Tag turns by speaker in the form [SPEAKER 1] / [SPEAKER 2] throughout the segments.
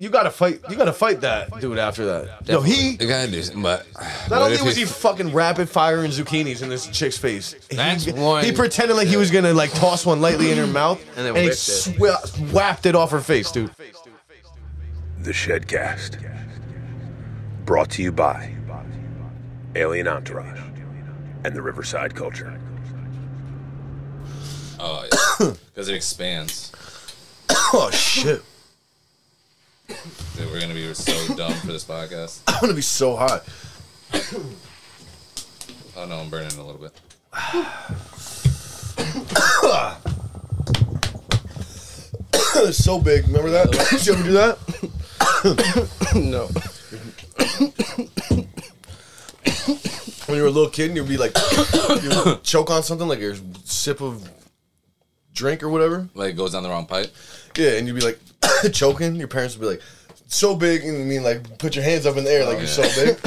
[SPEAKER 1] you gotta fight. You gotta fight that dude after that. Yo, he
[SPEAKER 2] You gotta do something, but
[SPEAKER 1] not
[SPEAKER 2] what
[SPEAKER 1] only
[SPEAKER 2] if
[SPEAKER 1] was he
[SPEAKER 2] it's-
[SPEAKER 1] fucking rapid firing zucchinis in this chick's face, he-
[SPEAKER 3] That's
[SPEAKER 1] he,
[SPEAKER 3] one-
[SPEAKER 1] pretended like he was gonna like toss one lightly in her mouth,
[SPEAKER 3] And
[SPEAKER 1] and,
[SPEAKER 3] then
[SPEAKER 1] he
[SPEAKER 3] whipped it.
[SPEAKER 1] swa- whapped it off her face, dude.
[SPEAKER 4] The Shedcast. Brought to you by Alien Entourage and the Riverside Culture.
[SPEAKER 2] Oh yeah, because it expands.
[SPEAKER 1] Oh shit!
[SPEAKER 2] Dude, we're gonna be so dumb for this podcast.
[SPEAKER 1] I'm gonna be so hot.
[SPEAKER 2] Oh no, I'm burning a little bit.
[SPEAKER 1] It's so big. Remember that? Did you ever do that?
[SPEAKER 3] no.
[SPEAKER 1] When you were a little kid, and you'd be like, you'd choke on something like your sip of drink or whatever.
[SPEAKER 2] Like it goes down the wrong pipe.
[SPEAKER 1] Yeah, and you'd be like choking. Your parents would be like, "So big," and I mean like, put your hands up in the air like you're so big.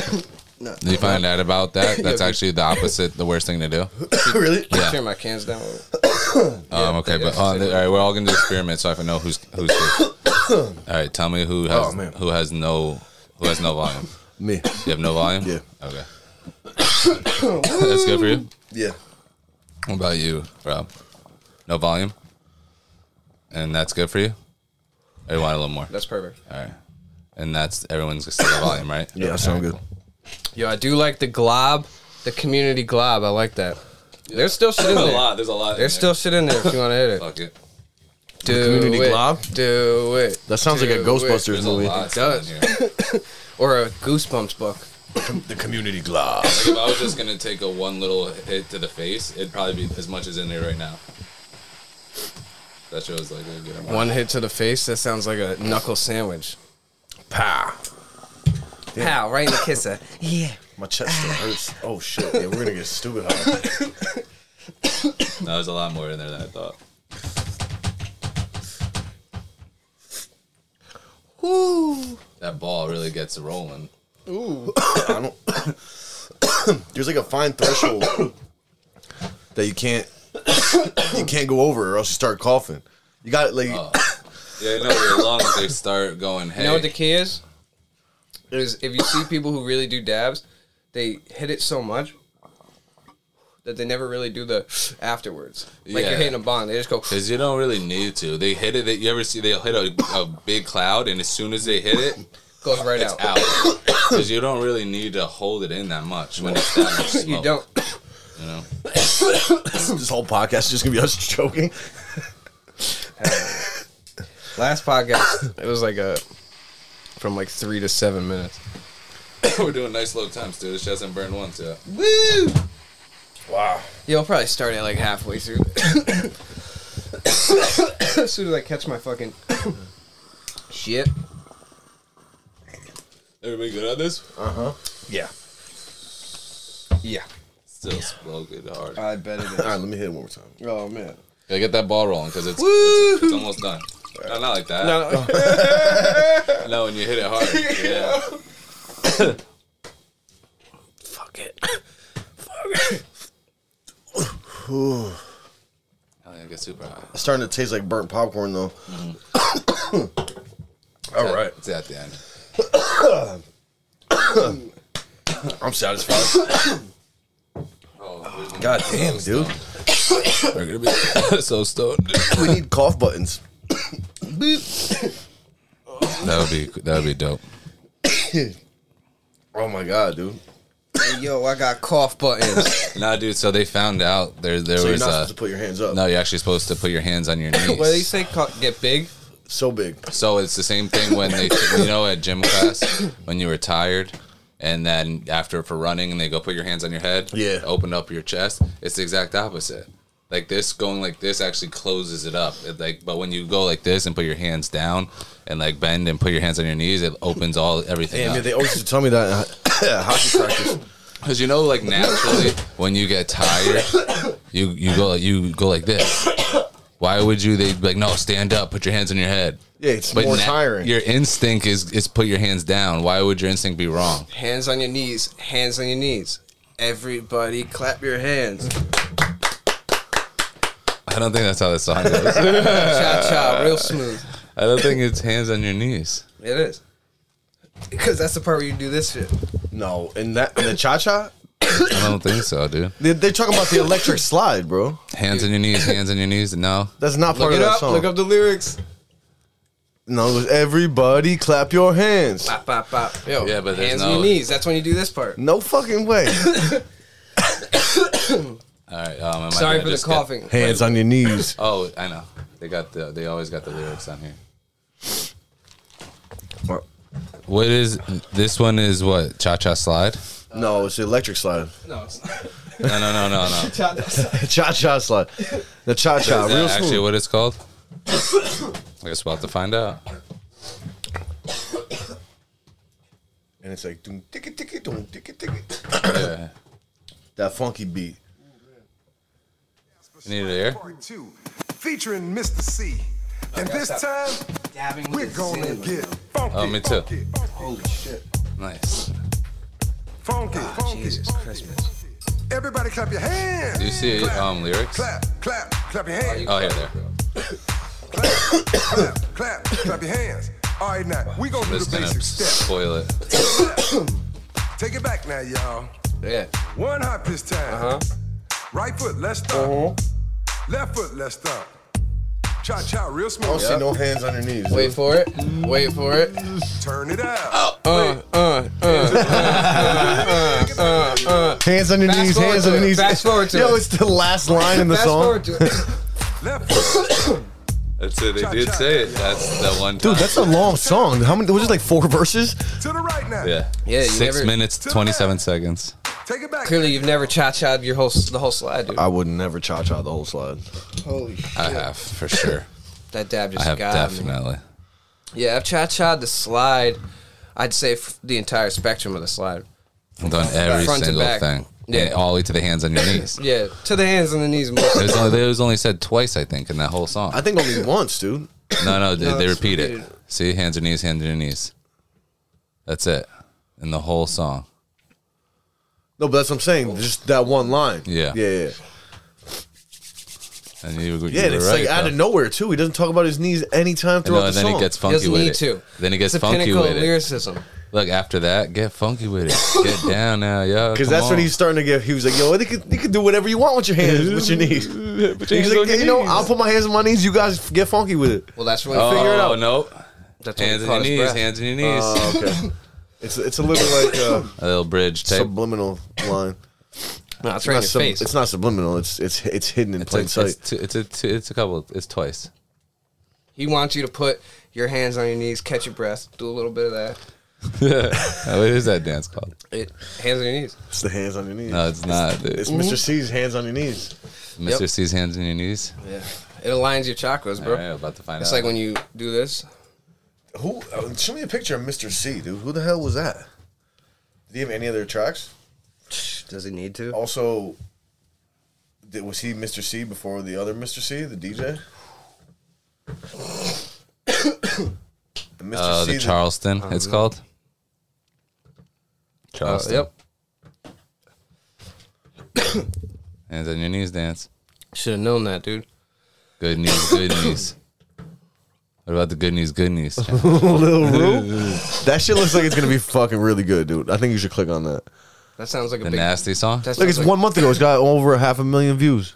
[SPEAKER 2] Did you find out about that? That's
[SPEAKER 1] Yeah.
[SPEAKER 2] actually the opposite, the worst thing to do.
[SPEAKER 1] really?
[SPEAKER 2] Yeah.
[SPEAKER 3] Turn my cans down.
[SPEAKER 2] Um, okay, but
[SPEAKER 3] yeah.
[SPEAKER 2] uh, all right, we're all gonna do experiments so I can know who's who's. Who. all right, tell me who has
[SPEAKER 1] Oh, man.
[SPEAKER 2] who has no who has no volume.
[SPEAKER 1] Me.
[SPEAKER 2] You have no volume.
[SPEAKER 1] Yeah.
[SPEAKER 2] Okay. That's good for you.
[SPEAKER 1] Yeah.
[SPEAKER 2] What about you, Rob? No volume. And that's good for you. Or you want a little more?
[SPEAKER 3] That's perfect.
[SPEAKER 2] All right. And that's everyone's gonna see the volume, right?
[SPEAKER 1] Yeah, that sound good.
[SPEAKER 3] Yo, I do like the glob, the community glob. I like that. There's still shit in there.
[SPEAKER 2] There's a lot.
[SPEAKER 3] There's still shit in there if you want to hit it.
[SPEAKER 2] Fuck it.
[SPEAKER 3] Do
[SPEAKER 1] community
[SPEAKER 3] it.
[SPEAKER 1] glob?
[SPEAKER 3] Do it.
[SPEAKER 1] That sounds like a
[SPEAKER 3] Do
[SPEAKER 1] Ghostbusters
[SPEAKER 2] There's a
[SPEAKER 1] movie.
[SPEAKER 2] lot. still in
[SPEAKER 3] does.
[SPEAKER 2] here.
[SPEAKER 3] it. Or a Goosebumps book.
[SPEAKER 1] The community glob.
[SPEAKER 2] Like if I was just gonna take a one little hit to the face, it'd probably be as much as in there right now. That shit was like a good amount.
[SPEAKER 3] One hit to the face. That sounds like a knuckle sandwich.
[SPEAKER 1] Pow.
[SPEAKER 3] Pow! Right in the kisser. Yeah.
[SPEAKER 1] My chest still hurts. Oh shit. Yeah, we're gonna get stupid hot.
[SPEAKER 2] No, there's a lot more in there than I thought.
[SPEAKER 3] Ooh.
[SPEAKER 2] That ball really gets rolling.
[SPEAKER 1] I don't There's like a fine threshold that you can't you can't go over or else you start coughing. You got it like
[SPEAKER 2] Yeah, no, your lungs they start going. Hey,
[SPEAKER 3] You know what the key is? Is if you see people who really do dabs, they hit it so much that they never really do the afterwards. Like
[SPEAKER 2] Yeah.
[SPEAKER 3] you're hitting a bond, they just go.
[SPEAKER 2] Cause you don't really need to. They hit it. You ever see they'll hit a, a big cloud, and as soon as they hit it,
[SPEAKER 3] goes right
[SPEAKER 2] it's
[SPEAKER 3] out.
[SPEAKER 2] out. Cause you don't really need to hold it in that much when it's that much smoke.
[SPEAKER 3] You don't.
[SPEAKER 2] You know.
[SPEAKER 1] this whole podcast is just gonna be us choking.
[SPEAKER 3] Last podcast, it was like a from like three to seven minutes.
[SPEAKER 2] We're doing nice low times, dude. It hasn't burned once yet.
[SPEAKER 3] Woo! Wow. You'll probably start it like halfway through. as soon as I catch my fucking shit.
[SPEAKER 2] Everybody good on this?
[SPEAKER 1] Yeah.
[SPEAKER 3] Yeah.
[SPEAKER 2] Still smoke it hard.
[SPEAKER 3] I bet it is.
[SPEAKER 1] Alright, let me hit it one more time.
[SPEAKER 3] Oh man.
[SPEAKER 2] Gotta get that ball rolling because it's, it's, it's almost done. No, not like that. No,
[SPEAKER 3] No, no.
[SPEAKER 2] when you hit it hard. Yeah.
[SPEAKER 1] Fuck it.
[SPEAKER 2] Hell yeah, get super high.
[SPEAKER 1] It's starting to taste like burnt popcorn though. Mm-hmm. All right.
[SPEAKER 2] It's at the end.
[SPEAKER 1] I'm satisfied.
[SPEAKER 2] Oh,
[SPEAKER 1] God damn, dude.
[SPEAKER 2] we're gonna be so stoned. Dude.
[SPEAKER 1] We need cough buttons.
[SPEAKER 2] That would be that would be dope.
[SPEAKER 1] Oh my god, dude.
[SPEAKER 3] Yo, I got cough buttons.
[SPEAKER 2] Nah, dude. So they found out there there
[SPEAKER 1] So you're
[SPEAKER 2] was
[SPEAKER 1] not
[SPEAKER 2] uh,
[SPEAKER 1] supposed to put your hands up.
[SPEAKER 2] no. You're actually supposed to put your hands on your knees.
[SPEAKER 3] what do you say? Cough, get big?
[SPEAKER 1] So big.
[SPEAKER 2] So it's the same thing when they, you know, at gym class when you were tired, and then after for running, and they go put your hands on your head,
[SPEAKER 1] Yeah.
[SPEAKER 2] open up your chest. It's the exact opposite. Like this, going like this actually closes it up. It like, but when you go like this and put your hands down and like bend and put your hands on your knees, it opens all everything
[SPEAKER 1] Damn, yeah,
[SPEAKER 2] up.
[SPEAKER 1] they always used to tell me that in ho- hockey practice.
[SPEAKER 2] Because you know, like naturally, when you get tired, you you go you go like this. Why would you? They like no, stand up, put your hands on your head.
[SPEAKER 1] Yeah, it's more
[SPEAKER 2] na-
[SPEAKER 1] tiring.
[SPEAKER 2] Your instinct is is put your hands down. Why would your instinct be wrong?
[SPEAKER 3] Hands on your knees. Hands on your knees. Everybody, clap your hands.
[SPEAKER 2] I don't think that's how this song goes.
[SPEAKER 3] Cha cha, real smooth.
[SPEAKER 2] I don't think it's hands on your knees.
[SPEAKER 3] It is. Because that's the part where you do this shit.
[SPEAKER 1] No, and that and the cha cha.
[SPEAKER 2] I don't think so, dude.
[SPEAKER 1] They, they're talking about the electric slide, bro.
[SPEAKER 2] Hands on your knees, hands on your knees. No.
[SPEAKER 1] That's not part
[SPEAKER 3] Look
[SPEAKER 1] of
[SPEAKER 3] it
[SPEAKER 1] that
[SPEAKER 3] up.
[SPEAKER 1] song.
[SPEAKER 3] Look up the lyrics.
[SPEAKER 1] No, it was everybody clap your hands.
[SPEAKER 3] Bop, bop, bop. Yo,
[SPEAKER 2] Yeah, but there's
[SPEAKER 3] hands
[SPEAKER 2] no-
[SPEAKER 3] on your knees. That's when you do this part.
[SPEAKER 1] No fucking way.
[SPEAKER 2] All right. Um, and my
[SPEAKER 3] Sorry
[SPEAKER 2] dad
[SPEAKER 3] for the
[SPEAKER 2] just got-
[SPEAKER 3] coughing.
[SPEAKER 1] hands on your knees.
[SPEAKER 2] oh, I know. They got the. They always got the lyrics on here. What is this one? Is what cha cha slide?
[SPEAKER 1] No, it's the electric slide.
[SPEAKER 3] No, it's not.
[SPEAKER 2] No, no, no, no, no.
[SPEAKER 1] cha cha slide. The cha cha.
[SPEAKER 2] Is that
[SPEAKER 1] Real
[SPEAKER 2] actually
[SPEAKER 1] smooth.
[SPEAKER 2] what it's called? I guess we'll have to find out.
[SPEAKER 1] And it's like doom ticket ticket doom ticket ticket.
[SPEAKER 2] Yeah.
[SPEAKER 1] That funky beat.
[SPEAKER 2] You need it here?
[SPEAKER 5] Part two, featuring Mr. C. And this time,
[SPEAKER 3] Dabbing
[SPEAKER 5] we're
[SPEAKER 3] with the
[SPEAKER 5] gonna
[SPEAKER 3] sin.
[SPEAKER 5] get funky.
[SPEAKER 2] Oh, me too.
[SPEAKER 5] Funky,
[SPEAKER 3] Holy shit.
[SPEAKER 2] Nice. Oh,
[SPEAKER 5] funky, funky.
[SPEAKER 3] Jesus
[SPEAKER 5] funky.
[SPEAKER 3] Christmas.
[SPEAKER 5] Everybody clap your hands.
[SPEAKER 2] Do you see um lyrics?
[SPEAKER 5] Clap, clap, clap your hands.
[SPEAKER 2] Oh, here, there.
[SPEAKER 5] Clap, clap, clap, clap your hands. All right, now, we gonna
[SPEAKER 2] I'm
[SPEAKER 5] do
[SPEAKER 2] just
[SPEAKER 5] the
[SPEAKER 2] gonna
[SPEAKER 5] basic step.
[SPEAKER 2] spoil it.
[SPEAKER 5] Take it back now, y'all.
[SPEAKER 3] Yeah.
[SPEAKER 5] One hop this time.
[SPEAKER 3] Uh-huh.
[SPEAKER 5] Right foot, let's stop.
[SPEAKER 2] Uh-huh.
[SPEAKER 5] Left foot, let's stop. Cha cha, real
[SPEAKER 2] Oh,
[SPEAKER 1] I don't
[SPEAKER 5] smooth.
[SPEAKER 1] see no hands on your knees.
[SPEAKER 3] Wait for it. Wait for it.
[SPEAKER 5] Turn it out.
[SPEAKER 2] Oh.
[SPEAKER 3] Uh, uh, uh.
[SPEAKER 1] hands on your
[SPEAKER 3] Fast
[SPEAKER 1] knees,
[SPEAKER 3] forward
[SPEAKER 1] hands
[SPEAKER 3] to
[SPEAKER 1] on your
[SPEAKER 3] it,
[SPEAKER 1] knees.
[SPEAKER 3] fast forward to
[SPEAKER 1] Yo,
[SPEAKER 3] it.
[SPEAKER 1] it's the last line in the
[SPEAKER 3] Fast
[SPEAKER 1] song.
[SPEAKER 3] forward to it.
[SPEAKER 5] Left foot.
[SPEAKER 2] That's it. They did say it. That's the one. Time.
[SPEAKER 1] Dude, that's a long song. How many? It was just like four verses.
[SPEAKER 5] to the right now.
[SPEAKER 2] yeah.
[SPEAKER 3] Yeah, you
[SPEAKER 2] Six
[SPEAKER 3] never-
[SPEAKER 2] minutes, twenty-seven seconds.
[SPEAKER 5] Take it back.
[SPEAKER 3] Clearly, you've never cha-cha'd your whole the whole slide,
[SPEAKER 2] Uh,
[SPEAKER 3] dude.
[SPEAKER 1] I would never cha cha the whole slide.
[SPEAKER 3] Holy shit.
[SPEAKER 2] I have for sure.
[SPEAKER 3] That dab
[SPEAKER 2] I
[SPEAKER 3] just
[SPEAKER 2] have
[SPEAKER 3] got me.
[SPEAKER 2] definitely.
[SPEAKER 3] Yeah, I've cha-cha'd the slide. I'd say f- the entire spectrum of the slide.
[SPEAKER 2] I've done every
[SPEAKER 3] Front to
[SPEAKER 2] single
[SPEAKER 3] back.
[SPEAKER 2] thing.
[SPEAKER 3] Yeah.
[SPEAKER 2] Yeah. all the way to the hands on your knees.
[SPEAKER 3] Yeah, to the hands and the knees. More.
[SPEAKER 2] It was, only, it was only said twice, I think, in that whole song.
[SPEAKER 1] I think only once, dude.
[SPEAKER 2] No, no, they, they
[SPEAKER 3] it's
[SPEAKER 2] repeat it.
[SPEAKER 3] repeated.
[SPEAKER 2] See, hands or knees, hands or knees. That's it. In the whole song.
[SPEAKER 1] No, but that's what I'm saying. Just that one line.
[SPEAKER 2] Yeah.
[SPEAKER 1] Yeah. Yeah.
[SPEAKER 2] And you, you
[SPEAKER 1] Yeah, and
[SPEAKER 2] were
[SPEAKER 1] it's
[SPEAKER 2] right,
[SPEAKER 1] like out
[SPEAKER 2] though.
[SPEAKER 1] of nowhere too. He doesn't talk about his knees anytime
[SPEAKER 2] No,
[SPEAKER 1] throughout the
[SPEAKER 2] and then
[SPEAKER 1] song.
[SPEAKER 2] it gets
[SPEAKER 3] He
[SPEAKER 2] funky
[SPEAKER 3] doesn't
[SPEAKER 2] with
[SPEAKER 3] need
[SPEAKER 2] it.
[SPEAKER 3] to.
[SPEAKER 2] Then it
[SPEAKER 3] It's
[SPEAKER 2] gets
[SPEAKER 3] the
[SPEAKER 2] funky
[SPEAKER 3] pinnacle
[SPEAKER 2] with
[SPEAKER 3] of
[SPEAKER 2] it.
[SPEAKER 3] lyricism.
[SPEAKER 2] Look, after that, get funky with it. Get down now, yo.
[SPEAKER 1] because that's
[SPEAKER 2] come
[SPEAKER 1] when
[SPEAKER 2] on.
[SPEAKER 1] he's starting to get. He was like, "Yo, you could, you could do whatever you want with your hands, with your knees." He's like, "You know, I'll put my hands on my knees. You guys get funky with it.
[SPEAKER 3] Well, that's when
[SPEAKER 2] oh,
[SPEAKER 3] you figure it out.
[SPEAKER 2] no.
[SPEAKER 3] That's when
[SPEAKER 2] Hands
[SPEAKER 3] you
[SPEAKER 2] on your knees,
[SPEAKER 3] caught his breath. Uh,
[SPEAKER 2] hands on your knees.
[SPEAKER 1] Oh, okay. it's it's a little like uh,
[SPEAKER 2] a little bridge type.
[SPEAKER 1] subliminal line.
[SPEAKER 3] No, it's right in your
[SPEAKER 1] Not sub-
[SPEAKER 3] face.
[SPEAKER 1] It's not subliminal. It's it's it's hidden in
[SPEAKER 2] It's,
[SPEAKER 1] plain
[SPEAKER 2] a,
[SPEAKER 1] sight.
[SPEAKER 2] it's, two, it's, a, two, it's a couple. It's twice.
[SPEAKER 3] He wants you to put your hands on your knees, catch your breath, do a little bit of that.
[SPEAKER 2] Now, what is that dance called?
[SPEAKER 3] It, hands on your knees.
[SPEAKER 1] It's the hands on your knees.
[SPEAKER 2] No, it's not. Dude.
[SPEAKER 1] it's Mr. C's hands on your knees.
[SPEAKER 2] Mr.
[SPEAKER 3] Yep.
[SPEAKER 2] C's hands on your knees.
[SPEAKER 3] Yeah, it aligns your chakras, bro.
[SPEAKER 2] All right, about to find
[SPEAKER 3] It's
[SPEAKER 2] out.
[SPEAKER 3] like when you do this.
[SPEAKER 1] Who? Uh, show me a picture of Mr. C, dude. Who the hell was that? Did he have any other tracks?
[SPEAKER 3] Does he need to?
[SPEAKER 1] Also, did, was he Mr. C before the other Mr. C, the DJ? The Mr. C,
[SPEAKER 2] Uh, the
[SPEAKER 1] the- Oh,
[SPEAKER 2] Charleston, it's called.
[SPEAKER 3] Uh,
[SPEAKER 2] Charleston.
[SPEAKER 3] yep.
[SPEAKER 2] Hands on your knees dance.
[SPEAKER 3] Should have known that, dude.
[SPEAKER 2] Good news, good news. What about the good news, good news?
[SPEAKER 1] Lil Rue? that shit looks like it's gonna be fucking really good, dude. I think you should click on that.
[SPEAKER 3] That sounds like a
[SPEAKER 2] The
[SPEAKER 3] big.
[SPEAKER 2] nasty song?
[SPEAKER 3] that
[SPEAKER 1] Look,
[SPEAKER 3] sounds
[SPEAKER 1] it's one month ago. It's got over a half a million views.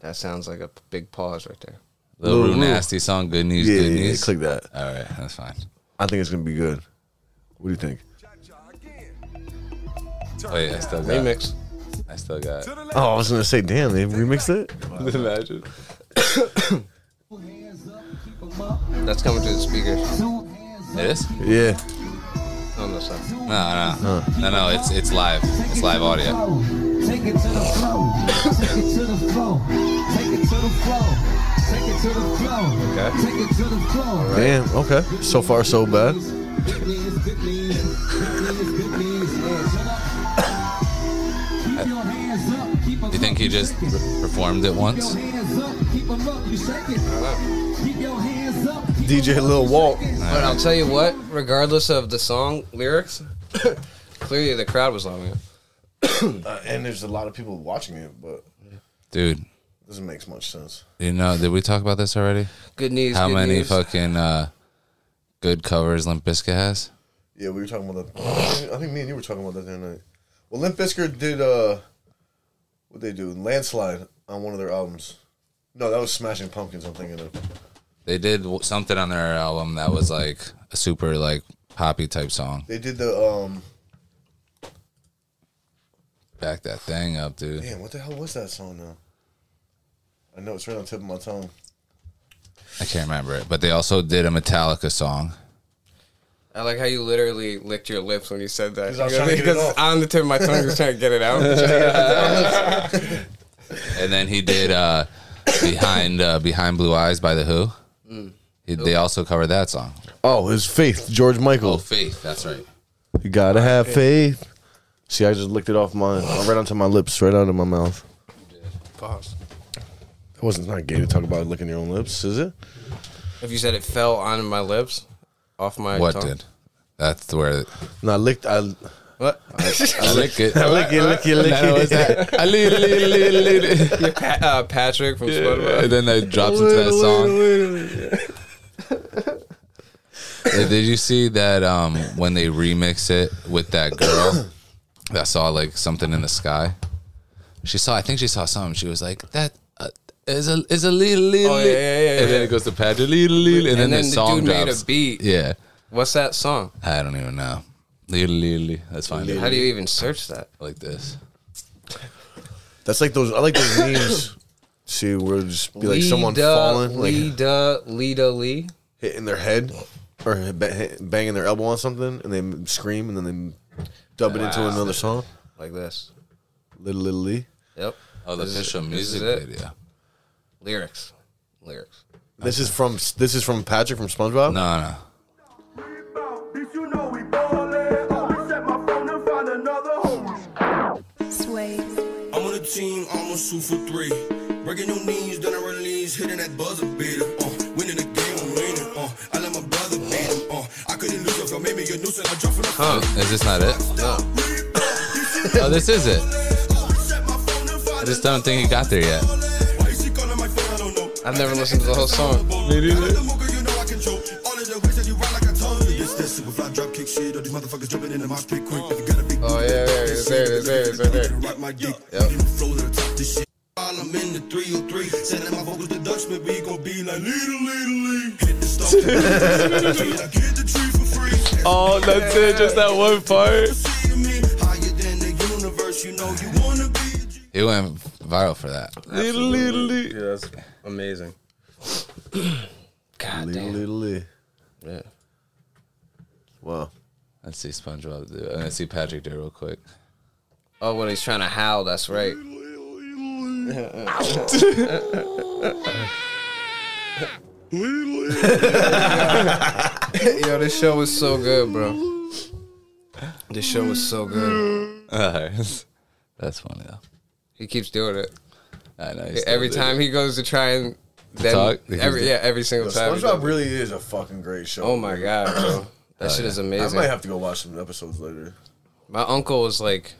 [SPEAKER 3] That sounds like a big pause right there.
[SPEAKER 2] Little
[SPEAKER 1] Lil
[SPEAKER 2] Rue
[SPEAKER 1] Rue.
[SPEAKER 2] nasty song, good news,
[SPEAKER 1] Yeah,
[SPEAKER 2] good
[SPEAKER 1] yeah, yeah,
[SPEAKER 2] news.
[SPEAKER 1] click that.
[SPEAKER 2] All right, that's fine.
[SPEAKER 1] I think it's gonna be good. What do you think?
[SPEAKER 2] Wait, Oh, I still got
[SPEAKER 3] Remix.
[SPEAKER 2] I still got
[SPEAKER 1] Oh, I was gonna say, damn, they remixed it.
[SPEAKER 2] Imagine.
[SPEAKER 3] That's coming through the speakers
[SPEAKER 2] It is?
[SPEAKER 1] Yeah,
[SPEAKER 3] on the side.
[SPEAKER 2] No, no. No, no, it's it's live. It's live audio.
[SPEAKER 6] Take it to the flow. Take it to the flow. Take it to the flow. Take it to the flow.
[SPEAKER 3] Okay.
[SPEAKER 6] Take it to the flow.
[SPEAKER 1] damn. Okay, so far so bad.
[SPEAKER 6] Good knees, good knees, good knees, good knees. Yeah, shut up. Keep your hands up. Keep 'em
[SPEAKER 2] You think
[SPEAKER 6] up,
[SPEAKER 2] he just
[SPEAKER 6] shake it.
[SPEAKER 2] re- performed it
[SPEAKER 6] Keep
[SPEAKER 2] once?
[SPEAKER 6] your hands up. Keep 'em up. You shake it. Keep your hands up. keep 'em
[SPEAKER 1] DJ
[SPEAKER 6] up,
[SPEAKER 1] Lil
[SPEAKER 6] you
[SPEAKER 1] Walt.
[SPEAKER 6] shake it.
[SPEAKER 3] But I'll tell you what, regardless of the song lyrics, clearly the crowd was loving it.
[SPEAKER 1] Uh, and there's a lot of people watching it, but it
[SPEAKER 2] Dude,
[SPEAKER 1] doesn't make much sense.
[SPEAKER 2] you know, did we talk about this already?
[SPEAKER 3] Good knees.
[SPEAKER 2] How
[SPEAKER 3] good
[SPEAKER 2] many
[SPEAKER 3] knees.
[SPEAKER 2] fucking uh good covers Limp Bizkit has?
[SPEAKER 1] Yeah, we were talking about that. I think me and you were talking about that the other night. Well, Limp Bizkit did uh, what they do, landslide on one of their albums. No, that was Smashing Pumpkins. I'm thinking of.
[SPEAKER 2] They did w- something on their album that was like a super like poppy type song.
[SPEAKER 1] They did the um.
[SPEAKER 2] Back that thing up, dude.
[SPEAKER 1] Damn, what the hell was that song now? I know it's right on the tip of my tongue.
[SPEAKER 2] I can't remember it, but they also did a Metallica song.
[SPEAKER 3] I like how you literally licked your lips when you said that.
[SPEAKER 1] 'Cause I was trying to get it
[SPEAKER 3] Because it's
[SPEAKER 1] off.
[SPEAKER 3] on the tip of my tongue, just trying to get it out.
[SPEAKER 2] and then he did uh, behind uh, behind blue eyes by the Who. He, they also covered that song.
[SPEAKER 1] Oh, his faith, George
[SPEAKER 2] Oh,
[SPEAKER 1] Michael.
[SPEAKER 2] faith. That's right.
[SPEAKER 1] You gotta have faith. See, I just licked it off my right onto my lips, right onto my mouth.
[SPEAKER 3] Pause.
[SPEAKER 1] It wasn't not gay to talk about licking your own lips, is it?
[SPEAKER 3] If you said it fell on my lips, off my
[SPEAKER 2] what
[SPEAKER 3] tongue.
[SPEAKER 2] did? That's where
[SPEAKER 1] No, I licked. I,
[SPEAKER 3] What?
[SPEAKER 2] I lick it.
[SPEAKER 1] I lick it, lick it, lick
[SPEAKER 2] That was
[SPEAKER 1] it.
[SPEAKER 2] that. I lick it, lick it, lick it, lick it.
[SPEAKER 3] Pa- uh, Patrick from Spotify.
[SPEAKER 2] And then they drops into that song. Uh, Did you see that um, when they remix it with that girl that saw like something in the sky? She saw, I think she saw something. She was like, "That uh, is a is a little little."
[SPEAKER 3] Oh, yeah, yeah, yeah,
[SPEAKER 2] and then
[SPEAKER 3] yeah.
[SPEAKER 2] it goes to Patrick, little little, and,
[SPEAKER 3] And
[SPEAKER 2] then,
[SPEAKER 3] then
[SPEAKER 2] the
[SPEAKER 3] the
[SPEAKER 2] song
[SPEAKER 3] dude made a
[SPEAKER 2] drops.
[SPEAKER 3] beat.
[SPEAKER 2] Yeah,
[SPEAKER 3] What's that song?
[SPEAKER 2] I don't even know. Little little, that's fine.
[SPEAKER 3] How do you even search that?
[SPEAKER 2] like this?
[SPEAKER 1] That's like those. I like those memes. See, where it'd just be like someone
[SPEAKER 3] Lida-
[SPEAKER 1] falling, like
[SPEAKER 3] Lida, Lida Lee.
[SPEAKER 1] hitting their head or ba- hit- banging their elbow on something, and they scream, and then they dub it into another song.
[SPEAKER 3] Like this.
[SPEAKER 1] Little Little Lee.
[SPEAKER 3] Yep.
[SPEAKER 2] Oh, the
[SPEAKER 3] This is-
[SPEAKER 2] official
[SPEAKER 3] this
[SPEAKER 2] music
[SPEAKER 3] is it.
[SPEAKER 2] video.
[SPEAKER 3] Lyrics. Lyrics.
[SPEAKER 1] This is from this is from Patrick from SpongeBob.
[SPEAKER 2] No, no.
[SPEAKER 5] Bitch, you know we ballin'. Always set my phone and find another homie.
[SPEAKER 7] Sway.
[SPEAKER 8] I'm on a team, almost two for three. Breaking your knees, then I release, hitting that buzzer beater. Uh, winning the game, I'm winning. Uh, I let my brother beat him. Uh, I couldn't lose if I made me a noose and I dropped from the
[SPEAKER 2] Oh, is this not it?
[SPEAKER 3] No.
[SPEAKER 2] Oh, this is it. I just don't think you got there yet.
[SPEAKER 8] Why is she calling my phone? I don't know.
[SPEAKER 3] I've never listened to the whole song.
[SPEAKER 8] The mooker, you know I control. All of the ways that you ride like I told you. It's that super fly drop kick shit. All these motherfuckers jumping in the mosh pit quick. You gotta be
[SPEAKER 3] Oh, yeah, there it is. There it is. There it is. Right there.
[SPEAKER 8] Rock my dick. Give me flow to the top. This shit. While I'm in the 303. Sending my vocals to Dutchman. We gon' be like, little, little, little. Hit the stop. I get the tree for free.
[SPEAKER 2] Oh, that's it. Just that one part.
[SPEAKER 8] See me higher than the universe. You know you wanna be a G.
[SPEAKER 2] It went viral for that.
[SPEAKER 3] Yeah, that's amazing. God
[SPEAKER 1] Little
[SPEAKER 3] damn.
[SPEAKER 1] Little Lee.
[SPEAKER 3] Yeah.
[SPEAKER 1] Wow.
[SPEAKER 2] Let's see SpongeBob do. Let's see Patrick do real quick.
[SPEAKER 3] Oh, when he's trying to howl, that's right. Yo, this show was so good, bro. This show was so good.
[SPEAKER 2] That's funny though.
[SPEAKER 3] He keeps doing it
[SPEAKER 2] I know.
[SPEAKER 3] every time he goes to try and then
[SPEAKER 2] talk?
[SPEAKER 3] every yeah every single time. he
[SPEAKER 1] SpongeBob
[SPEAKER 3] does it.
[SPEAKER 1] really is a fucking great show.
[SPEAKER 3] oh my god, bro,
[SPEAKER 2] Oh,
[SPEAKER 3] that shit is
[SPEAKER 1] I
[SPEAKER 3] amazing.
[SPEAKER 1] might have to go watch some episodes later.
[SPEAKER 3] My uncle was like,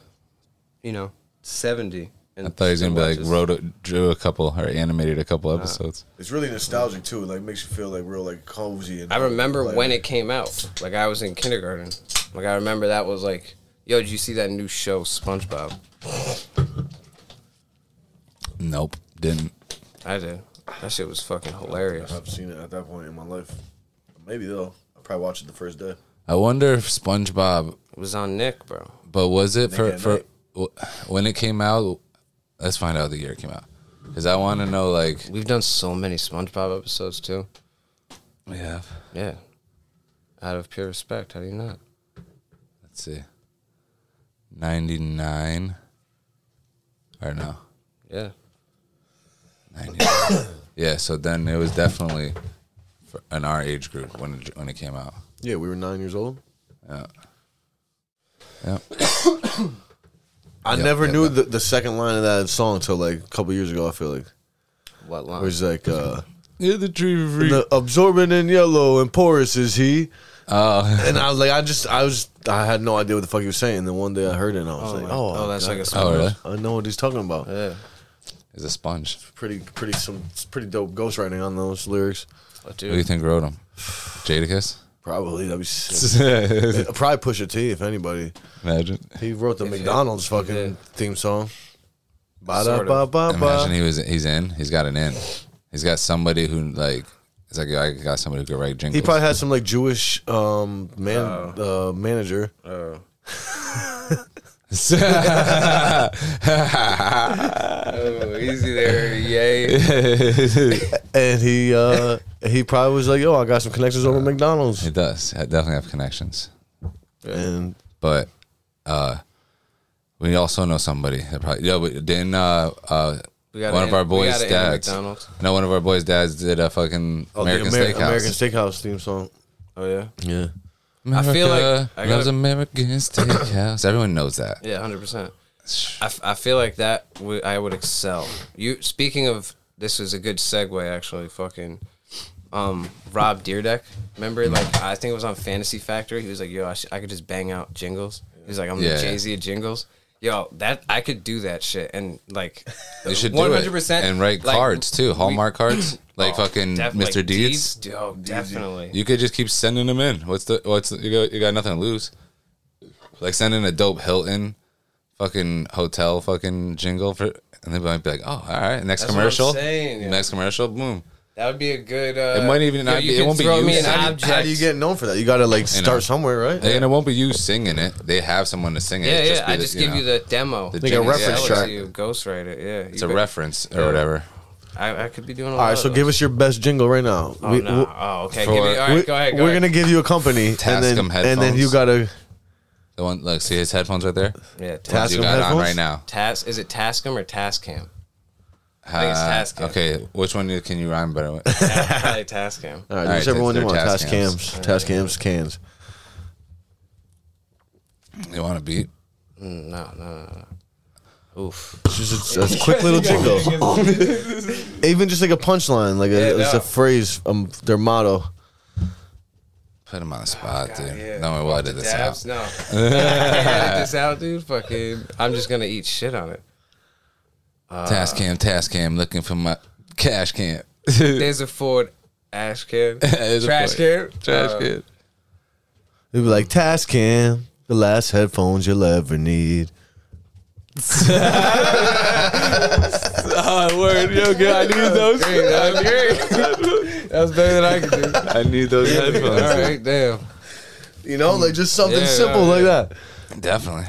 [SPEAKER 3] you know, seventy. And
[SPEAKER 2] I thought he was gonna be like
[SPEAKER 3] watches-
[SPEAKER 2] wrote, a, drew a couple, or animated a couple episodes.
[SPEAKER 1] It's really nostalgic too. Like makes you feel like real like cozy. And
[SPEAKER 3] I remember
[SPEAKER 1] like,
[SPEAKER 3] when it came out. Like I was in kindergarten. Like I remember that was like, yo, did you see that new show SpongeBob?
[SPEAKER 2] Nope, didn't.
[SPEAKER 3] I did. That shit was fucking hilarious.
[SPEAKER 1] I've seen it at that point in my life. Maybe though, I probably watched it the first day.
[SPEAKER 2] I wonder if SpongeBob,
[SPEAKER 3] It was on Nick, bro.
[SPEAKER 2] but was it for
[SPEAKER 1] at
[SPEAKER 2] for
[SPEAKER 1] night.
[SPEAKER 2] w- when it came out? Let's find out the year it came out, because I want to know like
[SPEAKER 3] We've done so many SpongeBob episodes too.
[SPEAKER 2] we have.
[SPEAKER 3] Yeah. Out of pure respect, how do you not?
[SPEAKER 2] Let's see, ninety nine, or no,
[SPEAKER 3] Yeah.
[SPEAKER 2] ninety nine. yeah, so then it was definitely for in our age group when it, when it came out.
[SPEAKER 1] Yeah, we were nine years old.
[SPEAKER 2] Yeah. Yep.
[SPEAKER 1] I
[SPEAKER 2] Yep,
[SPEAKER 1] never
[SPEAKER 2] yep,
[SPEAKER 1] knew
[SPEAKER 2] yep.
[SPEAKER 1] the, the second line of that song until like a couple years ago. I feel like
[SPEAKER 3] What line?
[SPEAKER 1] it was like uh,
[SPEAKER 2] Yeah, the tree freak.
[SPEAKER 1] the absorbent and yellow and porous is he.
[SPEAKER 2] Oh,
[SPEAKER 1] And I was like, I just, I was, I had no idea what the fuck he was saying. And then one day I heard it, and I was like, oh,
[SPEAKER 3] oh, that's
[SPEAKER 1] I-
[SPEAKER 3] like a
[SPEAKER 2] oh,
[SPEAKER 3] SpongeBob.
[SPEAKER 2] really?
[SPEAKER 1] I know what he's talking about.
[SPEAKER 3] Yeah.
[SPEAKER 2] It's a sponge.
[SPEAKER 1] Pretty, pretty, some it's pretty dope ghostwriting on those lyrics.
[SPEAKER 2] Oh,
[SPEAKER 3] But
[SPEAKER 2] Who do you
[SPEAKER 3] dude,
[SPEAKER 2] think wrote them? Jadakiss?
[SPEAKER 1] Probably that'd be sick.
[SPEAKER 2] Imagine.
[SPEAKER 1] probably push a T if anybody. He wrote the McDonald's fucking theme song. Ba da
[SPEAKER 3] Sort
[SPEAKER 1] ba
[SPEAKER 3] of.
[SPEAKER 1] ba
[SPEAKER 2] Imagine
[SPEAKER 1] ba.
[SPEAKER 2] he was he's in. He's got an in. He's got somebody who like it's like I got somebody who could write jingles.
[SPEAKER 1] He probably had some like Jewish um man uh, manager.
[SPEAKER 3] Oh, easy there. Yay.
[SPEAKER 1] And he uh he probably was like, "Yo, I got some connections over at McDonald's."
[SPEAKER 2] It does. I definitely have connections.
[SPEAKER 1] And
[SPEAKER 2] But uh we also know somebody that probably yeah, but didn't uh uh
[SPEAKER 3] We gotta
[SPEAKER 2] one of
[SPEAKER 3] end-
[SPEAKER 2] our
[SPEAKER 3] we
[SPEAKER 2] boys'
[SPEAKER 3] gotta end
[SPEAKER 2] dads.
[SPEAKER 3] McDonald's.
[SPEAKER 2] No, one of our boys' dads did a fucking
[SPEAKER 1] oh,
[SPEAKER 2] American
[SPEAKER 1] the Amer-
[SPEAKER 2] Steakhouse.
[SPEAKER 1] American Steakhouse theme song.
[SPEAKER 3] Oh, yeah.
[SPEAKER 1] Yeah.
[SPEAKER 2] America
[SPEAKER 3] I feel like I gotta-
[SPEAKER 2] loves American Steakhouse. Everyone knows that.
[SPEAKER 3] Yeah, hundred percent. I, f- I feel like that w- I would excel. You speaking of this is a good segue actually. Fucking, um, Rob Deerdeck. Remember, like I think it was on Fantasy Factory. He was like, "Yo, I, sh- I could just bang out jingles." He's like, "I'm
[SPEAKER 2] Yeah.
[SPEAKER 3] the Jay Z of jingles." Yo, that I could do that shit, and like,
[SPEAKER 2] You should do
[SPEAKER 3] 100%
[SPEAKER 2] it and write
[SPEAKER 3] like, Oh,
[SPEAKER 2] cards too, Hallmark cards, like fucking
[SPEAKER 3] def-
[SPEAKER 2] Mr.
[SPEAKER 3] like,
[SPEAKER 2] Deeds.
[SPEAKER 3] Oh, definitely.
[SPEAKER 2] You could just keep sending them in. What's the what's the, you got? You got nothing to lose. Like sending a dope Hilton, fucking hotel, fucking jingle for, and they might be like, oh, all right, next
[SPEAKER 3] That's what I'm
[SPEAKER 2] commercial,
[SPEAKER 3] saying, yeah.
[SPEAKER 2] next commercial, boom.
[SPEAKER 3] That would be a good. Uh,
[SPEAKER 2] It might even
[SPEAKER 3] yo,
[SPEAKER 2] not
[SPEAKER 3] you
[SPEAKER 2] be- it
[SPEAKER 3] could
[SPEAKER 2] won't be
[SPEAKER 3] throw me
[SPEAKER 2] used.
[SPEAKER 3] an
[SPEAKER 2] How do-
[SPEAKER 3] object.
[SPEAKER 1] How do you get known for that? You got to like start somewhere, right?
[SPEAKER 2] And it won't be you singing it. They have someone to sing it.
[SPEAKER 3] Yeah,
[SPEAKER 2] It'd
[SPEAKER 3] yeah.
[SPEAKER 2] be
[SPEAKER 3] I
[SPEAKER 2] the-
[SPEAKER 3] just give
[SPEAKER 2] know,
[SPEAKER 3] you the demo. The
[SPEAKER 1] Like a reference track.
[SPEAKER 3] You ghostwrite it. Yeah,
[SPEAKER 2] It's a reference or whatever.
[SPEAKER 3] I, I could be doing. A
[SPEAKER 1] All right, so give us your best jingle right now.
[SPEAKER 3] Oh,
[SPEAKER 1] We-
[SPEAKER 3] no. oh okay.
[SPEAKER 2] For-
[SPEAKER 3] Give me, all
[SPEAKER 1] we,
[SPEAKER 3] right, go ahead. Go
[SPEAKER 1] we're
[SPEAKER 3] ahead.
[SPEAKER 1] gonna give you a company, and then
[SPEAKER 2] Tascam
[SPEAKER 1] and then you
[SPEAKER 2] headphones.
[SPEAKER 1] gotta
[SPEAKER 2] The one, look, see his headphones right there.
[SPEAKER 3] Yeah,
[SPEAKER 1] Task-
[SPEAKER 3] task.
[SPEAKER 2] You
[SPEAKER 1] Tascam
[SPEAKER 2] got it on
[SPEAKER 1] headphones?
[SPEAKER 2] right now.
[SPEAKER 3] task is it Tascam or Tascam? think it's
[SPEAKER 2] Uh,
[SPEAKER 3] Tascam.
[SPEAKER 2] okay, which one you- can you rhyme better with?
[SPEAKER 3] Probably Tascam.
[SPEAKER 1] All right,
[SPEAKER 2] All right,
[SPEAKER 1] whichever
[SPEAKER 2] that's
[SPEAKER 1] one you
[SPEAKER 2] their
[SPEAKER 1] want.
[SPEAKER 2] task
[SPEAKER 1] Task
[SPEAKER 2] cams.
[SPEAKER 1] cams, task cams, cans.
[SPEAKER 2] you want a beat?
[SPEAKER 3] No, no, no, no. Oof.
[SPEAKER 1] Just a, a quick little jingle. Even just like a punchline, like a,
[SPEAKER 3] Yeah,
[SPEAKER 1] it's
[SPEAKER 3] no.
[SPEAKER 1] a phrase, um, their motto.
[SPEAKER 2] Put him on the spot, dude.
[SPEAKER 3] Oh, yeah.
[SPEAKER 2] No, we'll edit this out.
[SPEAKER 3] Dabs, no. Edit this out, dude. Fucking. I'm just gonna eat shit on it.
[SPEAKER 2] Task cam, task cam, looking for my cash cam.
[SPEAKER 3] There's a Ford ash can,
[SPEAKER 2] There's a
[SPEAKER 3] trash can,
[SPEAKER 2] Ford. Trash
[SPEAKER 3] Uh,
[SPEAKER 2] can.
[SPEAKER 1] It'd be like task cam, the last headphones you'll ever need.
[SPEAKER 2] Oh, word. Yo, good. I need those.
[SPEAKER 3] Oh, That was great. That was better than I could do.
[SPEAKER 2] I need those
[SPEAKER 3] All right, damn.
[SPEAKER 1] You know, like just something
[SPEAKER 3] Yeah,
[SPEAKER 1] simple
[SPEAKER 3] yeah,
[SPEAKER 1] like
[SPEAKER 3] yeah.
[SPEAKER 1] that.
[SPEAKER 2] Definitely.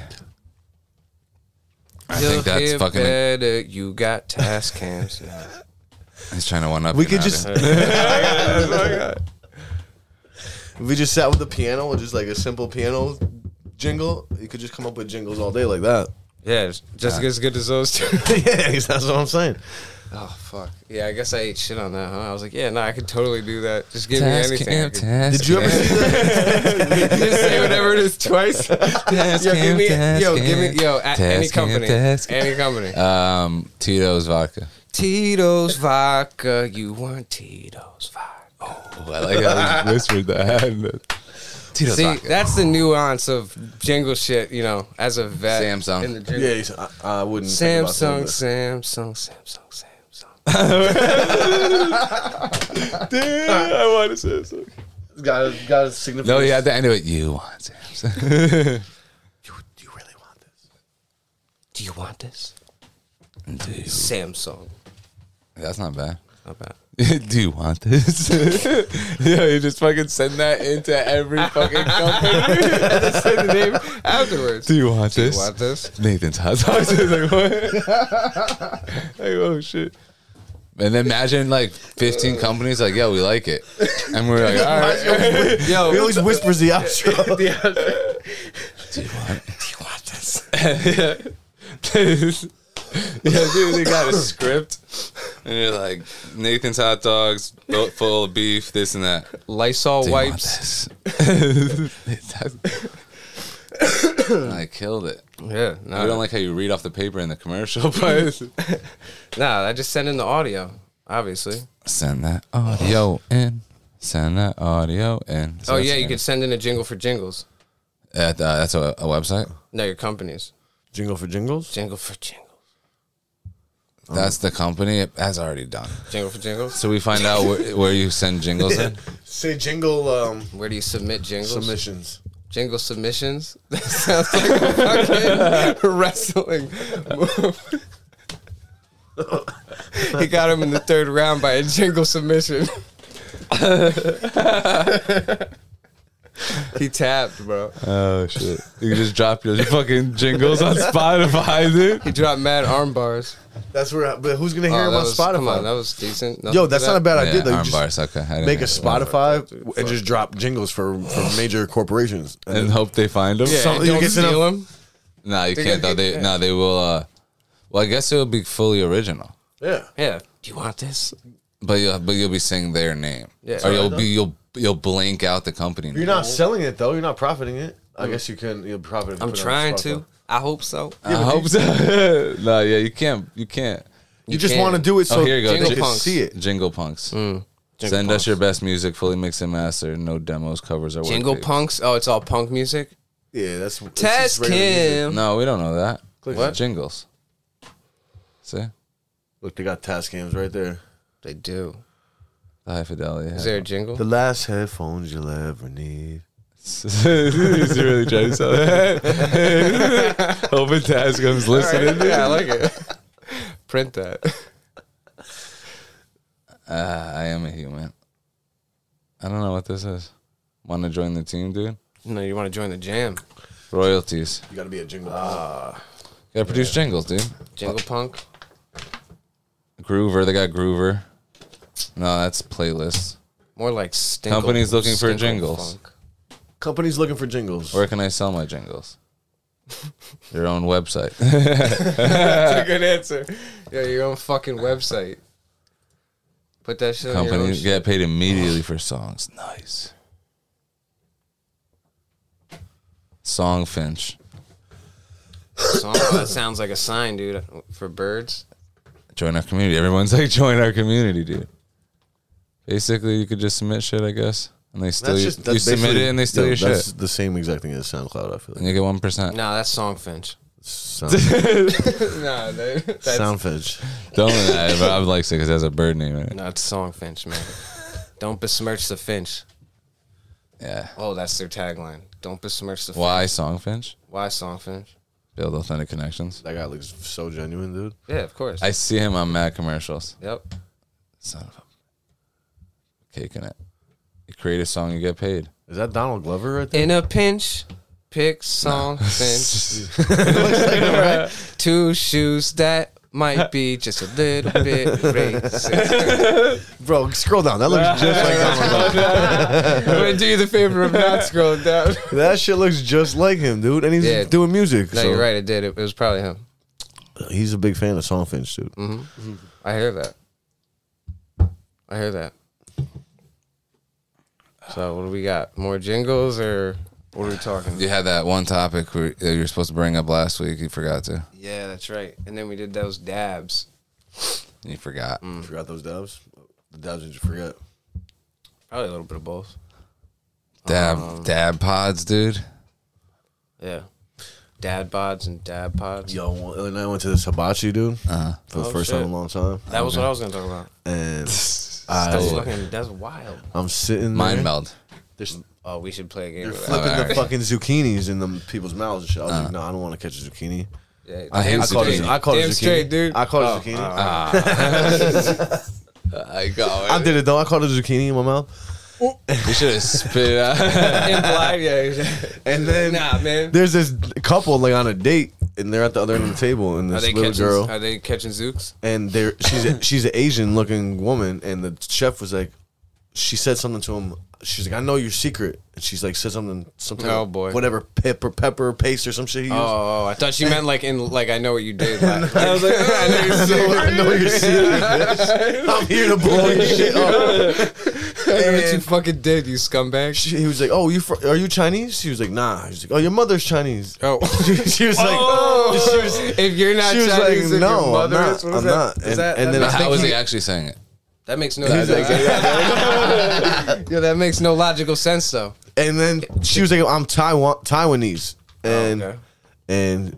[SPEAKER 2] I
[SPEAKER 3] You'll
[SPEAKER 2] think that's
[SPEAKER 3] get
[SPEAKER 2] fucking.
[SPEAKER 3] better. You got task cams.
[SPEAKER 2] He's trying to one up.
[SPEAKER 1] We
[SPEAKER 2] you
[SPEAKER 1] could
[SPEAKER 2] now,
[SPEAKER 1] just.
[SPEAKER 2] dude.
[SPEAKER 1] If we just sat with the piano and just like a simple piano jingle, you could just come up with jingles all day like that.
[SPEAKER 3] yeah, it's just as good as those two.
[SPEAKER 1] yeah, that's what I'm saying.
[SPEAKER 3] oh fuck. Yeah, I guess I ate shit on that, huh? I was like, yeah, no, I could totally do that. Just give
[SPEAKER 2] Task
[SPEAKER 3] me
[SPEAKER 2] cam,
[SPEAKER 3] anything. I
[SPEAKER 2] task
[SPEAKER 1] Did you ever
[SPEAKER 2] cam,
[SPEAKER 1] see that?
[SPEAKER 3] could- just say whatever it is twice.
[SPEAKER 2] task
[SPEAKER 3] yo, give
[SPEAKER 2] cam,
[SPEAKER 3] me,
[SPEAKER 2] task
[SPEAKER 3] yo, give
[SPEAKER 2] cam,
[SPEAKER 3] me, yo, at any
[SPEAKER 2] task cam,
[SPEAKER 3] company,
[SPEAKER 2] task cam.
[SPEAKER 3] any company.
[SPEAKER 2] Um, Tito's vodka.
[SPEAKER 3] Tito's vodka. You want Tito's vodka?
[SPEAKER 2] Oh, I like how he whispered that. Tito's
[SPEAKER 3] See,
[SPEAKER 2] vodka.
[SPEAKER 3] that's the nuance of jingle shit. You know, as a vet,
[SPEAKER 2] Samsung.
[SPEAKER 3] in the jingle.
[SPEAKER 1] Yeah, he's- I, I wouldn't. think about
[SPEAKER 3] Samsung,
[SPEAKER 1] that.
[SPEAKER 3] Samsung, Samsung, Samsung.
[SPEAKER 1] got a, got a significant.
[SPEAKER 2] no, you had to end it with you want Samsung.
[SPEAKER 1] You, you really want this?
[SPEAKER 3] Do you want this? Samsung.
[SPEAKER 2] That's not bad.
[SPEAKER 3] Not bad.
[SPEAKER 2] Do you want this? yeah, you just fucking send that into every fucking company.
[SPEAKER 3] Say the name afterwards.
[SPEAKER 2] Do you want this?
[SPEAKER 3] you want this?
[SPEAKER 2] Nathan's hot dogs. It's like what? like oh shit. And then imagine like 15 companies like, yeah, we like it, and we're like, all right,
[SPEAKER 3] Yo,
[SPEAKER 1] He always whispers the outro.
[SPEAKER 2] yeah, dude, they got a script, and you're like, Nathan's hot dogs, boat full of beef, this and that.
[SPEAKER 3] Lysol
[SPEAKER 2] Do you want
[SPEAKER 3] wipes.
[SPEAKER 2] this? And I killed it.
[SPEAKER 3] Yeah,
[SPEAKER 2] I
[SPEAKER 3] no,
[SPEAKER 2] don't like how you read off the paper in the commercial, but
[SPEAKER 3] nah. I just send in the audio, obviously. Oh,
[SPEAKER 2] send that audio in. Send that audio in. So
[SPEAKER 3] oh
[SPEAKER 2] that's
[SPEAKER 3] yeah, you
[SPEAKER 2] good.
[SPEAKER 3] could send in a jingle for jingles.
[SPEAKER 2] At, uh, that's a, a website.
[SPEAKER 3] No, your companies.
[SPEAKER 1] Jingle for jingles.
[SPEAKER 3] Jingle for jingles.
[SPEAKER 2] That's the company. It has already done.
[SPEAKER 3] Jingle for jingle.
[SPEAKER 2] So we find out where, where you send jingles in.
[SPEAKER 1] Say jingle um,
[SPEAKER 3] Where do you submit jingles?
[SPEAKER 1] submissions.
[SPEAKER 3] Jingle submissions. That sounds like a fucking wrestling move. he got him in the third round by a jingle submission. he tapped, bro.
[SPEAKER 2] Oh shit! You can just drop your fucking jingles on Spotify, dude.
[SPEAKER 3] He dropped mad arm bars.
[SPEAKER 1] That's where. But who's gonna hear
[SPEAKER 3] Oh,
[SPEAKER 1] him
[SPEAKER 3] that
[SPEAKER 1] on
[SPEAKER 3] was- Come on, that
[SPEAKER 1] Spotify?
[SPEAKER 3] was decent. Nothing
[SPEAKER 1] Yo,
[SPEAKER 3] to
[SPEAKER 1] that's
[SPEAKER 3] that.
[SPEAKER 1] not a bad
[SPEAKER 2] Yeah,
[SPEAKER 1] idea. though. You
[SPEAKER 2] arm
[SPEAKER 1] just
[SPEAKER 2] bars, okay. I didn't
[SPEAKER 1] Make a
[SPEAKER 2] know that.
[SPEAKER 1] Spotify and just drop jingles for, for major corporations.
[SPEAKER 2] and hope they find them.
[SPEAKER 3] Yeah,
[SPEAKER 1] Some-
[SPEAKER 3] and
[SPEAKER 1] you
[SPEAKER 3] don't
[SPEAKER 1] get to know-
[SPEAKER 3] steal him.
[SPEAKER 2] Nah, you
[SPEAKER 3] They
[SPEAKER 2] can't
[SPEAKER 3] gotta
[SPEAKER 2] though.
[SPEAKER 3] get-
[SPEAKER 2] They no, they will. uh Well, I guess it will be fully original,
[SPEAKER 1] yeah.
[SPEAKER 3] Yeah. Do you want this?
[SPEAKER 2] but you'll but you'll be saying their name,
[SPEAKER 3] Yeah.
[SPEAKER 2] or you'll be you'll you'll blank out the company.
[SPEAKER 1] You're
[SPEAKER 2] name.
[SPEAKER 1] not selling it though. You're not profiting it. I guess you can. You'll profit. if you
[SPEAKER 3] I'm
[SPEAKER 1] put it on
[SPEAKER 3] trying
[SPEAKER 1] Spotify.
[SPEAKER 3] to. I hope so.
[SPEAKER 2] I hope so. no, yeah, you can't. You can't.
[SPEAKER 1] You, just
[SPEAKER 3] can.
[SPEAKER 1] want to do it so
[SPEAKER 2] oh, here you go.
[SPEAKER 1] they
[SPEAKER 3] Jingle
[SPEAKER 1] can
[SPEAKER 3] punks. Mm.
[SPEAKER 1] see it.
[SPEAKER 2] Jingle punks. Send us your best music, fully mixed and mastered. No demos, covers, or work
[SPEAKER 3] Jingle
[SPEAKER 2] picks.
[SPEAKER 3] punks. Oh, it's all punk music.
[SPEAKER 1] Yeah, that's it's just
[SPEAKER 3] Test
[SPEAKER 1] regular music.
[SPEAKER 3] Kim.
[SPEAKER 2] No, we don't know that.
[SPEAKER 1] Click
[SPEAKER 2] what
[SPEAKER 1] it.
[SPEAKER 2] jingles? See
[SPEAKER 1] Look, they got task cams right there.
[SPEAKER 3] They do.
[SPEAKER 2] the high fidelity.
[SPEAKER 3] Is there a jingle?
[SPEAKER 1] The last headphones you'll ever need.
[SPEAKER 2] He's really trying to sell it. Open task comes listening.
[SPEAKER 3] yeah, I like it. Print that.
[SPEAKER 2] Ah, I am a human. I don't know what this is. Want to join the team, dude?
[SPEAKER 3] No, you want to join the jam?
[SPEAKER 2] Royalties.
[SPEAKER 1] You got to be a jingle.
[SPEAKER 2] Gotta produce jingles, dude.
[SPEAKER 3] Jingle punk.
[SPEAKER 2] Groover. They got Groover. No, that's playlists.
[SPEAKER 3] More like stinkle,
[SPEAKER 2] Companies looking for
[SPEAKER 3] stinkle
[SPEAKER 2] jingles.
[SPEAKER 3] funk.
[SPEAKER 1] Companies looking for jingles.
[SPEAKER 2] Where can I sell my jingles? Your own website.
[SPEAKER 3] That's a good answer. Yeah, your own fucking website. Put that shit on your own
[SPEAKER 2] Companies
[SPEAKER 3] shit.
[SPEAKER 2] get paid immediately for songs. Nice. Song Finch.
[SPEAKER 3] Song. That sounds like a sign, dude, for birds.
[SPEAKER 2] Join our community. Everyone's like, join our community, dude. Basically, you could just submit shit, I guess. And they steal
[SPEAKER 1] That's
[SPEAKER 2] your,
[SPEAKER 1] just
[SPEAKER 2] you
[SPEAKER 1] that's
[SPEAKER 2] submit
[SPEAKER 1] basically-
[SPEAKER 2] it and they steal
[SPEAKER 1] yo,
[SPEAKER 2] your
[SPEAKER 1] that's
[SPEAKER 2] shit.
[SPEAKER 1] the same exact thing as SoundCloud. I feel
[SPEAKER 2] And
[SPEAKER 1] like
[SPEAKER 2] you get 1%.
[SPEAKER 3] No, that's Songfinch.
[SPEAKER 1] Sound,
[SPEAKER 3] Nah, dude, that's
[SPEAKER 1] Soundfinch.
[SPEAKER 2] Don't that, but I would like to because it has a bird name in it.
[SPEAKER 3] not Songfinch, man. Don't besmirch the finch.
[SPEAKER 2] Yeah.
[SPEAKER 3] Oh, that's their tagline. Don't besmirch the
[SPEAKER 2] Why Song Finch?
[SPEAKER 3] finch. Why Songfinch?
[SPEAKER 2] Build authentic connections.
[SPEAKER 1] That guy looks so genuine, dude.
[SPEAKER 3] Yeah, of course.
[SPEAKER 2] I see him on Mad Commercials.
[SPEAKER 3] yep.
[SPEAKER 2] Son of a. Caking it. You create a song, you get paid.
[SPEAKER 1] Is that Donald Glover right there?
[SPEAKER 3] In a pinch, pick song finch. Two shoes that might be just a little bit racist.
[SPEAKER 1] Bro, scroll down. That looks just like Donald Glover.
[SPEAKER 3] I'm gonna do you the favor of not scrolling down.
[SPEAKER 1] That shit looks just like him, dude. And he's
[SPEAKER 3] Yeah.
[SPEAKER 1] doing music.
[SPEAKER 3] No,
[SPEAKER 1] so-
[SPEAKER 3] you're right. It did. It, it was probably him.
[SPEAKER 1] He's a big fan of Songfinch, dude.
[SPEAKER 2] Mm-hmm.
[SPEAKER 3] I hear that. I hear that. So what do we got? More jingles or what are we talking?
[SPEAKER 2] You had that one topic where- that you were supposed to bring up last week. You forgot to.
[SPEAKER 3] Yeah, that's right. And then we did those dabs.
[SPEAKER 2] You forgot.
[SPEAKER 1] Forgot those dabs. The dabs did you forget?
[SPEAKER 3] Probably a little bit of both.
[SPEAKER 2] Dab, dab pods, dude.
[SPEAKER 3] Yeah. Dad bods and dab pods.
[SPEAKER 1] Yo, well, and I went to this hibachi, dude,
[SPEAKER 2] Uh,
[SPEAKER 1] for the
[SPEAKER 3] Oh,
[SPEAKER 1] first
[SPEAKER 3] shit.
[SPEAKER 1] time in a long time,
[SPEAKER 3] That was what I was gonna talk about.
[SPEAKER 1] and
[SPEAKER 3] That's
[SPEAKER 1] I,
[SPEAKER 3] fucking that's wild.
[SPEAKER 1] I'm sitting
[SPEAKER 2] Mind
[SPEAKER 1] there.
[SPEAKER 2] meld.
[SPEAKER 1] There's-
[SPEAKER 3] Oh, we should play a game
[SPEAKER 1] They're
[SPEAKER 3] with that.
[SPEAKER 1] flipping
[SPEAKER 2] Alright. Uh.
[SPEAKER 1] the fucking zucchinis in the people's mouths and shit. I was like, no, I don't want to catch a zucchini.
[SPEAKER 3] Yeah,
[SPEAKER 2] I hate
[SPEAKER 3] damn
[SPEAKER 1] I called it.
[SPEAKER 3] straight.
[SPEAKER 1] I called it
[SPEAKER 3] Damn
[SPEAKER 1] zucchini,
[SPEAKER 3] straight, dude.
[SPEAKER 1] I called
[SPEAKER 3] Oh,
[SPEAKER 1] it zucchini.
[SPEAKER 2] I got
[SPEAKER 1] I did it though. I called it zucchini in my mouth.
[SPEAKER 2] You should have spit it out.
[SPEAKER 3] Implied, yeah.
[SPEAKER 1] And then
[SPEAKER 3] Nah, man.
[SPEAKER 1] there's this couple like on a date, and they're at the other end of the table, and
[SPEAKER 3] Are
[SPEAKER 1] this
[SPEAKER 3] they
[SPEAKER 1] little
[SPEAKER 3] catching?
[SPEAKER 1] girl.
[SPEAKER 3] Are they catching zooks?
[SPEAKER 1] and there she's a, she's an Asian looking woman, and the chef was like, she said something to him. She's like, I know your secret, and she's like, said something, something.
[SPEAKER 3] Oh, boy.
[SPEAKER 1] whatever pip or pepper or paste or some shit. He used.
[SPEAKER 3] Oh, I thought you meant like in like I know what you did. Like, I was like, oh, I know
[SPEAKER 1] I
[SPEAKER 3] you're
[SPEAKER 1] know-
[SPEAKER 3] serious.
[SPEAKER 1] I know your secret. bitch. I'm here to blow your shit up.
[SPEAKER 3] I know what oh. you
[SPEAKER 1] And
[SPEAKER 3] fucking did, you scumbag.
[SPEAKER 1] she- he was like, "Oh, you fr- are you Chinese?" She was like, "Nah." He was like, "Oh, your mother's Chinese."
[SPEAKER 3] oh.
[SPEAKER 1] She was like,
[SPEAKER 3] Oh. if you're not
[SPEAKER 1] she was like,
[SPEAKER 3] Chinese, if
[SPEAKER 1] "No,
[SPEAKER 3] your
[SPEAKER 1] I'm
[SPEAKER 3] mother
[SPEAKER 1] not,
[SPEAKER 3] is, what is
[SPEAKER 1] I'm
[SPEAKER 3] that?
[SPEAKER 1] not."
[SPEAKER 3] Is
[SPEAKER 1] And-
[SPEAKER 3] that,
[SPEAKER 1] and
[SPEAKER 3] that
[SPEAKER 1] then
[SPEAKER 3] makes,
[SPEAKER 1] I
[SPEAKER 2] How
[SPEAKER 1] think
[SPEAKER 2] was
[SPEAKER 1] he-
[SPEAKER 2] he actually saying it?
[SPEAKER 3] that makes no.
[SPEAKER 1] He's like,
[SPEAKER 3] yeah, that makes no logical sense though.
[SPEAKER 2] Oh,
[SPEAKER 1] and then she was like, "I'm Taiwan Taiwanese," and
[SPEAKER 3] okay.
[SPEAKER 1] and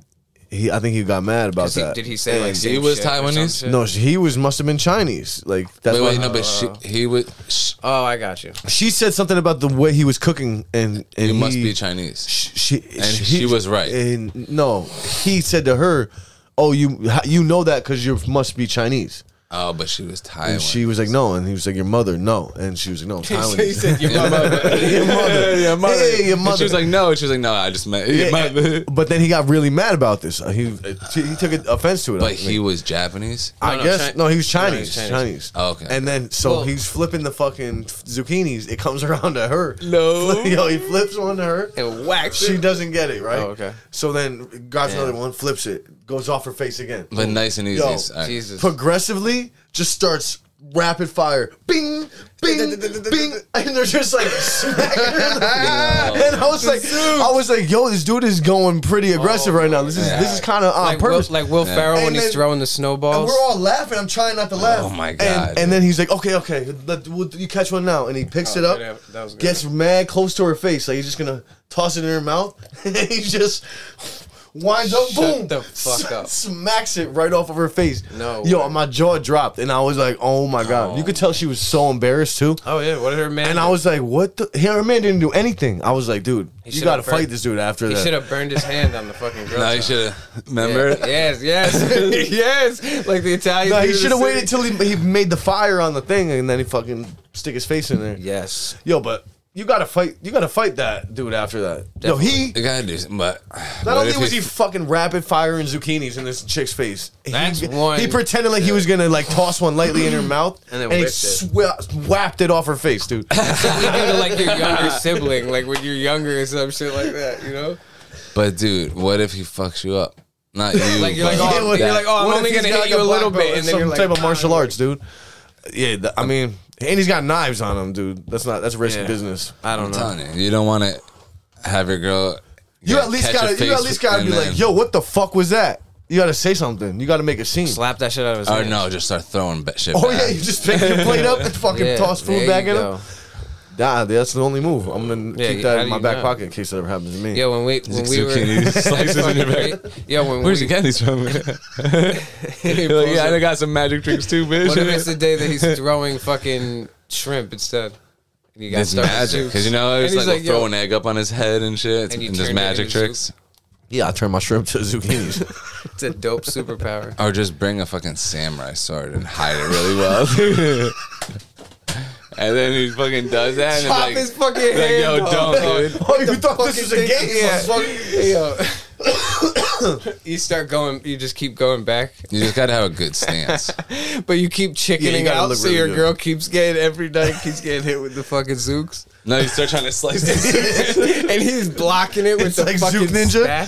[SPEAKER 1] he, I think he got mad about
[SPEAKER 3] 'Cause he-
[SPEAKER 1] that.
[SPEAKER 3] did he say like
[SPEAKER 2] He
[SPEAKER 3] same
[SPEAKER 2] was
[SPEAKER 3] shit or some
[SPEAKER 2] Taiwanese?
[SPEAKER 3] shit?
[SPEAKER 1] No, he was must have been Chinese. Like that's
[SPEAKER 2] Wait,
[SPEAKER 1] why
[SPEAKER 2] wait, no, but she, he would. Sh-
[SPEAKER 3] Oh, I got you.
[SPEAKER 1] she said something about the way he was cooking, and and
[SPEAKER 2] you must
[SPEAKER 1] he-
[SPEAKER 2] be Chinese.
[SPEAKER 1] Sh- She
[SPEAKER 2] And she was right.
[SPEAKER 1] And no, he said to her, "Oh, you you know that because you must be Chinese."
[SPEAKER 2] Oh, but she was Thailand.
[SPEAKER 1] And she was like, "No," and he was like, "Your mother, no," and she was like, "No, I'm
[SPEAKER 2] He
[SPEAKER 1] Taiwanese."
[SPEAKER 2] said, "Your mother, your mother, your mother."
[SPEAKER 1] Hey, your
[SPEAKER 2] And
[SPEAKER 1] mother.
[SPEAKER 2] she was like, "No," and she was like, "No, I just met your
[SPEAKER 1] Yeah,
[SPEAKER 2] mother."
[SPEAKER 1] But then he got really mad about this. Uh, He he took offense to it.
[SPEAKER 2] But he was Japanese.
[SPEAKER 1] I
[SPEAKER 3] No, no,
[SPEAKER 1] guess
[SPEAKER 3] Chi-
[SPEAKER 1] no, he was
[SPEAKER 3] no, he was
[SPEAKER 1] Chinese. Chinese.
[SPEAKER 3] Chinese.
[SPEAKER 2] Oh, okay.
[SPEAKER 1] And then so
[SPEAKER 3] Well-
[SPEAKER 1] he's flipping the fucking zucchinis. It comes around to her.
[SPEAKER 2] No.
[SPEAKER 1] yo, he flips one to her.
[SPEAKER 3] And whacked
[SPEAKER 1] She
[SPEAKER 3] it.
[SPEAKER 1] doesn't get it right.
[SPEAKER 3] Oh, okay.
[SPEAKER 1] So then grabs
[SPEAKER 3] Yeah.
[SPEAKER 1] another one, flips it, goes off her face again.
[SPEAKER 2] But nice and easy.
[SPEAKER 1] Yo,
[SPEAKER 2] All right.
[SPEAKER 3] Jesus.
[SPEAKER 1] Progressively, just starts rapid fire. Bing, bing, bing, and they're just like smacking her. in the- And I was like, I was like, yo, this dude is going pretty aggressive right now. This is this is kind of on
[SPEAKER 3] Oh, Like Will,
[SPEAKER 1] purpose.
[SPEAKER 3] like Will Ferrell
[SPEAKER 1] And
[SPEAKER 3] when he's
[SPEAKER 1] then-
[SPEAKER 3] throwing the snowballs.
[SPEAKER 1] And we're all laughing. I'm trying not to laugh.
[SPEAKER 2] Oh, my
[SPEAKER 1] And-
[SPEAKER 2] God.
[SPEAKER 1] And, then he's like, "Okay, okay, let, we'll, you catch one now." And he picks
[SPEAKER 3] Oh,
[SPEAKER 1] it up,
[SPEAKER 3] good app- that was good.
[SPEAKER 1] gets mad close to her face, like he's just gonna toss it in her mouth, and he just winds up,
[SPEAKER 3] Shut
[SPEAKER 1] boom,
[SPEAKER 3] the fuck
[SPEAKER 1] s-
[SPEAKER 3] up.
[SPEAKER 1] smacks it right off of her face.
[SPEAKER 3] No
[SPEAKER 1] yo,
[SPEAKER 3] way.
[SPEAKER 1] my jaw dropped, and I was like, "Oh my god!" You could tell she was so embarrassed too.
[SPEAKER 3] oh yeah, what did her man?
[SPEAKER 1] And I was like, "What the?" Her man didn't do anything. I was like, "Dude, you
[SPEAKER 3] should've
[SPEAKER 1] got to fight
[SPEAKER 3] burned-
[SPEAKER 1] this dude after
[SPEAKER 3] he
[SPEAKER 1] that."
[SPEAKER 3] should have burned his hand on the fucking girl.
[SPEAKER 2] No, you should have. Remember?
[SPEAKER 3] Yes, yes, yes. Like the Italian.
[SPEAKER 1] No, he
[SPEAKER 3] dude
[SPEAKER 1] should have
[SPEAKER 3] was
[SPEAKER 1] waited
[SPEAKER 3] sitting-
[SPEAKER 1] till he, he made the fire on the thing, and then he fucking stick his face in there.
[SPEAKER 3] Yes.
[SPEAKER 1] Yo, but you gotta fight. You gotta fight that dude after that. Yo, he
[SPEAKER 2] You gotta do something, but.
[SPEAKER 1] not
[SPEAKER 2] what
[SPEAKER 1] only
[SPEAKER 2] if
[SPEAKER 1] was he fucking rapid firing zucchinis in this chick's face. he-
[SPEAKER 3] That's
[SPEAKER 1] he,
[SPEAKER 3] one-
[SPEAKER 1] pretended like he was gonna like toss one lightly in her mouth,
[SPEAKER 3] And then
[SPEAKER 1] he
[SPEAKER 3] whipped it.
[SPEAKER 1] swa- whapped it off her face, dude.
[SPEAKER 3] You do to like your younger sibling, like when you're younger or some shit like that, you know?
[SPEAKER 2] But dude, what if he fucks you up? Not you.
[SPEAKER 3] Like you're like,
[SPEAKER 2] but-
[SPEAKER 3] oh, you're like, oh,
[SPEAKER 1] What
[SPEAKER 3] I'm
[SPEAKER 1] if
[SPEAKER 3] only
[SPEAKER 1] he's
[SPEAKER 3] gonna
[SPEAKER 1] got,
[SPEAKER 3] hit
[SPEAKER 1] like,
[SPEAKER 3] you a little
[SPEAKER 1] black belt
[SPEAKER 3] bit,
[SPEAKER 1] in
[SPEAKER 3] and then
[SPEAKER 1] some
[SPEAKER 3] you're like,
[SPEAKER 1] type of
[SPEAKER 3] "God."
[SPEAKER 1] martial arts, dude. Yeah, th- I mean, and he's got knives on him, dude. That's not that's risky
[SPEAKER 3] Yeah.
[SPEAKER 1] business.
[SPEAKER 3] I don't
[SPEAKER 2] I'm
[SPEAKER 3] know.
[SPEAKER 2] telling you, you don't want to have your girl.
[SPEAKER 1] You
[SPEAKER 2] get-
[SPEAKER 1] at least
[SPEAKER 2] catch her
[SPEAKER 1] gotta you at
[SPEAKER 2] face
[SPEAKER 1] least gotta
[SPEAKER 2] and
[SPEAKER 1] be
[SPEAKER 2] then-
[SPEAKER 1] like, yo, what the fuck was that? You gotta say something. You gotta make a scene.
[SPEAKER 3] Slap that shit out of his
[SPEAKER 2] Or
[SPEAKER 3] hand.
[SPEAKER 2] Oh, no, just start throwing ba- shit.
[SPEAKER 1] Oh
[SPEAKER 2] back.
[SPEAKER 1] yeah, you just pick your plate up and fucking
[SPEAKER 3] Yeah,
[SPEAKER 1] toss
[SPEAKER 3] there
[SPEAKER 1] food
[SPEAKER 3] you
[SPEAKER 1] back at
[SPEAKER 3] go.
[SPEAKER 1] him. Nah, that's the only move. I'm gonna
[SPEAKER 3] Yeah,
[SPEAKER 1] keep
[SPEAKER 3] how
[SPEAKER 1] that
[SPEAKER 3] do
[SPEAKER 1] in my
[SPEAKER 3] you
[SPEAKER 1] back
[SPEAKER 3] know?
[SPEAKER 1] pocket in case that ever happens to me.
[SPEAKER 3] Yeah, when we when we were
[SPEAKER 2] Zucchini slices in your back.
[SPEAKER 3] Yeah, when
[SPEAKER 2] Where's
[SPEAKER 3] we,
[SPEAKER 2] he getting these from? You're like, yeah, I done got some magic tricks too, bitch.
[SPEAKER 3] What if it's the day that he's throwing fucking shrimp instead? And you got
[SPEAKER 2] It's
[SPEAKER 3] stuck with
[SPEAKER 2] magic
[SPEAKER 3] soup.
[SPEAKER 2] because you know it's
[SPEAKER 3] And he's
[SPEAKER 2] like, we'll
[SPEAKER 3] yo,
[SPEAKER 2] throw an egg up on his head and shit, and,
[SPEAKER 3] And you
[SPEAKER 2] just
[SPEAKER 3] turned it
[SPEAKER 2] magic
[SPEAKER 3] into
[SPEAKER 2] tricks,
[SPEAKER 3] soup.
[SPEAKER 1] yeah, I turn my shrimp to zucchinis.
[SPEAKER 3] It's a dope superpower.
[SPEAKER 2] or just bring a fucking samurai sword and hide it really well. and then he fucking does that. And it's
[SPEAKER 3] Pop
[SPEAKER 2] like,
[SPEAKER 3] his fucking
[SPEAKER 2] like,
[SPEAKER 3] hand
[SPEAKER 2] yo,
[SPEAKER 3] off.
[SPEAKER 2] don't, dude.
[SPEAKER 1] oh, you thought this was a game?
[SPEAKER 3] Yeah.
[SPEAKER 1] motherfucker.
[SPEAKER 3] Yo. you start going, you just keep going back,
[SPEAKER 2] You just gotta have a good stance.
[SPEAKER 3] but you keep
[SPEAKER 1] Yeah, you
[SPEAKER 3] chickening
[SPEAKER 1] gotta
[SPEAKER 3] out.
[SPEAKER 1] look
[SPEAKER 3] So
[SPEAKER 1] really
[SPEAKER 3] your
[SPEAKER 1] good.
[SPEAKER 3] girl keeps getting every night, keeps getting hit with the fucking zooks,
[SPEAKER 2] No, you start trying to slice this.
[SPEAKER 3] and he's blocking it with
[SPEAKER 1] It's
[SPEAKER 3] the
[SPEAKER 1] like
[SPEAKER 3] fucking
[SPEAKER 1] Zook Ninja.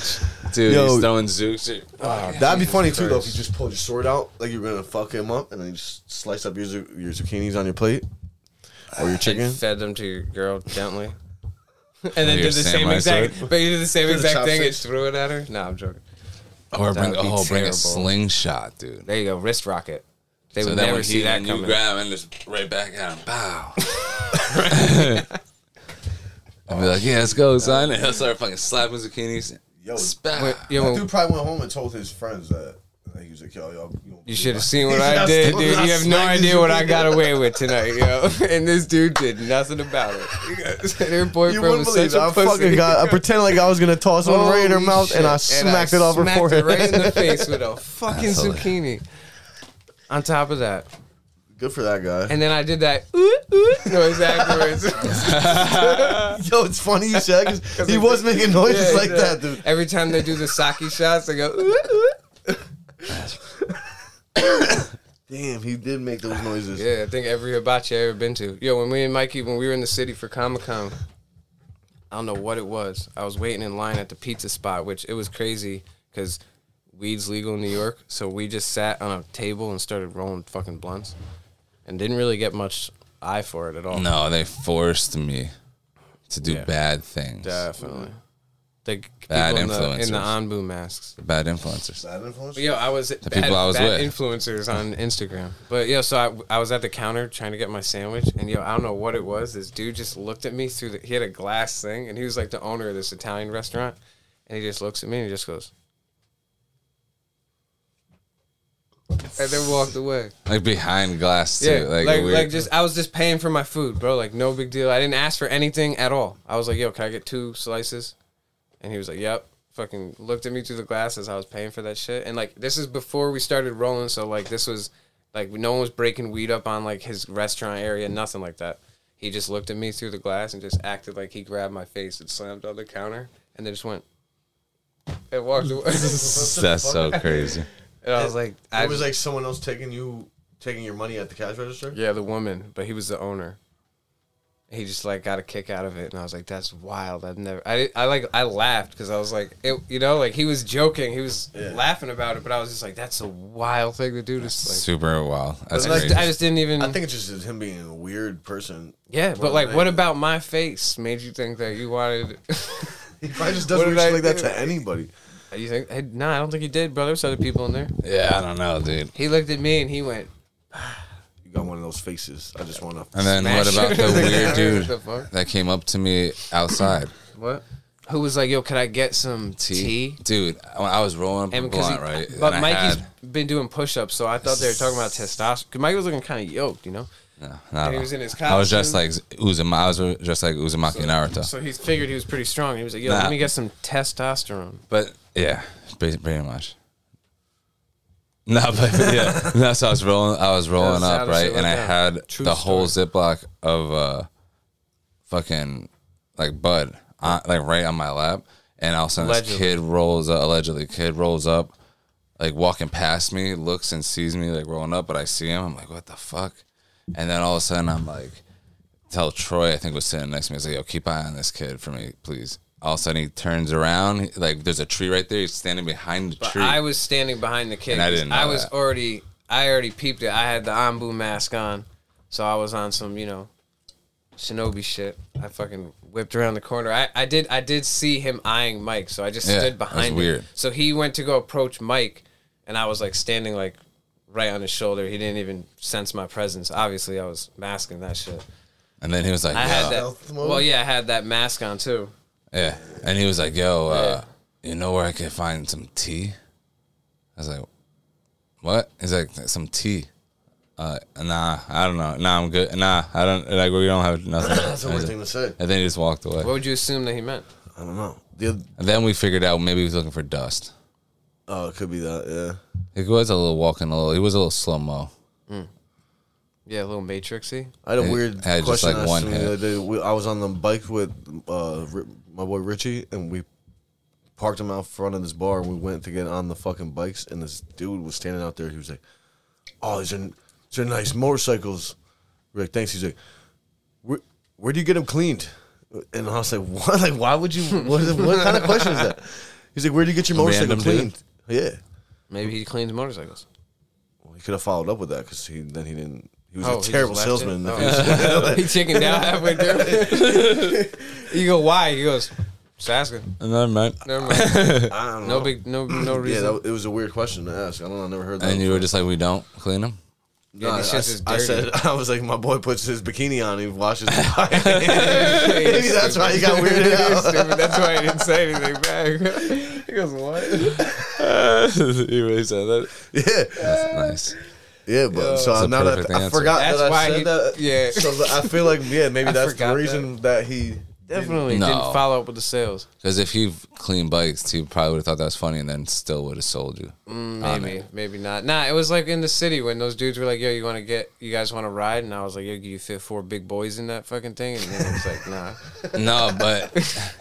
[SPEAKER 3] Snatch.
[SPEAKER 2] Dude,
[SPEAKER 1] Yo.
[SPEAKER 2] he's throwing zooks. at-
[SPEAKER 1] That'd be funny too, though, if you just pulled your sword out, like you're gonna fuck him up, and then you just slice up your zu- your zucchinis on your plate or your chicken.
[SPEAKER 3] And fed them to your girl gently. And then
[SPEAKER 2] Your
[SPEAKER 3] did the same
[SPEAKER 2] samurai
[SPEAKER 3] exact,
[SPEAKER 2] sword?
[SPEAKER 3] but you did the same
[SPEAKER 1] Did the
[SPEAKER 3] exact thing and
[SPEAKER 1] chopsticks?
[SPEAKER 3] threw it at her. Nah, I'm joking.
[SPEAKER 2] Or bring,
[SPEAKER 3] would be
[SPEAKER 2] oh, bring a
[SPEAKER 3] terrible.
[SPEAKER 2] slingshot, dude.
[SPEAKER 3] There you go, wrist rocket. They
[SPEAKER 2] So
[SPEAKER 3] would
[SPEAKER 2] then
[SPEAKER 3] never
[SPEAKER 2] when
[SPEAKER 3] see
[SPEAKER 2] he
[SPEAKER 3] that
[SPEAKER 2] and you
[SPEAKER 3] coming.
[SPEAKER 2] grab and just right back at him, bow. I'd be like, yeah, let's go, son. And he'll start fucking slapping zucchinis.
[SPEAKER 1] Yo,
[SPEAKER 2] Spat.
[SPEAKER 3] Oh, Wait, yo,
[SPEAKER 1] that dude probably went home and told his friends that. And he was like, yo, yo, yo
[SPEAKER 3] You should have seen what
[SPEAKER 1] I
[SPEAKER 3] I did, dude.
[SPEAKER 1] smacked
[SPEAKER 3] You have no
[SPEAKER 1] the
[SPEAKER 3] idea what I
[SPEAKER 1] zucchini.
[SPEAKER 3] got away with tonight, yo. And this dude did nothing about it.
[SPEAKER 1] You
[SPEAKER 3] Her boyfriend
[SPEAKER 1] wouldn't
[SPEAKER 3] was
[SPEAKER 1] believe it.
[SPEAKER 3] such a
[SPEAKER 1] I
[SPEAKER 3] pussy.
[SPEAKER 1] fucking got. I pretended like I was gonna toss one right in her
[SPEAKER 3] Holy
[SPEAKER 1] mouth,
[SPEAKER 3] shit.
[SPEAKER 1] and I smacked it off her
[SPEAKER 3] smacked
[SPEAKER 1] forehead.
[SPEAKER 3] right in the face with a fucking
[SPEAKER 2] That's hilarious.
[SPEAKER 3] zucchini. On top of that,
[SPEAKER 1] Good for that guy.
[SPEAKER 3] and then I did that ooh, ooh noise afterwards.
[SPEAKER 1] Yo, it's funny you said 'cause
[SPEAKER 3] 'Cause
[SPEAKER 1] he
[SPEAKER 3] it-
[SPEAKER 1] was making noises
[SPEAKER 3] Yeah,
[SPEAKER 1] like
[SPEAKER 3] yeah.
[SPEAKER 1] that, dude.
[SPEAKER 3] Every time they do the sake shots, they go ooh, ooh.
[SPEAKER 1] Damn, he did make those noises.
[SPEAKER 3] Yeah, I think every hibachi I ever been to. Yo, when we and Mikey, when we were in the city for Comic Con, I don't know what it was. I was waiting in line at the pizza spot, which it was crazy because weed's legal in New York. So we just sat on a table and started rolling fucking blunts, and didn't really get much eye for it at all.
[SPEAKER 2] No, they forced me to do
[SPEAKER 3] Yeah.
[SPEAKER 2] bad things.
[SPEAKER 3] definitely. The g-
[SPEAKER 2] Bad
[SPEAKER 3] people in the, in the
[SPEAKER 2] influencers.
[SPEAKER 3] Anbu masks.
[SPEAKER 2] Bad influencers.
[SPEAKER 1] Bad influence?
[SPEAKER 3] Yo, I was the
[SPEAKER 2] people I was with.
[SPEAKER 3] influencers on Instagram. But yo, so I, I was at the counter trying to get my sandwich, and yo, I don't know what it was. This dude just looked at me through the. He had a glass thing, and he was like the owner of this Italian restaurant, and he just looks at me and he just goes, and then walked away.
[SPEAKER 2] Like behind glass too.
[SPEAKER 3] Yeah,
[SPEAKER 2] like
[SPEAKER 3] like like,
[SPEAKER 2] weird.
[SPEAKER 3] just I was just paying for my food, bro. Like no big deal. I didn't ask for anything at all. I was like, "Yo, can I get two slices?" And he was like, "Yep." Fucking looked at me through the glass as I was paying for that shit. And like this is before we started rolling, so like this was like no one was breaking weed up on like his restaurant area, nothing like that. He just looked at me through the glass and just acted like he grabbed my face and slammed on the counter, and then just went and walked away.
[SPEAKER 2] That's so crazy.
[SPEAKER 3] and I was like, I
[SPEAKER 1] It was like someone else taking you taking your money at the cash register.
[SPEAKER 3] Yeah, the woman, but he was the owner. He just like got a kick out of it, and I was like, "That's wild." I've never, I, I like, I laughed because I was like, it, you know, like he was joking, he was laughing about it, but I was just like, "That's a wild thing to do." Just like,
[SPEAKER 2] Super wild. That's
[SPEAKER 3] I just,
[SPEAKER 2] crazy.
[SPEAKER 3] I just didn't even.
[SPEAKER 1] I think it's just him being a weird person.
[SPEAKER 3] yeah, but
[SPEAKER 1] Well,
[SPEAKER 3] like,
[SPEAKER 1] I-
[SPEAKER 3] what about my face made you think that you wanted?
[SPEAKER 1] He probably just
[SPEAKER 3] What
[SPEAKER 1] doesn't
[SPEAKER 3] did
[SPEAKER 1] reach
[SPEAKER 3] I
[SPEAKER 1] like that
[SPEAKER 3] do?
[SPEAKER 1] to anybody.
[SPEAKER 3] you think? Hey, nah, I don't think he did, bro. There's other people in there.
[SPEAKER 2] yeah, I don't know, dude.
[SPEAKER 3] He looked at me and he went.
[SPEAKER 1] You got one of those faces. I just want to.
[SPEAKER 2] And then what
[SPEAKER 3] "Smash."
[SPEAKER 2] about the weird
[SPEAKER 3] What the
[SPEAKER 2] dude
[SPEAKER 3] fuck?
[SPEAKER 2] that came up to me outside?
[SPEAKER 3] What? Who was like, "Yo, can I get some tea?"
[SPEAKER 2] Dude, when I was rolling up a
[SPEAKER 3] And because
[SPEAKER 2] blunt,
[SPEAKER 3] he,
[SPEAKER 2] right?
[SPEAKER 3] but
[SPEAKER 2] and
[SPEAKER 3] Mikey's
[SPEAKER 2] I had,
[SPEAKER 3] been doing push-ups, so I thought they were talking about testosterone. 'Cause Mikey was looking kind of yoked, you know.
[SPEAKER 2] no, not
[SPEAKER 3] and he
[SPEAKER 2] at
[SPEAKER 3] was
[SPEAKER 2] all.
[SPEAKER 3] in his
[SPEAKER 2] uh, I was just like
[SPEAKER 3] costume.
[SPEAKER 2] Uzuma. I was just like Uzumaki Naruto.
[SPEAKER 3] So he figured he was pretty strong. He was like, "Yo,
[SPEAKER 2] Nah.
[SPEAKER 3] let me get some testosterone."
[SPEAKER 2] But yeah, pretty, pretty much. No, but yeah, no, so I was rolling. I was rolling
[SPEAKER 3] how
[SPEAKER 2] up
[SPEAKER 3] does it
[SPEAKER 2] right, and
[SPEAKER 3] look
[SPEAKER 2] I
[SPEAKER 3] now?
[SPEAKER 2] had
[SPEAKER 3] True
[SPEAKER 2] the whole ziploc of uh, fucking like bud, on, like right on my lap, and all of a sudden this
[SPEAKER 3] Allegedly.
[SPEAKER 2] kid rolls up. Allegedly, kid rolls up, like walking past me, looks and sees me like rolling up, but I see him. I'm like, what the fuck? And then all of a sudden, I'm like, tell Troy, I think was sitting next to me, he's like, yo, keep eye on this kid for me, please. All of a sudden he turns around, he- like there's a tree right there. He's standing behind the
[SPEAKER 3] But
[SPEAKER 2] tree.
[SPEAKER 3] I was standing behind the kid.
[SPEAKER 2] And I
[SPEAKER 3] 'cause
[SPEAKER 2] didn't know
[SPEAKER 3] I was
[SPEAKER 2] that.
[SPEAKER 3] already. I already peeped it. I had the Ambu mask on, so I was on some, you know, shinobi shit. I fucking whipped around the corner. I, I did. I did see him eyeing Mike, so I just
[SPEAKER 2] Yeah,
[SPEAKER 3] stood
[SPEAKER 2] that's
[SPEAKER 3] behind. him.
[SPEAKER 2] weird.
[SPEAKER 3] So he went to go approach Mike, and I was like standing like right on his shoulder. He didn't even sense my presence. Obviously, I was masking that shit.
[SPEAKER 2] and then he was like,
[SPEAKER 3] I had
[SPEAKER 2] "Yo."
[SPEAKER 3] that.
[SPEAKER 1] Stealth mode?
[SPEAKER 3] Well, yeah, I had that mask on too.
[SPEAKER 2] Yeah. And he was like, yo, uh, you know where I could find some tea? I was like, what? He's like, some tea. Uh, nah, I don't know. Nah, I'm good. Nah, I don't like. We don't have nothing.
[SPEAKER 1] That's a weird thing to say.
[SPEAKER 2] and then he just walked away.
[SPEAKER 3] What would you assume that he meant?
[SPEAKER 1] I don't know. The other,
[SPEAKER 2] And then we figured out maybe he was looking for dust.
[SPEAKER 1] oh, it could be that. Yeah.
[SPEAKER 2] He was a little walking a little. He was a little slow mo.
[SPEAKER 3] Yeah, a little matrixy.
[SPEAKER 1] I had a
[SPEAKER 2] It
[SPEAKER 1] weird
[SPEAKER 2] had just,
[SPEAKER 1] question
[SPEAKER 2] like,
[SPEAKER 1] asked
[SPEAKER 2] one
[SPEAKER 1] to me
[SPEAKER 2] hit.
[SPEAKER 1] the other day. We- I was on the bike with uh, Ri- my boy Richie, and we parked him out front of this bar, and we went to get on the fucking bikes, and this dude was standing out there. He was like, "Oh, these are, these are nice motorcycles." We're like, "Thanks." He's like, "Where, where do you get them cleaned?" And I was like, "What? Like, why would you? What, what kind of question is that?" He's like, "Where do you get your motorcycle
[SPEAKER 2] Random dude?
[SPEAKER 1] cleaned?" Yeah.
[SPEAKER 3] Maybe he cleans motorcycles.
[SPEAKER 1] Well, he could have followed up with that because he then he didn't. He was
[SPEAKER 3] Oh,
[SPEAKER 1] a
[SPEAKER 3] he
[SPEAKER 1] terrible
[SPEAKER 3] just left it?
[SPEAKER 1] salesman.
[SPEAKER 3] Oh.
[SPEAKER 1] Like,
[SPEAKER 3] He chickened out halfway through. you go, why? He goes, just asking.
[SPEAKER 2] Another man.
[SPEAKER 3] Never mind.
[SPEAKER 1] I don't know.
[SPEAKER 3] No big, no, no
[SPEAKER 1] Yeah,
[SPEAKER 3] reason.
[SPEAKER 1] that, it was a weird question to ask. I don't know. I never heard that.
[SPEAKER 2] And you were just like, we don't clean them.
[SPEAKER 1] No,
[SPEAKER 3] Yeah,
[SPEAKER 1] I,
[SPEAKER 3] these shits is
[SPEAKER 1] I said,
[SPEAKER 3] dirty.
[SPEAKER 1] I was like, my boy puts his bikini on. He washes his body. Maybe that's why he got weirded out.
[SPEAKER 3] Stupid. That's why he didn't say anything back. he goes, what?
[SPEAKER 2] you really said that.
[SPEAKER 1] Yeah,
[SPEAKER 2] Nice.
[SPEAKER 1] yeah, but so
[SPEAKER 2] That's a
[SPEAKER 1] now that
[SPEAKER 2] perfect
[SPEAKER 1] I
[SPEAKER 2] answer.
[SPEAKER 1] forgot
[SPEAKER 3] That's
[SPEAKER 1] that I
[SPEAKER 3] why
[SPEAKER 1] said
[SPEAKER 3] he-
[SPEAKER 1] that.
[SPEAKER 3] yeah.
[SPEAKER 1] so that I feel like yeah, maybe
[SPEAKER 3] I
[SPEAKER 1] that's
[SPEAKER 3] forgot
[SPEAKER 1] the reason that, he
[SPEAKER 3] Definitely
[SPEAKER 2] No.
[SPEAKER 3] didn't follow up with the sales.
[SPEAKER 2] Because if he cleaned bikes, he probably would have thought that was funny, and then still would have sold you. on
[SPEAKER 3] Mm, Maybe,
[SPEAKER 2] it.
[SPEAKER 3] maybe not. Nah, it was like in the city when those dudes were like, "Yo, you want to get? You guys want to ride?" And I was like, "Yo, you fit four big boys in that fucking thing?" And then it was like, "Nah."
[SPEAKER 2] Uh, No, but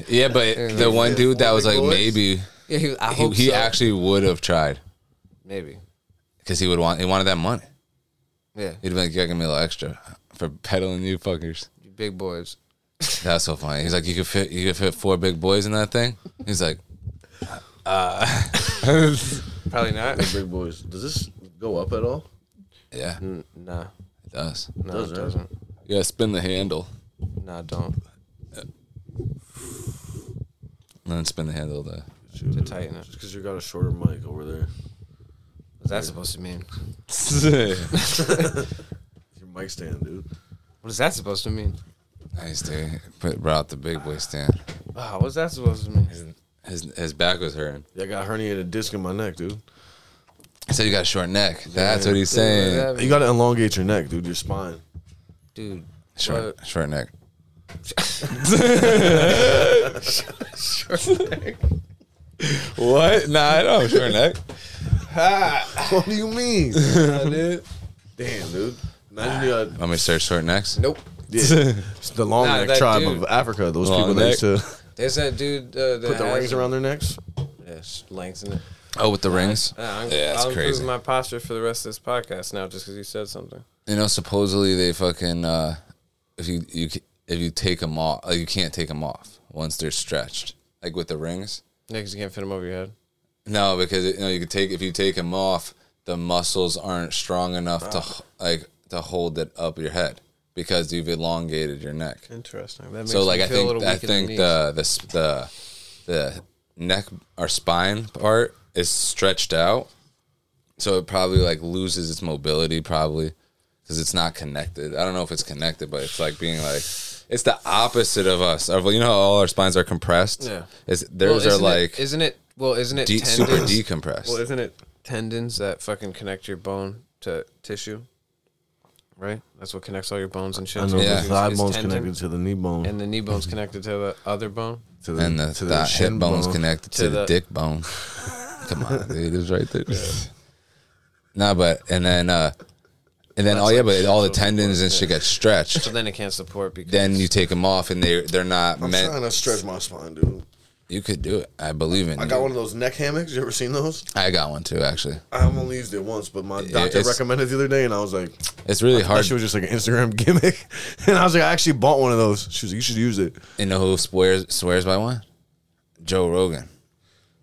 [SPEAKER 2] yeah, but the one dude that was like
[SPEAKER 1] boys?
[SPEAKER 2] maybe
[SPEAKER 3] Yeah, he, was- I
[SPEAKER 2] he,
[SPEAKER 3] hope
[SPEAKER 2] he
[SPEAKER 3] so.
[SPEAKER 2] actually would have tried
[SPEAKER 3] maybe.
[SPEAKER 2] because he would want he wanted that money.
[SPEAKER 3] Yeah,
[SPEAKER 2] He'd be like, "Yeah, give me a little extra for peddling you fuckers."
[SPEAKER 3] you big boys.
[SPEAKER 2] That's so funny. He's like, "You could fit you could fit four big boys in that thing." He's like, "Uh,
[SPEAKER 3] Probably not.
[SPEAKER 1] big boys. Does this go up at all?
[SPEAKER 2] "Yeah, it
[SPEAKER 3] nah,
[SPEAKER 2] does.
[SPEAKER 3] no,
[SPEAKER 1] Does
[SPEAKER 3] it
[SPEAKER 1] it?
[SPEAKER 3] doesn't.
[SPEAKER 2] Yeah, spin the handle
[SPEAKER 3] Nah, don't.
[SPEAKER 2] and then spin the handle." The
[SPEAKER 3] To tighten it.
[SPEAKER 1] Just because you got a shorter mic over there,
[SPEAKER 3] What's that supposed to mean?
[SPEAKER 1] your mic stand, dude.
[SPEAKER 3] What is that supposed to mean?
[SPEAKER 2] nice dude. Put brought the big boy stand.
[SPEAKER 3] Wow, what's that supposed to mean?
[SPEAKER 2] His his back was hurting.
[SPEAKER 1] Yeah, I got herniated disc in my neck, dude.
[SPEAKER 2] So you got a short neck. That's what he's saying.
[SPEAKER 1] You gotta elongate your neck, dude. Your spine.
[SPEAKER 3] dude.
[SPEAKER 2] Short, short neck. short neck. What? Nah, I don't have short neck.
[SPEAKER 1] What do you mean?
[SPEAKER 2] dude.
[SPEAKER 1] Damn, dude. Imagine you got
[SPEAKER 2] Let me search short necks.
[SPEAKER 3] Nope.
[SPEAKER 1] yeah, it's the long
[SPEAKER 3] Nah,
[SPEAKER 1] neck
[SPEAKER 3] that
[SPEAKER 1] tribe
[SPEAKER 3] dude-
[SPEAKER 1] of Africa. Those
[SPEAKER 2] Long
[SPEAKER 1] people that used to
[SPEAKER 2] neck.
[SPEAKER 3] There's that dude uh, that
[SPEAKER 1] put the
[SPEAKER 3] has-
[SPEAKER 1] rings around their necks.
[SPEAKER 3] Yeah, sh- lengthen it.
[SPEAKER 2] Oh, with the rings.
[SPEAKER 3] Uh, I'm,
[SPEAKER 2] yeah, that's
[SPEAKER 3] I'll
[SPEAKER 2] crazy.
[SPEAKER 3] improve my posture for the rest of this podcast now just because you said something.
[SPEAKER 2] you know, supposedly they fucking uh, if you you ca- if you take them off, like you can't take them off once they're stretched, like with the rings.
[SPEAKER 3] Yeah, 'cause you can't fit them over your head.
[SPEAKER 2] No, because you know you could take if you take them off, the muscles aren't strong enough to h- like to hold it up your head because you've elongated your neck.
[SPEAKER 3] Interesting. That makes
[SPEAKER 2] So like
[SPEAKER 3] me
[SPEAKER 2] I
[SPEAKER 3] feel a
[SPEAKER 2] think
[SPEAKER 3] little
[SPEAKER 2] I
[SPEAKER 3] weak in
[SPEAKER 2] think
[SPEAKER 3] the, knees.
[SPEAKER 2] the the s- the the neck or spine part is stretched out, so it probably like loses its mobility probably because it's not connected. I don't know if it's connected, but it's like being like it's the opposite of us. Of you know how all our spines are compressed.
[SPEAKER 3] Yeah.
[SPEAKER 2] is theirs
[SPEAKER 3] Well,
[SPEAKER 2] are
[SPEAKER 3] isn't
[SPEAKER 2] like
[SPEAKER 3] it, isn't it? Well, isn't it
[SPEAKER 2] de-
[SPEAKER 3] tendons?
[SPEAKER 2] super decompressed.
[SPEAKER 3] Well, isn't it tendons that fucking connect your bone to tissue? Right. That's what connects all your bones and shit.
[SPEAKER 1] I know
[SPEAKER 2] Yeah.
[SPEAKER 1] the thigh
[SPEAKER 3] It's
[SPEAKER 1] bone's
[SPEAKER 3] tendon,
[SPEAKER 1] connected to the knee bone,
[SPEAKER 3] and the knee bone's connected to the other bone.
[SPEAKER 1] to
[SPEAKER 2] and the,
[SPEAKER 1] to
[SPEAKER 2] the, hip bone's connected to,
[SPEAKER 3] To
[SPEAKER 2] the,
[SPEAKER 3] the-
[SPEAKER 2] dick bone. Come on, dude, it's right there. Nah, but and then uh and then oh yeah, but all the tendons and shit get stretched.
[SPEAKER 3] So then it can't support because
[SPEAKER 2] Then you take them off and they they're not
[SPEAKER 1] I'm
[SPEAKER 2] meant.
[SPEAKER 1] trying to stretch my spine, dude.
[SPEAKER 2] You could do it. I believe in
[SPEAKER 1] I
[SPEAKER 2] you.
[SPEAKER 1] got one of those neck hammocks. You ever seen those?
[SPEAKER 2] I got one too. Actually,
[SPEAKER 1] I've only used it once, but my doctor
[SPEAKER 2] it's-
[SPEAKER 1] recommended the other day, and I was like,
[SPEAKER 2] it's really
[SPEAKER 1] that
[SPEAKER 2] hard.
[SPEAKER 1] shit was just like an Instagram gimmick. And I was like, I actually bought one of those. She was like, you should use it.
[SPEAKER 2] You know who swears swears by one? Joe Rogan.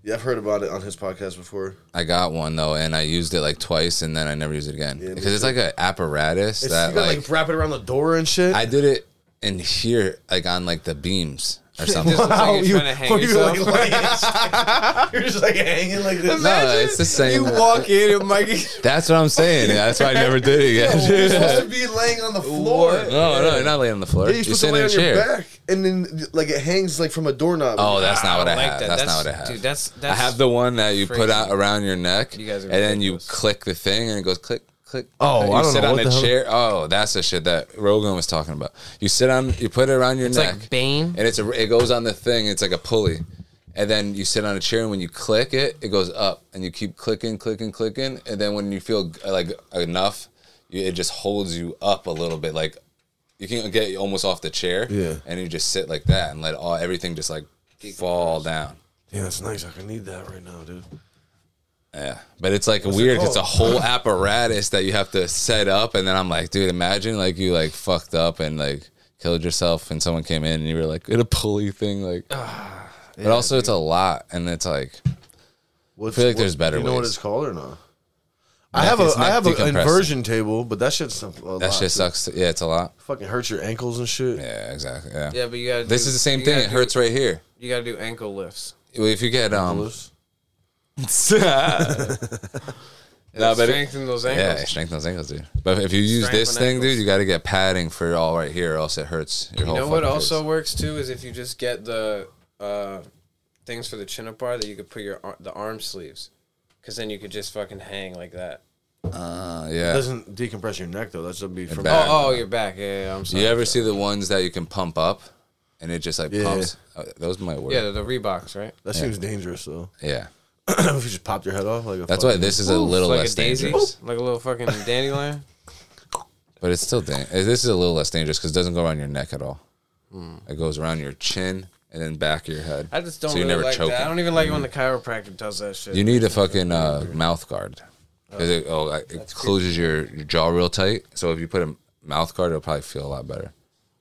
[SPEAKER 1] Yeah, I've heard about it on his podcast before.
[SPEAKER 2] I got one though, and I used it like twice, and then I never used it again
[SPEAKER 1] me
[SPEAKER 2] because it's like an apparatus
[SPEAKER 1] It's,
[SPEAKER 2] that
[SPEAKER 1] you gotta like,
[SPEAKER 2] like
[SPEAKER 1] wrap it around the door and shit.
[SPEAKER 2] I did it in here, like on like the beams or something.
[SPEAKER 3] Just looks like you're trying to hang yourself.
[SPEAKER 1] like, lying- you're just like hanging like this.
[SPEAKER 2] no, it's the same.
[SPEAKER 3] in and Mikey.
[SPEAKER 2] That's what I'm saying. That's why I never did it
[SPEAKER 1] You're supposed
[SPEAKER 2] again.
[SPEAKER 1] to be laying on the floor.
[SPEAKER 2] no, no, you're not laying on the floor.
[SPEAKER 1] Yeah,
[SPEAKER 2] you're
[SPEAKER 1] you're supposed to
[SPEAKER 2] sitting
[SPEAKER 1] lay
[SPEAKER 2] in a
[SPEAKER 1] on your
[SPEAKER 2] chair.
[SPEAKER 1] back, and then like it hangs like from a doorknob.
[SPEAKER 2] Oh, that's not what I,
[SPEAKER 3] I like
[SPEAKER 2] have.
[SPEAKER 3] that.
[SPEAKER 2] That's,
[SPEAKER 3] That's-
[SPEAKER 2] not what I have.
[SPEAKER 3] dude, that's-
[SPEAKER 2] I
[SPEAKER 3] that's
[SPEAKER 2] have the one that you put
[SPEAKER 3] crazy.
[SPEAKER 2] out around your neck,
[SPEAKER 3] You guys are
[SPEAKER 2] and then you
[SPEAKER 3] ridiculous.
[SPEAKER 2] click the thing, and it goes click, click.
[SPEAKER 1] Oh,
[SPEAKER 2] click.
[SPEAKER 1] I
[SPEAKER 2] you
[SPEAKER 1] don't
[SPEAKER 2] sit
[SPEAKER 1] know
[SPEAKER 2] on
[SPEAKER 1] what
[SPEAKER 2] a
[SPEAKER 1] the hell-
[SPEAKER 2] chair. Oh, that's the shit that Rogan was talking about. You sit on, you put it around your
[SPEAKER 3] It's
[SPEAKER 2] neck,
[SPEAKER 3] like Bane.
[SPEAKER 2] and it's a, it goes on the thing. It's like a pulley, and then you sit on a chair, and when you click it, it goes up, and you keep clicking, clicking, clicking, and then when you feel uh, like enough, you, it just holds you up a little bit, like you can get almost off the chair,
[SPEAKER 1] Yeah.
[SPEAKER 2] and you just sit like that and let all everything just like fall down.
[SPEAKER 1] yeah, that's nice. I can need that right now, dude.
[SPEAKER 2] Yeah, but it's like weird. 'cause it's a whole apparatus that you have to set up, and then I'm like, dude, imagine like you like fucked up and like killed yourself, and someone came in and you were like in a pulley thing, like.
[SPEAKER 3] Ah,
[SPEAKER 2] but also, it's a lot, and it's like
[SPEAKER 1] What's,
[SPEAKER 2] feel like there's better
[SPEAKER 1] You know what
[SPEAKER 2] ways.
[SPEAKER 1] it's called or not? I have a
[SPEAKER 2] it's
[SPEAKER 1] I
[SPEAKER 2] neck
[SPEAKER 1] have a
[SPEAKER 2] decompressor.
[SPEAKER 1] inversion table, but that shit's a lot,
[SPEAKER 2] that
[SPEAKER 1] too.
[SPEAKER 2] shit sucks. Yeah, it's a lot.
[SPEAKER 1] Fucking hurts your ankles and shit.
[SPEAKER 2] Yeah, exactly. Yeah.
[SPEAKER 3] Yeah, but you gotta.
[SPEAKER 2] This
[SPEAKER 3] do-
[SPEAKER 2] is the same
[SPEAKER 3] you
[SPEAKER 2] thing.
[SPEAKER 3] gotta
[SPEAKER 2] It
[SPEAKER 3] do-
[SPEAKER 2] hurts right here.
[SPEAKER 3] You gotta do ankle lifts.
[SPEAKER 2] If you get um,
[SPEAKER 1] Liz?
[SPEAKER 2] no, but it,
[SPEAKER 3] strengthen those
[SPEAKER 2] yeah,
[SPEAKER 3] ankles.
[SPEAKER 2] strengthen those ankles, dude. But if you use this
[SPEAKER 3] Strengthen
[SPEAKER 2] thing, dude,
[SPEAKER 3] ankles.
[SPEAKER 2] you got to get padding for all right here, or else it hurts your whole.
[SPEAKER 3] you know what
[SPEAKER 2] fucking
[SPEAKER 3] also
[SPEAKER 2] face.
[SPEAKER 3] works too is if you just get the uh, things for the chin up bar that you could put your ar- the arm sleeves, because then you could just fucking hang like that.
[SPEAKER 2] Uh,
[SPEAKER 1] It
[SPEAKER 2] yeah.
[SPEAKER 1] doesn't decompress your neck though. That's gonna be from
[SPEAKER 2] back. Yeah.
[SPEAKER 3] Oh, oh, your back. Yeah, yeah. I'm
[SPEAKER 2] Do
[SPEAKER 3] sorry.
[SPEAKER 2] you ever see the ones that you can pump up, and it just like
[SPEAKER 1] Yeah.
[SPEAKER 2] pumps? Uh, those might work.
[SPEAKER 3] Yeah,
[SPEAKER 2] Yeah.
[SPEAKER 3] the, the Reeboks, right?
[SPEAKER 1] that seems dangerous though. if you just popped your head off like a
[SPEAKER 2] That's why
[SPEAKER 1] fucking-
[SPEAKER 2] this is a little
[SPEAKER 3] like
[SPEAKER 2] less
[SPEAKER 3] a daisy,
[SPEAKER 2] dangerous,
[SPEAKER 3] like a little fucking dandelion.
[SPEAKER 2] but it's still dang- uh, this is a little less dangerous because it doesn't go around your neck at all. It goes around your chin and then back of your head.
[SPEAKER 3] I just don't
[SPEAKER 2] So
[SPEAKER 3] really
[SPEAKER 2] you're never
[SPEAKER 3] like
[SPEAKER 2] choking. Mm.
[SPEAKER 3] that. I don't even like it when the chiropractor does that shit.
[SPEAKER 2] You need a fucking uh, mouth guard. 'Cause it, oh, like, it closes your, your jaw real tight. So if you put a mouth guard, it'll probably feel a lot better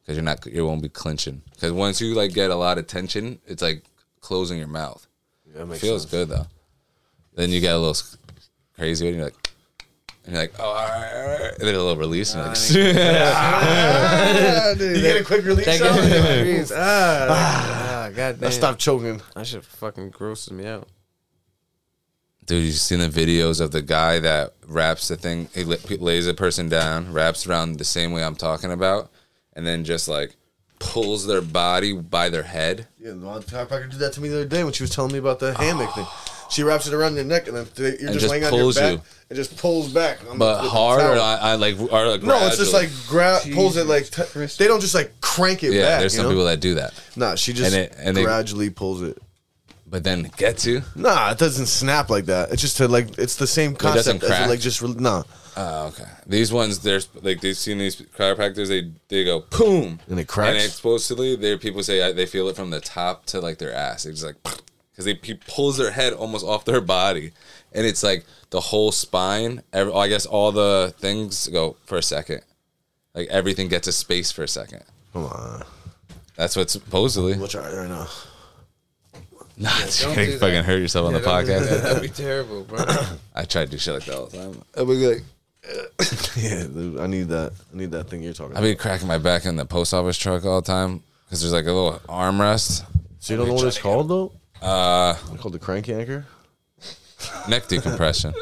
[SPEAKER 2] because you're not you won't be clenching. Because once you like get a lot of tension, it's like closing your mouth.
[SPEAKER 1] That makes
[SPEAKER 2] feels
[SPEAKER 1] sense.
[SPEAKER 2] good though. Then you get a little s- crazy and you're like, and you're like, oh, all right, all right. and then a little release. And you're like,
[SPEAKER 1] You get a quick release.
[SPEAKER 3] That
[SPEAKER 1] out?
[SPEAKER 3] gets- ah, ah, God damn.
[SPEAKER 1] Now Stop choking.
[SPEAKER 3] That shit fucking grosses me out.
[SPEAKER 2] Dude, you seen the videos of the guy that wraps the thing, he la- lays a person down, wraps around the same way I'm talking about, and then just like pulls their body by their head.
[SPEAKER 1] Yeah, the chiropractor did that to me the other day when she was telling me about the hammock thing. She wraps it around your neck, and then th- you're
[SPEAKER 2] Ah. And
[SPEAKER 1] just,
[SPEAKER 2] just
[SPEAKER 1] laying on your
[SPEAKER 2] pulls
[SPEAKER 1] back.
[SPEAKER 2] you.
[SPEAKER 1] It just pulls back. on the-
[SPEAKER 2] But
[SPEAKER 1] with the
[SPEAKER 2] hard or
[SPEAKER 1] towel.
[SPEAKER 2] I, I like or like
[SPEAKER 1] No, it's just
[SPEAKER 2] gradually?
[SPEAKER 1] like grab pulls it like t- they don't just like crank it
[SPEAKER 2] yeah.
[SPEAKER 1] back.
[SPEAKER 2] there's
[SPEAKER 1] you
[SPEAKER 2] some
[SPEAKER 1] know?
[SPEAKER 2] people that do that,
[SPEAKER 1] Nah, she just
[SPEAKER 2] And it- and they-
[SPEAKER 1] gradually pulls it.
[SPEAKER 2] but then get to
[SPEAKER 1] Nah, it doesn't snap like that. It's just to like it's the same
[SPEAKER 2] doesn't
[SPEAKER 1] concept. as
[SPEAKER 2] crack?
[SPEAKER 1] like just re- nah,
[SPEAKER 2] oh okay. These ones there's like they've seen these chiropractors they they go boom
[SPEAKER 1] And it cracks?
[SPEAKER 2] and explosively there people say uh, they feel it from the top to like their ass. It's like because they he pulls their head almost off their body and it's like the whole spine. Every, I guess all the things go for a second, like everything gets a space for a second.
[SPEAKER 1] come on.
[SPEAKER 2] That's what supposedly.
[SPEAKER 1] We'll try it right now.
[SPEAKER 2] Nah, you're
[SPEAKER 3] don't
[SPEAKER 2] gonna
[SPEAKER 3] do that.
[SPEAKER 2] fucking hurt yourself on the podcast.
[SPEAKER 3] That'd be terrible, bro.
[SPEAKER 2] I try to do shit like that all the time.
[SPEAKER 1] I'll be like, yeah, dude, I need that. I need that thing you're talking
[SPEAKER 2] I
[SPEAKER 1] about.
[SPEAKER 2] be cracking my back in the post office truck all the time because there's like a little armrest,
[SPEAKER 1] So you don't know what it's called though. Uh, it's called the crank anchor.
[SPEAKER 2] neck decompression.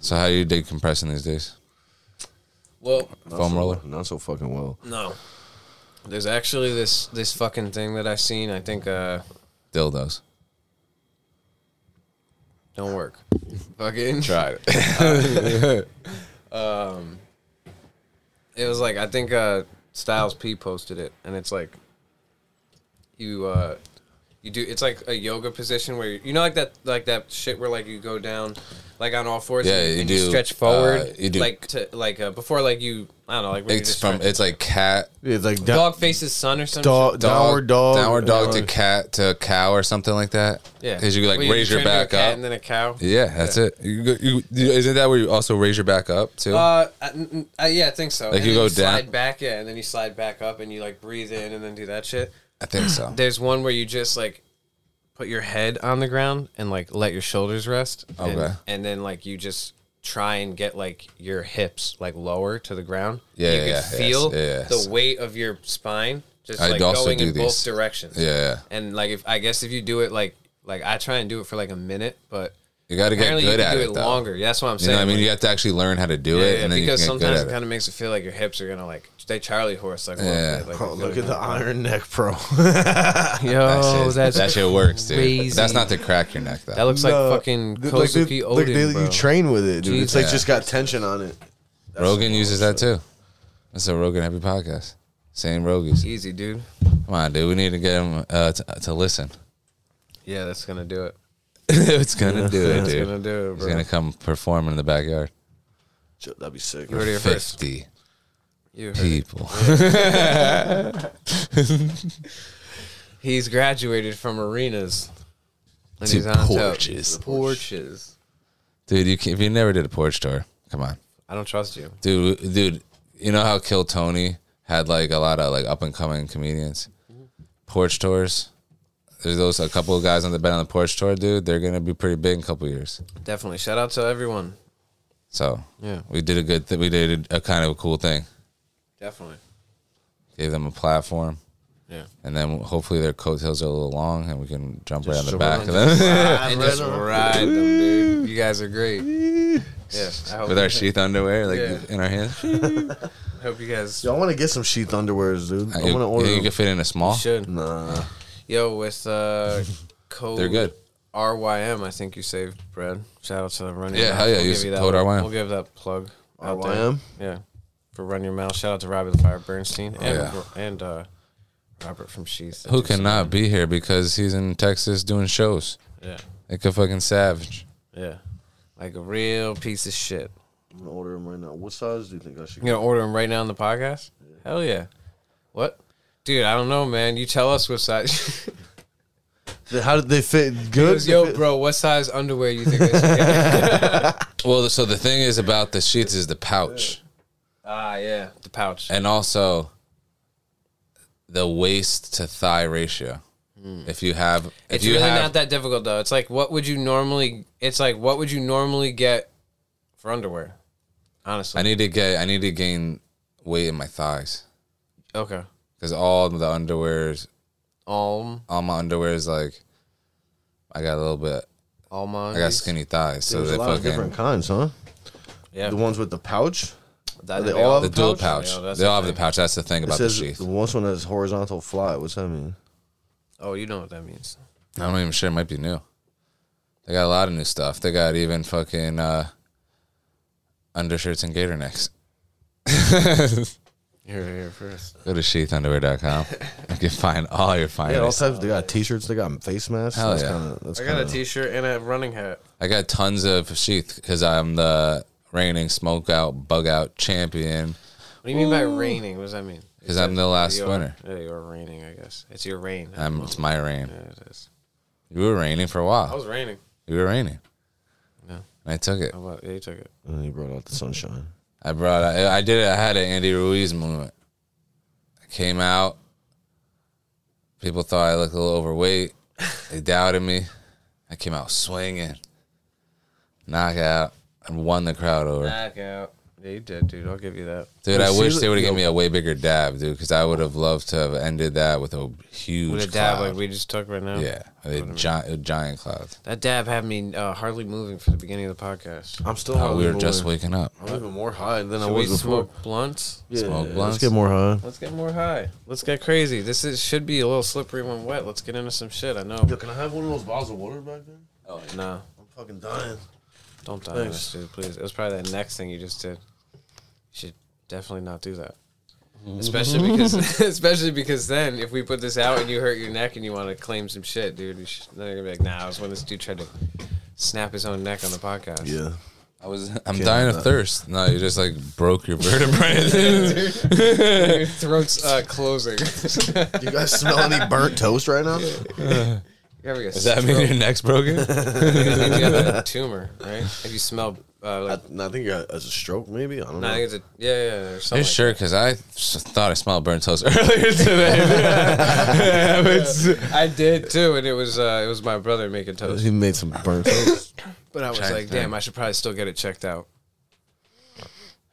[SPEAKER 2] so how you decompressing these days?
[SPEAKER 3] Well,
[SPEAKER 2] Foam roller.
[SPEAKER 1] Not so fucking well.
[SPEAKER 3] no. There's actually this this fucking thing that I've seen. I think uh
[SPEAKER 2] dildos.
[SPEAKER 3] don't work. Fucking Um,
[SPEAKER 2] Tried
[SPEAKER 3] it was like I think uh Styles P posted it and it's like you uh you do it's like a yoga position where you, you know like that like that shit where like you go down like on all fours
[SPEAKER 2] Yeah,
[SPEAKER 3] and,
[SPEAKER 2] you
[SPEAKER 3] and
[SPEAKER 2] do,
[SPEAKER 3] stretch forward
[SPEAKER 2] uh, you do-
[SPEAKER 3] like to like uh, before like you I don't know like when you
[SPEAKER 2] It's
[SPEAKER 3] just
[SPEAKER 2] from
[SPEAKER 3] stretch-
[SPEAKER 2] it's like cat
[SPEAKER 1] It's like da-
[SPEAKER 3] dog faces sun or something.
[SPEAKER 1] dog, downward dog,
[SPEAKER 2] downward dog to cat to cow or something like that.
[SPEAKER 3] Yeah,
[SPEAKER 2] because you like
[SPEAKER 3] Well,
[SPEAKER 2] raise your
[SPEAKER 3] turn into a
[SPEAKER 2] back
[SPEAKER 3] cat
[SPEAKER 2] up.
[SPEAKER 3] and then a cow.
[SPEAKER 2] yeah, that's it. You, go- you, you, isn't that where you also raise your back up too?
[SPEAKER 3] Uh, I- n- n- uh, yeah, I think so.
[SPEAKER 2] Like
[SPEAKER 3] And
[SPEAKER 2] you
[SPEAKER 3] then
[SPEAKER 2] go down-
[SPEAKER 3] slide back, yeah, and then you slide back up, and you like breathe in, and then do that shit.
[SPEAKER 2] I think so.
[SPEAKER 3] There's one where you just like put your head on the ground and like let your shoulders rest. and-
[SPEAKER 2] Okay.
[SPEAKER 3] And then like you just try and get like your hips like lower to the ground.
[SPEAKER 2] Yeah,
[SPEAKER 3] You
[SPEAKER 2] yeah,
[SPEAKER 3] can
[SPEAKER 2] yeah,
[SPEAKER 3] feel
[SPEAKER 2] yes, yeah, yes.
[SPEAKER 3] the weight of your spine just
[SPEAKER 2] I'd
[SPEAKER 3] like
[SPEAKER 2] also
[SPEAKER 3] going
[SPEAKER 2] do
[SPEAKER 3] in both
[SPEAKER 2] these.
[SPEAKER 3] directions.
[SPEAKER 2] Yeah, yeah.
[SPEAKER 3] And like if I guess if you do it like like I try and do it for like a minute, but
[SPEAKER 2] You got to get
[SPEAKER 3] apparently you
[SPEAKER 2] good
[SPEAKER 3] can
[SPEAKER 2] at
[SPEAKER 3] do
[SPEAKER 2] it
[SPEAKER 3] it
[SPEAKER 2] though.
[SPEAKER 3] longer. Yeah, that's what I'm
[SPEAKER 2] You know
[SPEAKER 3] saying.
[SPEAKER 2] what I mean?
[SPEAKER 3] Like,
[SPEAKER 2] You have to actually learn how to do it,
[SPEAKER 3] yeah,
[SPEAKER 2] and then
[SPEAKER 3] because
[SPEAKER 2] you can get
[SPEAKER 3] sometimes it,
[SPEAKER 2] good at
[SPEAKER 3] kind
[SPEAKER 2] it.
[SPEAKER 3] of makes it feel like your hips are gonna like they Charlie horse like. a little
[SPEAKER 2] Yeah.
[SPEAKER 3] bit, like,
[SPEAKER 1] Oh,
[SPEAKER 3] you
[SPEAKER 1] look
[SPEAKER 3] feel
[SPEAKER 1] at the iron neck, bro.
[SPEAKER 3] like-
[SPEAKER 1] Oh,
[SPEAKER 3] yo,
[SPEAKER 2] Shit,
[SPEAKER 3] that's
[SPEAKER 2] that shit works, dude.
[SPEAKER 3] crazy.
[SPEAKER 2] That's not to crack your neck though.
[SPEAKER 3] that looks
[SPEAKER 1] No,
[SPEAKER 3] like fucking
[SPEAKER 1] dude, like, dude,
[SPEAKER 3] Kozuki Odin,
[SPEAKER 1] like, they-
[SPEAKER 3] bro.
[SPEAKER 1] you train with it, dude. It's like
[SPEAKER 2] Yeah.
[SPEAKER 1] just got tension on it.
[SPEAKER 2] Rogan uses that too. That's a Rogan every podcast. Same Rogies.
[SPEAKER 3] Easy, dude.
[SPEAKER 2] Come on, dude. We need to get him uh, to, to listen.
[SPEAKER 3] Yeah, that's gonna do it.
[SPEAKER 2] it's gonna do it,
[SPEAKER 3] That's
[SPEAKER 2] dude.
[SPEAKER 3] gonna do it,
[SPEAKER 2] He's
[SPEAKER 3] bro.
[SPEAKER 2] gonna come perform in the backyard.
[SPEAKER 1] Shit, That'd be sick.
[SPEAKER 3] You heard it here first.
[SPEAKER 2] Fifty
[SPEAKER 3] You heard it.
[SPEAKER 2] people.
[SPEAKER 3] He's graduated from arenas. And
[SPEAKER 2] To
[SPEAKER 3] he's on
[SPEAKER 2] porches.
[SPEAKER 3] Top. Porches.
[SPEAKER 2] dude, you can, if you never did a porch tour, come on,
[SPEAKER 3] I don't trust you.
[SPEAKER 2] dude. Dude, you know how Kill Tony had like a lot of like up and coming comedians, porch tours. There's those a couple of guys on the bed on the porch tour, dude. They're gonna be pretty big in a couple of years.
[SPEAKER 3] Definitely. Shout out to everyone.
[SPEAKER 2] So
[SPEAKER 3] Yeah.
[SPEAKER 2] we did a good. Th- we did a kind of a cool thing.
[SPEAKER 3] Definitely.
[SPEAKER 2] Gave them a platform.
[SPEAKER 3] Yeah.
[SPEAKER 2] And then hopefully their coattails are a little long, and we can jump right on the
[SPEAKER 1] jump
[SPEAKER 2] back
[SPEAKER 1] on
[SPEAKER 2] of them
[SPEAKER 3] and just ride them, dude. You guys are great. Yeah, I hope,
[SPEAKER 2] with our sheath underwear, like
[SPEAKER 3] Yeah.
[SPEAKER 2] in our hands.
[SPEAKER 3] I hope you guys
[SPEAKER 1] Yo, I want to get some sheath underwears, dude. I want
[SPEAKER 2] you,
[SPEAKER 1] to
[SPEAKER 2] you
[SPEAKER 1] order.
[SPEAKER 2] think you
[SPEAKER 1] them.
[SPEAKER 2] can fit in a small.
[SPEAKER 3] should.
[SPEAKER 1] Nah,
[SPEAKER 3] Yo, with uh, code
[SPEAKER 2] They're good.
[SPEAKER 3] RYM, I think you saved bread. Shout out to the Run Your
[SPEAKER 2] Yeah,
[SPEAKER 3] Mouth.
[SPEAKER 2] hell yeah,
[SPEAKER 3] We'll
[SPEAKER 2] use
[SPEAKER 3] give you that
[SPEAKER 2] code
[SPEAKER 3] one.
[SPEAKER 2] RYM.
[SPEAKER 3] We'll give that plug. out there.
[SPEAKER 1] RYM?
[SPEAKER 3] Yeah, for Run Your Mouth. Shout out to Robbie the Fire Bernstein and
[SPEAKER 2] Oh, yeah.
[SPEAKER 3] and uh, Robert from Sheath.
[SPEAKER 2] Who cannot be here because he's in Texas doing shows
[SPEAKER 3] Yeah,
[SPEAKER 2] like a fucking savage.
[SPEAKER 3] yeah, like a real piece of shit.
[SPEAKER 1] I'm gonna order them right now. What size do you think I should?
[SPEAKER 3] You gonna order them right now on the podcast? Hell yeah. What? Dude, I don't know, man. You tell us what size.
[SPEAKER 1] get? How did they fit? Good.
[SPEAKER 3] Yo, bro, what size underwear you think? This
[SPEAKER 2] Well, so the thing is about the sheets is the pouch,
[SPEAKER 3] ah, yeah, the pouch.
[SPEAKER 2] and also the waist to thigh ratio. If you have, if
[SPEAKER 3] Hmm. It's
[SPEAKER 2] you
[SPEAKER 3] really
[SPEAKER 2] have,
[SPEAKER 3] not that difficult though. It's like what would you normally? It's like what would you normally get for underwear? Honestly,
[SPEAKER 2] I need to get, I need to gain weight in my thighs
[SPEAKER 3] okay.
[SPEAKER 2] because all of the underwears,
[SPEAKER 3] Alm,
[SPEAKER 2] all my underwear is like, I got a little bit,
[SPEAKER 3] almond.
[SPEAKER 2] I got skinny thighs, so
[SPEAKER 1] There's
[SPEAKER 2] they
[SPEAKER 1] a lot of different
[SPEAKER 2] fucking
[SPEAKER 1] kinds, huh?
[SPEAKER 3] Yeah,
[SPEAKER 1] The ones with the pouch.
[SPEAKER 3] that,
[SPEAKER 1] they all
[SPEAKER 2] the
[SPEAKER 1] have
[SPEAKER 2] dual
[SPEAKER 3] pouch?
[SPEAKER 2] pouch.
[SPEAKER 3] Yeah, that's
[SPEAKER 2] they
[SPEAKER 3] the
[SPEAKER 2] all have the
[SPEAKER 3] thing.
[SPEAKER 2] pouch. That's the thing
[SPEAKER 1] It
[SPEAKER 2] about the
[SPEAKER 1] says
[SPEAKER 2] sheath.
[SPEAKER 1] the one one that has horizontal fly. What's that mean?
[SPEAKER 3] Oh, you know what that means.
[SPEAKER 2] I'm not even sure. It might be new. They got a lot of new stuff. They got even fucking uh, undershirts and gator necks.
[SPEAKER 3] Here, here first.
[SPEAKER 2] Go to sheathunderwear.com. You can find all your
[SPEAKER 1] Yeah, all
[SPEAKER 2] finest.
[SPEAKER 1] types. They got T-shirts. They got face masks.
[SPEAKER 2] Hell
[SPEAKER 1] that's
[SPEAKER 2] yeah.
[SPEAKER 1] Kinda, that's
[SPEAKER 3] I got a
[SPEAKER 1] kinda-
[SPEAKER 3] T-shirt and a running hat.
[SPEAKER 2] I got tons of sheath because I'm the reigning smoke out, bug out champion
[SPEAKER 3] What do you mean by raining? What does that mean?
[SPEAKER 2] because I'm the last
[SPEAKER 3] You're-
[SPEAKER 2] winner.
[SPEAKER 3] Yeah, you're raining. I guess it's your rain.
[SPEAKER 2] I'm, it's my reign.
[SPEAKER 3] Yeah, it is.
[SPEAKER 2] You were reigning for a
[SPEAKER 3] I was
[SPEAKER 2] while.
[SPEAKER 3] raining.
[SPEAKER 2] You were reigning.
[SPEAKER 3] No.
[SPEAKER 2] And I took it.
[SPEAKER 3] How about yeah, you took it?
[SPEAKER 1] And he brought out the sunshine.
[SPEAKER 2] I brought. I, I did. it. I had an Andy Ruiz moment. I came out. People thought I looked a little overweight. They doubted me. I came out swinging, knockout, and won the crowd over.
[SPEAKER 3] Back out. Yeah, you did, dude. I'll give you that.
[SPEAKER 2] Dude, I
[SPEAKER 1] see
[SPEAKER 2] wish
[SPEAKER 1] the-
[SPEAKER 2] they would have given me a way bigger dab, dude, because I would have loved to have ended that with a huge
[SPEAKER 3] With a dab
[SPEAKER 2] cloud.
[SPEAKER 3] like we just took right now.
[SPEAKER 2] yeah, a giant, a giant cloud.
[SPEAKER 3] That dab had me uh, hardly moving for the beginning of the podcast.
[SPEAKER 1] I'm still.
[SPEAKER 2] Oh, we were just waking up.
[SPEAKER 1] I'm even more high than I
[SPEAKER 3] Should we
[SPEAKER 1] was before.
[SPEAKER 3] smoke blunts?
[SPEAKER 1] Yeah,
[SPEAKER 2] smoke
[SPEAKER 1] let's
[SPEAKER 2] blunts?
[SPEAKER 1] get more high.
[SPEAKER 3] Let's get more high. Let's get crazy. This is, should be a little slippery when wet. Let's get into some shit. I know.
[SPEAKER 1] can I have one of those bottles of water back there?
[SPEAKER 3] No,
[SPEAKER 1] I'm fucking dying.
[SPEAKER 3] don't die on
[SPEAKER 1] Thanks.
[SPEAKER 3] us, dude. Please. It was probably the next thing you just did. You should definitely not do that.
[SPEAKER 1] Mm-hmm.
[SPEAKER 3] Especially because, especially because then if we put this out and you hurt your neck and you want to claim some shit, dude, you should, then you're gonna be like, nah, I was when this dude tried to snap his own neck on the podcast.
[SPEAKER 1] Yeah.
[SPEAKER 2] I was. I'm dying of thirst. No, you just like broke your vertebrae.
[SPEAKER 3] Your throat's uh, closing.
[SPEAKER 1] You guys smell any burnt toast right now?
[SPEAKER 3] You're having a
[SPEAKER 2] Does that mean your neck's broken?
[SPEAKER 3] It means you have a tumor, right? If you smell, uh,
[SPEAKER 1] I,
[SPEAKER 3] like,
[SPEAKER 1] I think as a stroke, maybe. I don't
[SPEAKER 3] no, I
[SPEAKER 1] know.
[SPEAKER 3] think it's a, yeah, yeah, yeah, or something.
[SPEAKER 2] Are you
[SPEAKER 3] like
[SPEAKER 2] sure? Because I s- thought I smelled burnt toast earlier today.
[SPEAKER 3] that. I did too, and it was uh, it was my brother making toast.
[SPEAKER 1] He made some burnt toast.
[SPEAKER 3] But I was
[SPEAKER 2] Check
[SPEAKER 3] like,
[SPEAKER 2] that.
[SPEAKER 3] damn, I should probably still get it checked out.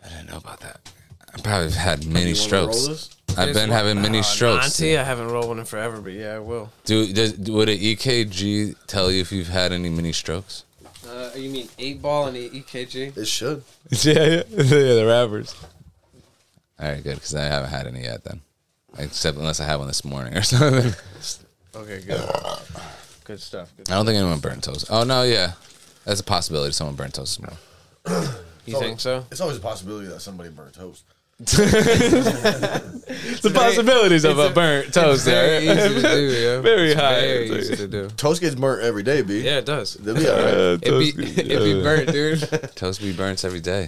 [SPEAKER 2] I didn't know about that. I probably have had many strokes. I've
[SPEAKER 3] There's
[SPEAKER 2] been
[SPEAKER 3] one-
[SPEAKER 2] having many
[SPEAKER 3] Uh,
[SPEAKER 2] strokes.
[SPEAKER 3] Auntie, I haven't rolled one in forever, but yeah, I will.
[SPEAKER 2] Do, does, would an EKG tell you if you've had any mini strokes?
[SPEAKER 3] Uh, you mean eight E ball and EKG?
[SPEAKER 1] it should.
[SPEAKER 2] yeah, yeah, the rappers. All right, good, because I haven't had any yet then. Except unless I had one this morning or something.
[SPEAKER 3] Okay, good. Good stuff. Good.
[SPEAKER 2] I don't think anyone burnt toast. Oh, no, yeah. That's a possibility someone burnt toast tomorrow.
[SPEAKER 3] You think so?
[SPEAKER 1] It's always a possibility that somebody burnt toast.
[SPEAKER 2] The
[SPEAKER 3] possibilities
[SPEAKER 2] of a burnt toast
[SPEAKER 3] Very easy to do, yeah.
[SPEAKER 2] Very
[SPEAKER 3] It's
[SPEAKER 2] high.
[SPEAKER 3] Very easy to do.
[SPEAKER 1] Toast gets burnt every day, B.
[SPEAKER 3] Yeah, it does.
[SPEAKER 1] They'll be all right.
[SPEAKER 3] It'd be, it'd be burnt, dude.
[SPEAKER 2] Toast be burnt every day.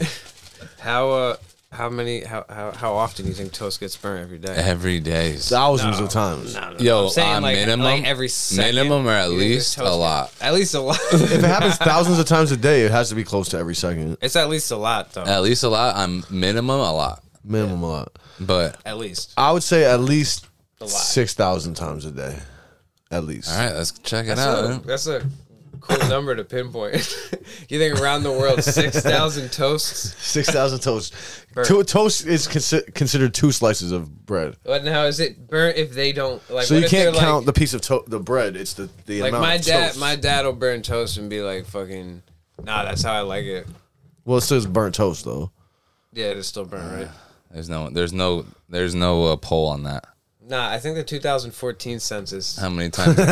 [SPEAKER 3] How uh how many how how, how often do you think toast gets burnt every day?
[SPEAKER 2] Every day.
[SPEAKER 1] Thousands of times.
[SPEAKER 2] Yo,
[SPEAKER 3] I'm saying
[SPEAKER 2] on
[SPEAKER 3] like,
[SPEAKER 2] minimum,
[SPEAKER 3] like every second.
[SPEAKER 2] minimum or at
[SPEAKER 3] you think
[SPEAKER 2] least
[SPEAKER 3] there's toast
[SPEAKER 2] a lot.
[SPEAKER 3] At least a lot.
[SPEAKER 1] If it happens thousands of times a day, it has to be close to every second.
[SPEAKER 3] it's at least a lot though.
[SPEAKER 2] At least a lot. I'm minimum a lot,
[SPEAKER 1] Minimum a lot.
[SPEAKER 2] but
[SPEAKER 3] at least.
[SPEAKER 1] I would say at least
[SPEAKER 3] lot.
[SPEAKER 1] 6,000 times a day. At least.
[SPEAKER 2] all right, let's check it
[SPEAKER 3] That's,
[SPEAKER 2] out.
[SPEAKER 3] a, that's a cool number to pinpoint. you think around the world six thousand toasts?
[SPEAKER 1] 6,000 toasts.
[SPEAKER 3] Burnt.
[SPEAKER 1] Two, toast is consi- considered two slices of bread.
[SPEAKER 3] What and how is it burnt if they don't like?
[SPEAKER 1] so
[SPEAKER 3] what
[SPEAKER 1] you
[SPEAKER 3] if they're,
[SPEAKER 1] can't count
[SPEAKER 3] like,
[SPEAKER 1] the piece of to- the bread. It's the, the
[SPEAKER 3] like
[SPEAKER 1] amount
[SPEAKER 3] my
[SPEAKER 1] of
[SPEAKER 3] dad.
[SPEAKER 1] toast.
[SPEAKER 3] My dad will burn toast and be like, "Fucking, nah, that's how I like it."
[SPEAKER 1] well, it says burnt toast, though.
[SPEAKER 3] Yeah, it's still burnt, right?
[SPEAKER 1] Uh.
[SPEAKER 2] There's no, there's no, there's no uh, poll on that.
[SPEAKER 3] Nah, I think the 2014
[SPEAKER 1] Uh,
[SPEAKER 3] census.
[SPEAKER 2] How many times? a day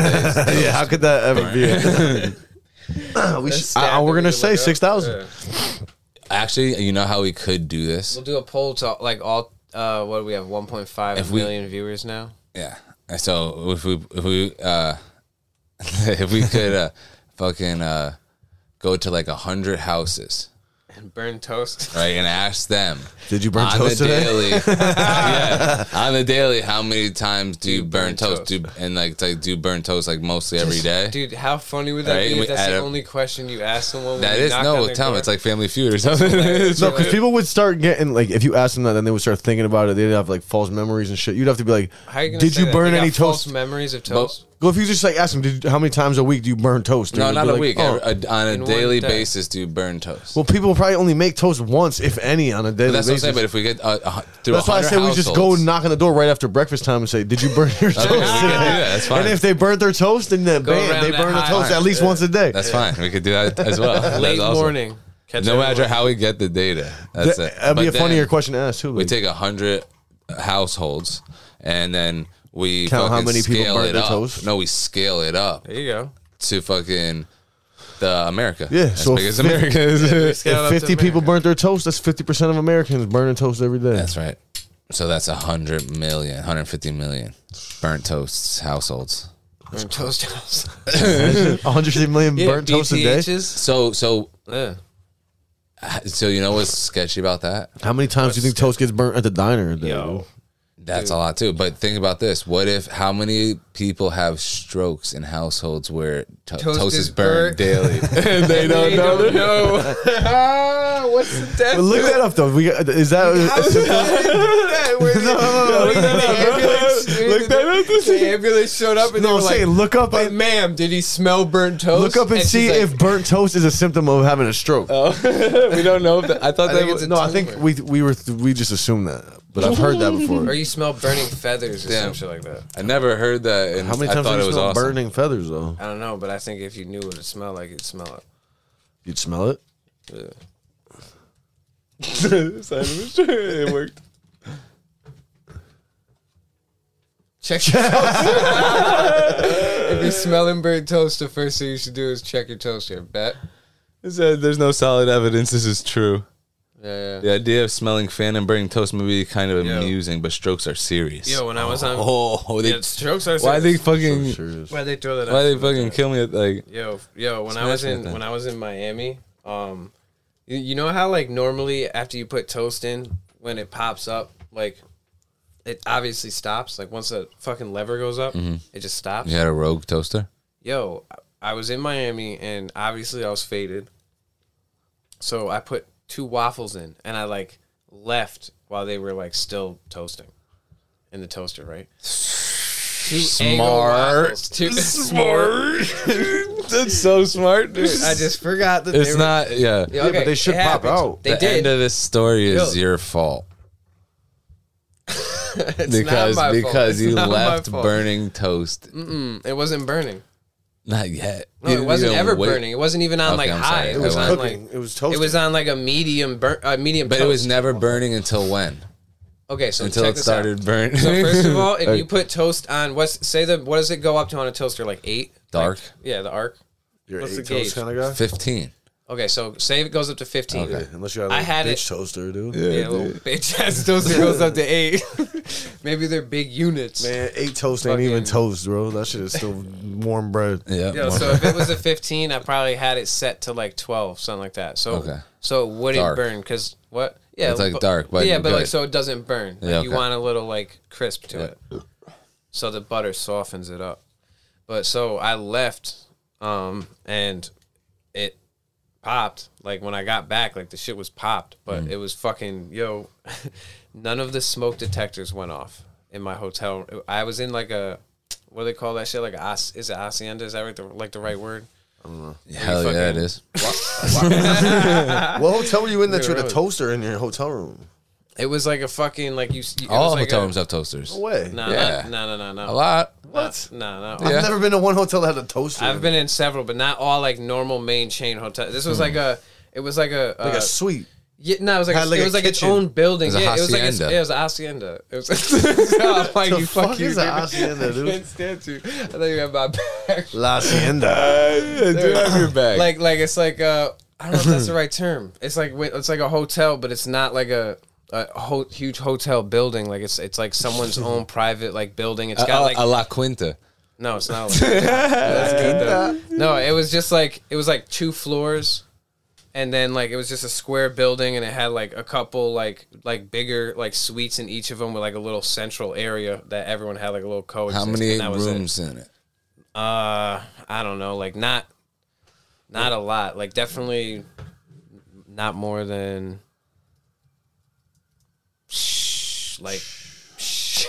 [SPEAKER 2] is
[SPEAKER 1] yeah, how could that ever be? we should,
[SPEAKER 3] That's
[SPEAKER 1] I,
[SPEAKER 3] stat
[SPEAKER 1] I- uh, we're gonna
[SPEAKER 3] that we could
[SPEAKER 2] "Oh,
[SPEAKER 1] say
[SPEAKER 3] look up.
[SPEAKER 1] six thousand.
[SPEAKER 3] Yeah.
[SPEAKER 2] Actually, you know how we could do this?
[SPEAKER 3] We'll do a poll to like all. Uh, what do we have? 1.5
[SPEAKER 2] If we-
[SPEAKER 3] million viewers now.
[SPEAKER 2] Yeah. And So if we, if we, uh, if we could, uh, fucking, uh, go to like a hundred houses,
[SPEAKER 3] And burn toast.
[SPEAKER 2] right, and ask them
[SPEAKER 1] Did you burn toast
[SPEAKER 2] the
[SPEAKER 1] today?
[SPEAKER 2] daily. yeah, on the daily, how many times do you burn
[SPEAKER 3] burn
[SPEAKER 2] toast? Do and like, like do burn toast like mostly every day?
[SPEAKER 3] Dude, how funny would that
[SPEAKER 2] Right,
[SPEAKER 3] be?
[SPEAKER 2] we
[SPEAKER 3] if That's the
[SPEAKER 2] add up-
[SPEAKER 3] only question you ask someone. When
[SPEAKER 2] That
[SPEAKER 3] you
[SPEAKER 2] is
[SPEAKER 3] knock on
[SPEAKER 2] no.
[SPEAKER 3] their
[SPEAKER 2] Tell me,
[SPEAKER 3] door.
[SPEAKER 2] it's like Family Feud or something.
[SPEAKER 1] No, because people would start getting like if you asked them that, then they would start thinking about it. They'd have like false memories and shit. You'd have to be like,
[SPEAKER 3] How you gonna
[SPEAKER 1] "Did
[SPEAKER 3] say
[SPEAKER 1] you
[SPEAKER 3] that?
[SPEAKER 1] burn
[SPEAKER 3] They got
[SPEAKER 1] any
[SPEAKER 3] false
[SPEAKER 1] toast?"
[SPEAKER 3] Memories of toast.
[SPEAKER 1] Well, if you just like ask them, Did, "How many times a week do you burn toast?"
[SPEAKER 2] no,
[SPEAKER 1] They'd
[SPEAKER 2] not
[SPEAKER 1] be
[SPEAKER 2] a
[SPEAKER 1] like,
[SPEAKER 2] week.
[SPEAKER 1] "Oh."
[SPEAKER 2] Every- on a
[SPEAKER 3] In one
[SPEAKER 2] daily
[SPEAKER 3] day.
[SPEAKER 2] basis, do burn toast.
[SPEAKER 1] Well, people probably only make toast once, if any, on a daily
[SPEAKER 2] that's what I'm
[SPEAKER 1] basis.
[SPEAKER 2] saying. But if we get uh, uh, through
[SPEAKER 1] that's why I
[SPEAKER 2] 100
[SPEAKER 1] say we just go
[SPEAKER 2] households-
[SPEAKER 1] knock on the door right after breakfast time and say, "Did you burn your toast?"
[SPEAKER 2] Okay, we can do
[SPEAKER 1] today?"
[SPEAKER 2] that, that's fine.
[SPEAKER 1] And if they burn their toast, then that
[SPEAKER 3] Go
[SPEAKER 1] bam,
[SPEAKER 3] around
[SPEAKER 1] they
[SPEAKER 3] that
[SPEAKER 1] burn the
[SPEAKER 3] high
[SPEAKER 1] toast
[SPEAKER 3] line.
[SPEAKER 1] at least once a day.
[SPEAKER 2] That's fine. We could do that as well. That's
[SPEAKER 3] Late
[SPEAKER 2] awesome.
[SPEAKER 3] morning. Catch
[SPEAKER 2] No matter
[SPEAKER 3] everyone.
[SPEAKER 2] how we get the data, that's it.
[SPEAKER 1] That'd be
[SPEAKER 2] But
[SPEAKER 1] a funnier
[SPEAKER 2] then
[SPEAKER 1] question to ask too.
[SPEAKER 2] We
[SPEAKER 1] like-
[SPEAKER 2] take a hundred households, and then we
[SPEAKER 1] Count how
[SPEAKER 2] fucking
[SPEAKER 1] many people
[SPEAKER 2] scale
[SPEAKER 1] burnt
[SPEAKER 2] it
[SPEAKER 1] their
[SPEAKER 2] up.
[SPEAKER 1] toast?
[SPEAKER 2] No, we scale it up
[SPEAKER 3] There you go.
[SPEAKER 2] to fucking the America.
[SPEAKER 1] Yeah,
[SPEAKER 2] as
[SPEAKER 1] so
[SPEAKER 2] big as
[SPEAKER 1] fif-
[SPEAKER 2] America is.
[SPEAKER 3] Scale up
[SPEAKER 1] If
[SPEAKER 3] to
[SPEAKER 1] 50 people
[SPEAKER 3] America.
[SPEAKER 1] burnt their toast, that's 50% of Americans burning toast every day.
[SPEAKER 2] That's right. So that's 100 million, 150 million burnt toasts households.
[SPEAKER 3] Burn toast house.
[SPEAKER 1] 150 million burnt toast a day.
[SPEAKER 3] BTHs?
[SPEAKER 2] So so
[SPEAKER 3] Yeah.
[SPEAKER 2] so you know what's sketchy about that?
[SPEAKER 1] How many times do you think toast gets burnt at the diner a day?
[SPEAKER 3] Yo.
[SPEAKER 1] dude?
[SPEAKER 2] That's a lot too. But think about this: What if how many people have strokes in households where to- toast, is burned daily?
[SPEAKER 3] and they don't know. know. What's the death?
[SPEAKER 1] But look that up though. We got, is that
[SPEAKER 3] Look that up. The ambulance showed up and
[SPEAKER 1] no?
[SPEAKER 3] they
[SPEAKER 1] I'm
[SPEAKER 3] were like,
[SPEAKER 1] saying look up
[SPEAKER 3] "Wait,
[SPEAKER 1] and
[SPEAKER 3] ma'am, did he smell burnt
[SPEAKER 1] look
[SPEAKER 3] toast?
[SPEAKER 1] up and
[SPEAKER 3] she's
[SPEAKER 1] see
[SPEAKER 3] like,
[SPEAKER 1] if burnt toast is a symptom of having a stroke.
[SPEAKER 3] we don't know. If that, I thought
[SPEAKER 1] I
[SPEAKER 3] that
[SPEAKER 1] think
[SPEAKER 3] was
[SPEAKER 1] it's-
[SPEAKER 3] a
[SPEAKER 1] no, I think
[SPEAKER 3] tumor.
[SPEAKER 1] we we were we just assumed that, but I've heard that before.
[SPEAKER 3] Or you smell burning feathers or
[SPEAKER 2] Damn.
[SPEAKER 3] some shit like that.
[SPEAKER 2] I never heard that. And
[SPEAKER 1] How many
[SPEAKER 2] I
[SPEAKER 1] times
[SPEAKER 2] thought
[SPEAKER 1] have
[SPEAKER 2] it
[SPEAKER 1] you
[SPEAKER 2] was
[SPEAKER 1] smelled
[SPEAKER 2] awesome.
[SPEAKER 1] burning feathers though?
[SPEAKER 3] I don't know, but I think if you knew what it smelled like, you'd smell it.
[SPEAKER 1] You'd smell it.
[SPEAKER 3] it worked. Check your toast. if you're smelling burnt toast, the first thing you should do is check your toaster. Bet.
[SPEAKER 2] there's no solid evidence this is true.
[SPEAKER 3] Yeah,
[SPEAKER 2] The idea of smelling fan and burning toast may be kind of
[SPEAKER 3] Yeah.
[SPEAKER 2] amusing, but strokes are serious.
[SPEAKER 3] Yo, when I was on,
[SPEAKER 2] oh, they,
[SPEAKER 3] yeah, strokes are.
[SPEAKER 2] why they fucking
[SPEAKER 1] Serious.
[SPEAKER 3] Why they throw that?
[SPEAKER 2] why
[SPEAKER 3] out?
[SPEAKER 2] they fucking kill me? At, like
[SPEAKER 3] Yo, yo, when I was
[SPEAKER 2] Smash it
[SPEAKER 3] in
[SPEAKER 2] then.
[SPEAKER 3] when I was in Miami, um, you, you know how like normally after you put toast in, when it pops up, like it obviously stops. Like once the fucking lever goes up,
[SPEAKER 2] Mm-hmm.
[SPEAKER 3] it just stops.
[SPEAKER 2] you had a rogue toaster.
[SPEAKER 3] Yo, I was in Miami and obviously I was faded, so I put two waffles in and I like left while they were like still toasting in the toaster, right? Two smart, waffles, two smart.
[SPEAKER 2] That's so smart. Dude.
[SPEAKER 3] I just forgot that they
[SPEAKER 2] It's
[SPEAKER 3] were-
[SPEAKER 2] not. Yeah.
[SPEAKER 3] Yeah, okay,
[SPEAKER 1] but they
[SPEAKER 3] it
[SPEAKER 1] should pop
[SPEAKER 3] happens.
[SPEAKER 1] out.
[SPEAKER 3] They
[SPEAKER 2] the
[SPEAKER 3] did.
[SPEAKER 2] end of this story is
[SPEAKER 3] Yo.
[SPEAKER 2] your fault.
[SPEAKER 3] It's
[SPEAKER 2] because
[SPEAKER 3] not my fault.
[SPEAKER 2] because
[SPEAKER 3] It's
[SPEAKER 2] you
[SPEAKER 3] not my
[SPEAKER 2] left
[SPEAKER 3] fault.
[SPEAKER 2] burning toast.
[SPEAKER 3] It wasn't burning.
[SPEAKER 2] Not yet.
[SPEAKER 3] No,
[SPEAKER 2] You-
[SPEAKER 3] it
[SPEAKER 2] you
[SPEAKER 3] wasn't
[SPEAKER 2] don't
[SPEAKER 3] ever
[SPEAKER 2] wait.
[SPEAKER 3] burning. It wasn't even on
[SPEAKER 2] Okay,
[SPEAKER 3] like
[SPEAKER 2] I'm
[SPEAKER 3] high.
[SPEAKER 2] sorry.
[SPEAKER 3] It
[SPEAKER 2] I
[SPEAKER 3] was
[SPEAKER 2] lied.
[SPEAKER 3] on
[SPEAKER 1] Cooking.
[SPEAKER 3] like
[SPEAKER 1] It was toasting.
[SPEAKER 3] It was on like a medium burn, uh, medium.
[SPEAKER 2] But it was
[SPEAKER 3] toast.
[SPEAKER 2] never burning until when?
[SPEAKER 3] okay. So
[SPEAKER 2] Until
[SPEAKER 3] check
[SPEAKER 2] it
[SPEAKER 3] this out.
[SPEAKER 2] started burning.
[SPEAKER 3] So first of all, if you put toast on what's say the what does it go up to on a toaster like eight
[SPEAKER 2] Dark.
[SPEAKER 3] Like, yeah, the arc.
[SPEAKER 1] You're
[SPEAKER 3] What's
[SPEAKER 1] eight
[SPEAKER 3] the
[SPEAKER 1] toast
[SPEAKER 3] gauge?
[SPEAKER 1] kind of guy.
[SPEAKER 2] fifteen.
[SPEAKER 3] Okay, so say it goes up to fifteen.
[SPEAKER 1] Okay, unless you got a
[SPEAKER 3] I
[SPEAKER 1] little
[SPEAKER 3] had
[SPEAKER 1] bitch
[SPEAKER 3] it-
[SPEAKER 1] toaster, dude.
[SPEAKER 3] Yeah, little bitch ass toaster goes up to eight. Maybe they're big units.
[SPEAKER 1] Man, eight toast ain't even
[SPEAKER 3] Fucking-
[SPEAKER 1] toast, bro. That shit is still warm bread.
[SPEAKER 2] Yeah.
[SPEAKER 3] Yo, so if it was a 15, I probably had it set to like 12, something like that. So
[SPEAKER 2] Okay.
[SPEAKER 3] so it wouldn't
[SPEAKER 2] Dark.
[SPEAKER 3] burn because what? Yeah,
[SPEAKER 2] It's like
[SPEAKER 3] but-
[SPEAKER 2] dark, but
[SPEAKER 3] yeah, but like
[SPEAKER 2] good.
[SPEAKER 3] so it doesn't burn. Like
[SPEAKER 2] Yeah,
[SPEAKER 3] You
[SPEAKER 2] okay.
[SPEAKER 3] want a little like crisp to it, so the butter softens it up. But so I left, um, and it popped. Like when I got back, like the shit was popped, but
[SPEAKER 2] Mm.
[SPEAKER 3] it was fucking yo. none of the smoke detectors went off in my hotel. I was in like a what do they call that shit? Like a hac- is it hacienda? Is that right? The, like the right word?
[SPEAKER 2] Hell
[SPEAKER 3] fucking-
[SPEAKER 2] yeah, it is.
[SPEAKER 1] What hotel were you in that you had a
[SPEAKER 3] Really?
[SPEAKER 1] toaster in your hotel room?
[SPEAKER 3] It was like a fucking like you. s- It
[SPEAKER 2] All
[SPEAKER 3] was like
[SPEAKER 2] hotel
[SPEAKER 3] a-
[SPEAKER 2] rooms have toasters.
[SPEAKER 1] No way.
[SPEAKER 3] Nah,
[SPEAKER 2] Yeah.
[SPEAKER 3] nah, nah, nah, nah.
[SPEAKER 2] A lot.
[SPEAKER 1] What?
[SPEAKER 3] Nah, nah.
[SPEAKER 1] I've
[SPEAKER 2] Yeah.
[SPEAKER 1] never been to one hotel that had a toaster.
[SPEAKER 3] I've been in several, but not all like normal main chain hotels. This was like a. It was like a.
[SPEAKER 1] Hmm. like
[SPEAKER 3] uh,
[SPEAKER 1] a suite.
[SPEAKER 3] yeah, no, it was like,
[SPEAKER 1] had
[SPEAKER 3] a,
[SPEAKER 1] like
[SPEAKER 3] it
[SPEAKER 1] a
[SPEAKER 3] was like its
[SPEAKER 1] kitchen.
[SPEAKER 3] own building.
[SPEAKER 2] It was a
[SPEAKER 3] yeah, it was like its,
[SPEAKER 2] hacienda.
[SPEAKER 3] yeah, it was a hacienda. It was I'm like
[SPEAKER 1] The
[SPEAKER 3] you
[SPEAKER 1] fuck
[SPEAKER 3] fuck, you,
[SPEAKER 1] is a
[SPEAKER 3] dude.
[SPEAKER 1] hacienda, dude?
[SPEAKER 3] I can't stand you. I thought you had my back.
[SPEAKER 1] La Hacienda.
[SPEAKER 2] Dude, have your back.
[SPEAKER 3] like like it's like uh I don't know if that's the right term. It's like wi- it's like a hotel, but it's not like a a ho- huge hotel building. Like it's it's like someone's own private like building. It's
[SPEAKER 2] a,
[SPEAKER 3] got
[SPEAKER 2] a-
[SPEAKER 3] like
[SPEAKER 2] a La Quinta.
[SPEAKER 3] no, it's not. Like That's good though. No, it was just like it was like two floors, and then like it was just a square building, and it had like a couple like like bigger like suites in each of them with like a little central area that everyone had like a little coexist.
[SPEAKER 2] How many
[SPEAKER 3] and that was it.
[SPEAKER 2] rooms in it?
[SPEAKER 3] Uh, I don't know. Like not, not a lot. Like definitely, not more than. Shh, Like, shh.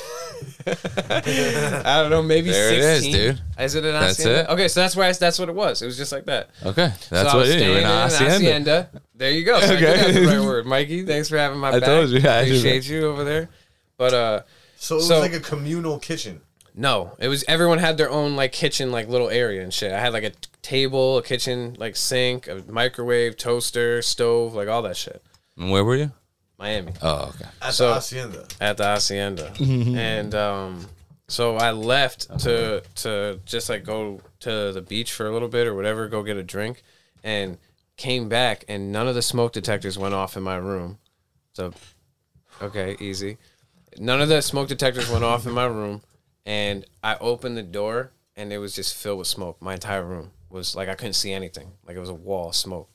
[SPEAKER 3] I don't know. Maybe
[SPEAKER 2] There it is,
[SPEAKER 3] 16.
[SPEAKER 2] dude.
[SPEAKER 3] Is it an
[SPEAKER 2] That's
[SPEAKER 3] hacienda?
[SPEAKER 2] it.
[SPEAKER 3] Okay, so that's where I, that's what it was. It was just like that.
[SPEAKER 2] Okay, that's
[SPEAKER 3] so I
[SPEAKER 2] what
[SPEAKER 3] was
[SPEAKER 2] it is. You're
[SPEAKER 3] staying
[SPEAKER 2] in a
[SPEAKER 3] an
[SPEAKER 2] hacienda.
[SPEAKER 3] There you go. So I
[SPEAKER 2] Okay.
[SPEAKER 3] think that's the right word, Mikey. Thanks for having my
[SPEAKER 2] I
[SPEAKER 3] back.
[SPEAKER 2] told you, I had your
[SPEAKER 3] appreciate you over there. But uh,
[SPEAKER 1] So it was
[SPEAKER 3] So-
[SPEAKER 1] like a communal kitchen.
[SPEAKER 3] no, it was everyone had their own like kitchen, like little area and shit. I had like a t- table, a kitchen, like sink, a microwave, toaster, stove, like all that shit.
[SPEAKER 2] And Where were you?
[SPEAKER 3] Miami
[SPEAKER 2] Oh, okay.
[SPEAKER 1] At
[SPEAKER 3] So-
[SPEAKER 1] the Hacienda.
[SPEAKER 3] at the hacienda, and um, So I left to to just like go to the beach for a little bit or whatever, go get a drink, and came back and none of the smoke detectors went off in my room. So okay, easy. None of the smoke detectors went off in my room, and I opened the door and it was just filled with smoke. My entire room was like I couldn't see anything. Like it was a wall of smoke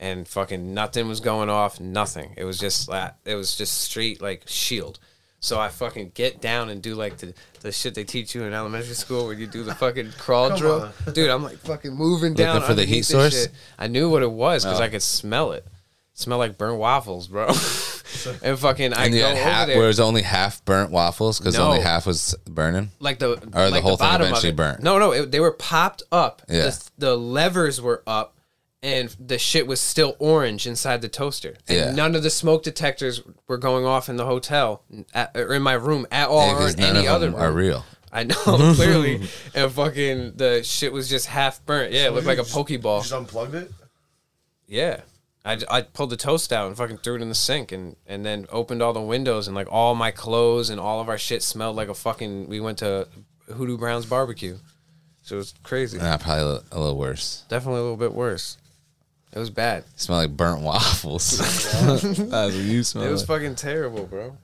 [SPEAKER 3] and fucking nothing was going off, nothing. It was just that it was just straight like shield. So I fucking get down and do like the, the shit they teach you in elementary school where you do the fucking crawl drill. Dude, I'm like fucking moving down.
[SPEAKER 2] for the heat
[SPEAKER 3] underneath this
[SPEAKER 2] source? Oh.
[SPEAKER 3] shit. I knew what it was because I could smell it. Smell like burnt waffles, bro. and fucking I
[SPEAKER 2] And you
[SPEAKER 3] go
[SPEAKER 2] had
[SPEAKER 3] over
[SPEAKER 2] half,
[SPEAKER 3] there.
[SPEAKER 2] where it's only half burnt waffles because
[SPEAKER 3] No.
[SPEAKER 2] only half was burning.
[SPEAKER 3] like the
[SPEAKER 2] the
[SPEAKER 3] like
[SPEAKER 2] whole thing
[SPEAKER 3] bottom
[SPEAKER 2] eventually
[SPEAKER 3] of it.
[SPEAKER 2] burnt.
[SPEAKER 3] No, no, it, they were popped up.
[SPEAKER 2] Yeah.
[SPEAKER 3] The, the levers were up, and the shit was still orange inside the toaster. And
[SPEAKER 2] Yeah.
[SPEAKER 3] none of the smoke detectors were going off in the hotel at, or in my room at all,
[SPEAKER 2] Yeah,
[SPEAKER 3] or
[SPEAKER 2] 'cause
[SPEAKER 3] in
[SPEAKER 2] none
[SPEAKER 3] any
[SPEAKER 2] of
[SPEAKER 3] other
[SPEAKER 2] them
[SPEAKER 3] room.
[SPEAKER 2] are real.
[SPEAKER 3] I know clearly, and fucking the shit was just half burnt. Yeah, it looked like a pokeball.
[SPEAKER 1] Just unplugged it.
[SPEAKER 3] Yeah. I, I pulled the toast out and fucking threw it in the sink and, and then opened all the windows and like all my clothes and all of our shit smelled like a fucking we went to Hoodoo Brown's barbecue. So it was crazy.
[SPEAKER 2] Nah, probably a little, a little worse.
[SPEAKER 3] Definitely a little bit worse. It was bad.
[SPEAKER 2] Smell like burnt waffles. That's what you smell.
[SPEAKER 3] It was
[SPEAKER 2] like.
[SPEAKER 3] fucking terrible, bro.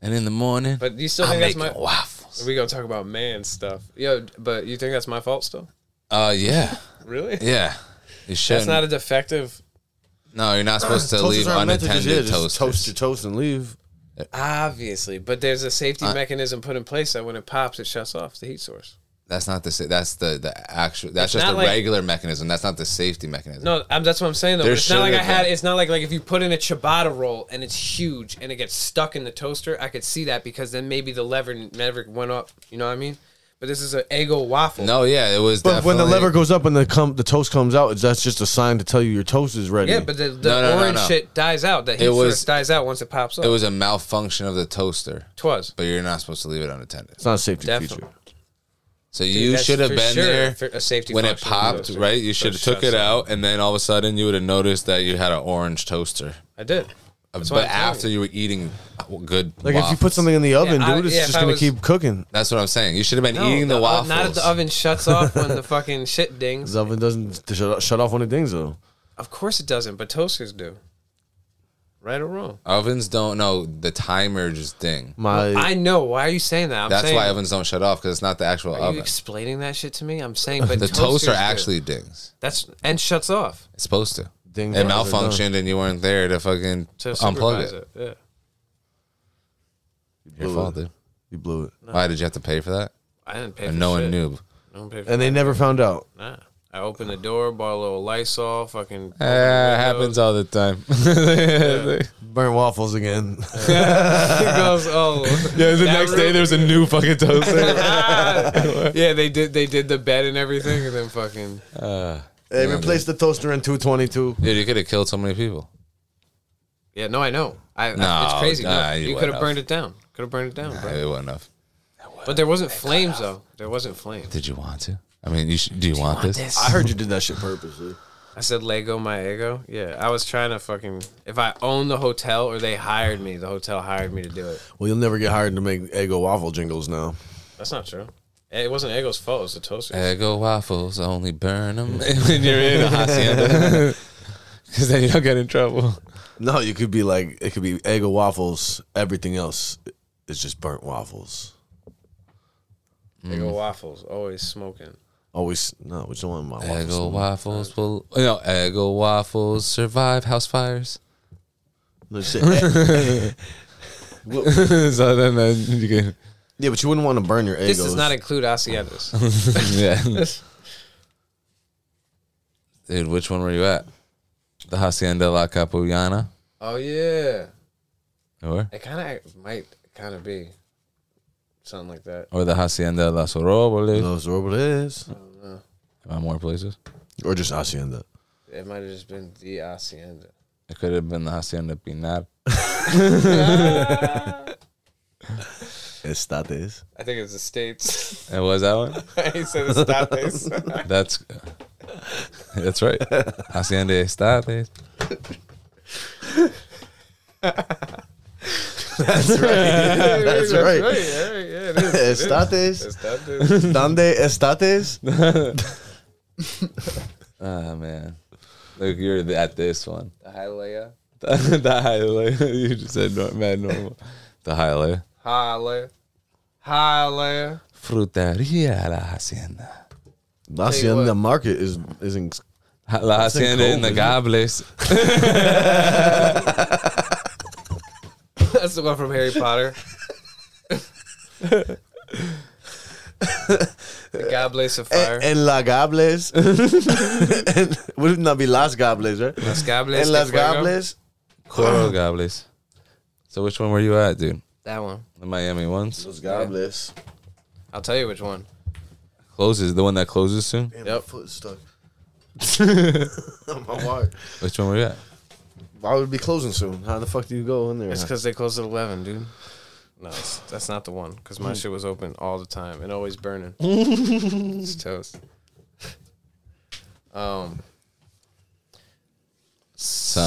[SPEAKER 2] and in the morning,
[SPEAKER 3] But you still
[SPEAKER 2] I'm
[SPEAKER 3] think that's
[SPEAKER 2] making
[SPEAKER 3] my
[SPEAKER 2] waffles.
[SPEAKER 3] we gonna talk about man stuff. Yo, but you think that's my fault still?
[SPEAKER 2] Uh, yeah,
[SPEAKER 3] Really?
[SPEAKER 2] yeah. You
[SPEAKER 3] That's
[SPEAKER 2] shouldn't.
[SPEAKER 3] not a defective
[SPEAKER 2] no, you're not supposed to
[SPEAKER 1] Toasters
[SPEAKER 2] leave
[SPEAKER 1] aren't meant to just, yeah,
[SPEAKER 2] unattended
[SPEAKER 1] just
[SPEAKER 2] toast.
[SPEAKER 1] toast your toast and leave.
[SPEAKER 3] obviously, but there's a safety mechanism put in place that when it pops it shuts off the heat source.
[SPEAKER 2] That's not the. sa- That's the the actual. That's
[SPEAKER 3] It's
[SPEAKER 2] just
[SPEAKER 3] not
[SPEAKER 2] the
[SPEAKER 3] like-
[SPEAKER 2] regular mechanism. That's not the safety mechanism.
[SPEAKER 3] No, I'm, that's what I'm saying though.
[SPEAKER 2] There
[SPEAKER 3] It's not like I
[SPEAKER 2] should've
[SPEAKER 3] had.
[SPEAKER 2] been.
[SPEAKER 3] It's not like like if you put in a ciabatta roll and it's huge and it gets stuck in the toaster, I could see that because then maybe the lever never went up. You know what I mean? But this is an Eggo waffle.
[SPEAKER 2] No, yeah, it was.
[SPEAKER 1] But when the
[SPEAKER 2] definitely-
[SPEAKER 1] lever goes up and the com- the toast comes out, it's- that's just a sign to tell you your toast is ready.
[SPEAKER 3] Yeah, but the, the
[SPEAKER 2] No, no, no,
[SPEAKER 3] orange
[SPEAKER 2] no.
[SPEAKER 3] shit dies out. That heat
[SPEAKER 2] It was-
[SPEAKER 3] source dies out once it pops up.
[SPEAKER 2] it was a malfunction of the toaster.
[SPEAKER 3] Twas.
[SPEAKER 2] But you're not supposed to leave it unattended.
[SPEAKER 1] it's not a safety
[SPEAKER 3] Definitely.
[SPEAKER 1] feature.
[SPEAKER 2] So you
[SPEAKER 3] that's
[SPEAKER 2] should have
[SPEAKER 3] for
[SPEAKER 2] been
[SPEAKER 3] sure
[SPEAKER 2] there
[SPEAKER 3] for a safety
[SPEAKER 2] when it
[SPEAKER 3] function of the
[SPEAKER 2] popped,
[SPEAKER 3] toaster.
[SPEAKER 2] right? You
[SPEAKER 3] So
[SPEAKER 2] should
[SPEAKER 3] it
[SPEAKER 2] have took
[SPEAKER 3] shuts
[SPEAKER 2] it
[SPEAKER 3] off.
[SPEAKER 2] out, and then all of a sudden you would have noticed that you had an orange toaster.
[SPEAKER 3] I did. That's why
[SPEAKER 2] But
[SPEAKER 3] I'm telling
[SPEAKER 2] after you were eating uh, good,
[SPEAKER 1] Like if you
[SPEAKER 2] waffles.
[SPEAKER 1] put something in the oven,
[SPEAKER 3] I-
[SPEAKER 1] dude, it's
[SPEAKER 3] yeah, if
[SPEAKER 1] just
[SPEAKER 3] I
[SPEAKER 1] gonna
[SPEAKER 3] was-
[SPEAKER 1] keep cooking.
[SPEAKER 2] that's what I'm saying. You should have been
[SPEAKER 3] No,
[SPEAKER 2] eating the,
[SPEAKER 3] o-
[SPEAKER 2] waffles.
[SPEAKER 3] Not if the oven shuts off when the fucking shit dings.
[SPEAKER 1] The oven doesn't t- shut, shut off when it dings though.
[SPEAKER 3] Of course it doesn't, but toasters do. Right or wrong?
[SPEAKER 2] Ovens don't know the timer just ding.
[SPEAKER 1] My
[SPEAKER 3] I know. Why are you saying that? I'm
[SPEAKER 2] That's
[SPEAKER 3] saying,
[SPEAKER 2] why ovens don't shut off because it's not the actual
[SPEAKER 3] Are
[SPEAKER 2] oven.
[SPEAKER 3] you explaining that shit to me? I'm saying, but
[SPEAKER 2] the toaster
[SPEAKER 3] toasters do.
[SPEAKER 2] actually dings.
[SPEAKER 3] that's and shuts off
[SPEAKER 2] It's supposed to.
[SPEAKER 1] Ding
[SPEAKER 2] it
[SPEAKER 1] dong.
[SPEAKER 2] malfunctioned and you weren't there to fucking
[SPEAKER 3] to
[SPEAKER 2] unplug
[SPEAKER 3] supervise
[SPEAKER 2] it.
[SPEAKER 3] it. Yeah,
[SPEAKER 2] Your
[SPEAKER 1] Blew
[SPEAKER 2] fault,
[SPEAKER 1] it.
[SPEAKER 2] dude.
[SPEAKER 1] you blew it,
[SPEAKER 2] Why did you have to pay for that?
[SPEAKER 3] I didn't pay.
[SPEAKER 2] And
[SPEAKER 3] for
[SPEAKER 2] no
[SPEAKER 3] shit.
[SPEAKER 2] one knew.
[SPEAKER 3] No one paid for
[SPEAKER 1] and they never found out.
[SPEAKER 3] nah. I opened the door, bought a little Lysol, fucking.
[SPEAKER 2] Eh, it happens all the time. yeah,
[SPEAKER 1] Burnt waffles again.
[SPEAKER 3] It goes, oh.
[SPEAKER 2] the
[SPEAKER 3] That
[SPEAKER 2] next day
[SPEAKER 3] room-
[SPEAKER 2] there's a new fucking toaster.
[SPEAKER 3] yeah, they did. They did the bed and everything, and then fucking.
[SPEAKER 1] they replaced the toaster in 222.
[SPEAKER 2] dude, you could have killed so many people.
[SPEAKER 3] Yeah, no, I know. I, I-
[SPEAKER 2] No,
[SPEAKER 3] it's crazy.
[SPEAKER 2] nah,
[SPEAKER 3] no,
[SPEAKER 2] you
[SPEAKER 3] you
[SPEAKER 2] went
[SPEAKER 3] could have
[SPEAKER 2] off.
[SPEAKER 3] burned it down. Could have burned it down, bro.
[SPEAKER 2] It wasn't enough.
[SPEAKER 3] But there wasn't flames though. There wasn't flames.
[SPEAKER 2] Did you want to? I mean, you should, do you, want, this?
[SPEAKER 1] I heard you did that shit purposely.
[SPEAKER 3] I said Lego my ego. Yeah, I was trying to fucking. If I owned the hotel or they hired me, the hotel hired me to do it.
[SPEAKER 1] Well, you'll never get hired to make Eggo waffle jingles now.
[SPEAKER 3] That's not true. It wasn't Eggo's fault. It was the toaster.
[SPEAKER 2] Eggo waffles only burn them when you're in a hacienda. Because then you don't get in trouble.
[SPEAKER 1] No, you could be like it could be Eggo waffles. Everything else is just burnt waffles.
[SPEAKER 3] Eggo waffles, always smoking.
[SPEAKER 1] Always no, we don't want my waffles.
[SPEAKER 2] Eggo waffles will. No, Eggo waffles survive house fires.
[SPEAKER 1] No, shit. Eh,
[SPEAKER 2] so then, then you can.
[SPEAKER 1] yeah, but you wouldn't want to burn your Eggos.
[SPEAKER 3] This does not include haciendas.
[SPEAKER 2] Yeah. Dude, which one were you at? The Hacienda La Capullana?
[SPEAKER 3] oh yeah,
[SPEAKER 2] Or?
[SPEAKER 3] it kind of might kind of be something like that.
[SPEAKER 2] Or the Hacienda La Soroboles?
[SPEAKER 1] Those are what it is.
[SPEAKER 2] Uh, more places.
[SPEAKER 1] Or just hacienda.
[SPEAKER 3] It might have just been the hacienda.
[SPEAKER 2] It could have been the Hacienda Pinar.
[SPEAKER 1] Estates.
[SPEAKER 3] I think it's the states.
[SPEAKER 2] It was that one?
[SPEAKER 3] he said estates.
[SPEAKER 2] That's that's right. Hacienda Estates.
[SPEAKER 1] That's right.
[SPEAKER 3] right. Oh, Yeah, yeah. it is. it is.
[SPEAKER 1] Estates.
[SPEAKER 3] It's not this.
[SPEAKER 1] Donde estates?
[SPEAKER 7] Oh man, look, you're th- at this one.
[SPEAKER 3] The Hialeah.
[SPEAKER 7] the highlight you just said, nor- mad normal. The highlight.
[SPEAKER 3] Hialeah. Hialeah.
[SPEAKER 7] Fruteria la hacienda.
[SPEAKER 1] La
[SPEAKER 3] Tell you what.
[SPEAKER 1] Hacienda Market is is in,
[SPEAKER 7] Ha- La
[SPEAKER 1] That's in
[SPEAKER 7] hacienda in the
[SPEAKER 1] Cove, isn't
[SPEAKER 7] goblets.
[SPEAKER 3] That's the one from Harry Potter. the Goblets of Fire.
[SPEAKER 1] Eh, en La Gables. and, would not be Las Gables, right?
[SPEAKER 3] Las Goblets
[SPEAKER 1] En
[SPEAKER 3] de
[SPEAKER 1] Las
[SPEAKER 3] Fuego.
[SPEAKER 1] Gables. Ah.
[SPEAKER 7] Coral goblets. So which one were you at, dude?
[SPEAKER 3] That one.
[SPEAKER 7] The Miami ones
[SPEAKER 1] Las Gables.
[SPEAKER 3] I'll tell you which one.
[SPEAKER 7] closes. The one that closes soon.
[SPEAKER 1] Damn, my foot's stuck. my wire.
[SPEAKER 7] Which one were you at?
[SPEAKER 1] Why would it be closing soon? How the fuck do you go in there?
[SPEAKER 3] It's because they closed at 11, dude. No, it's, that's not the one. Because
[SPEAKER 1] Mm.
[SPEAKER 3] my shit was open all the time and always burning. it's toast. Um,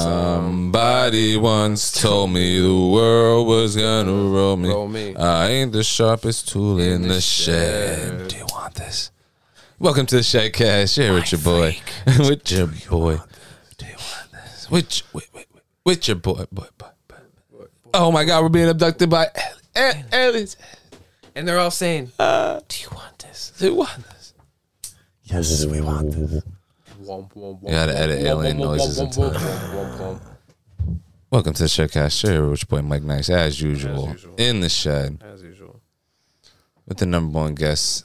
[SPEAKER 2] Somebody once told me the world was gonna roll me.
[SPEAKER 3] Roll me.
[SPEAKER 2] I ain't the sharpest tool in,
[SPEAKER 3] the
[SPEAKER 2] the, shed.
[SPEAKER 3] shed.
[SPEAKER 2] Do you want this? Welcome to the Shed Cash. Here with your boy. with your boy. Do you want this? With, your- with, with, with, with your boy, boy, boy, boy. Oh my God, we're being abducted by al- al- aliens.
[SPEAKER 3] and they're all saying,
[SPEAKER 1] Uh.
[SPEAKER 3] "Do you want this?"
[SPEAKER 2] Do you want this?
[SPEAKER 1] yes, we want this.
[SPEAKER 3] Womp, womp,
[SPEAKER 2] You gotta
[SPEAKER 3] womp,
[SPEAKER 2] edit
[SPEAKER 3] womp,
[SPEAKER 2] alien
[SPEAKER 3] womp, womp,
[SPEAKER 2] noises
[SPEAKER 3] womp,
[SPEAKER 2] into
[SPEAKER 3] womp, womp, womp, womp.
[SPEAKER 2] Welcome to the Shed Cash. Here with your boy Mike Nice, as usual,
[SPEAKER 3] usual.
[SPEAKER 2] in the shed.
[SPEAKER 3] As usual.
[SPEAKER 2] with the number one guest,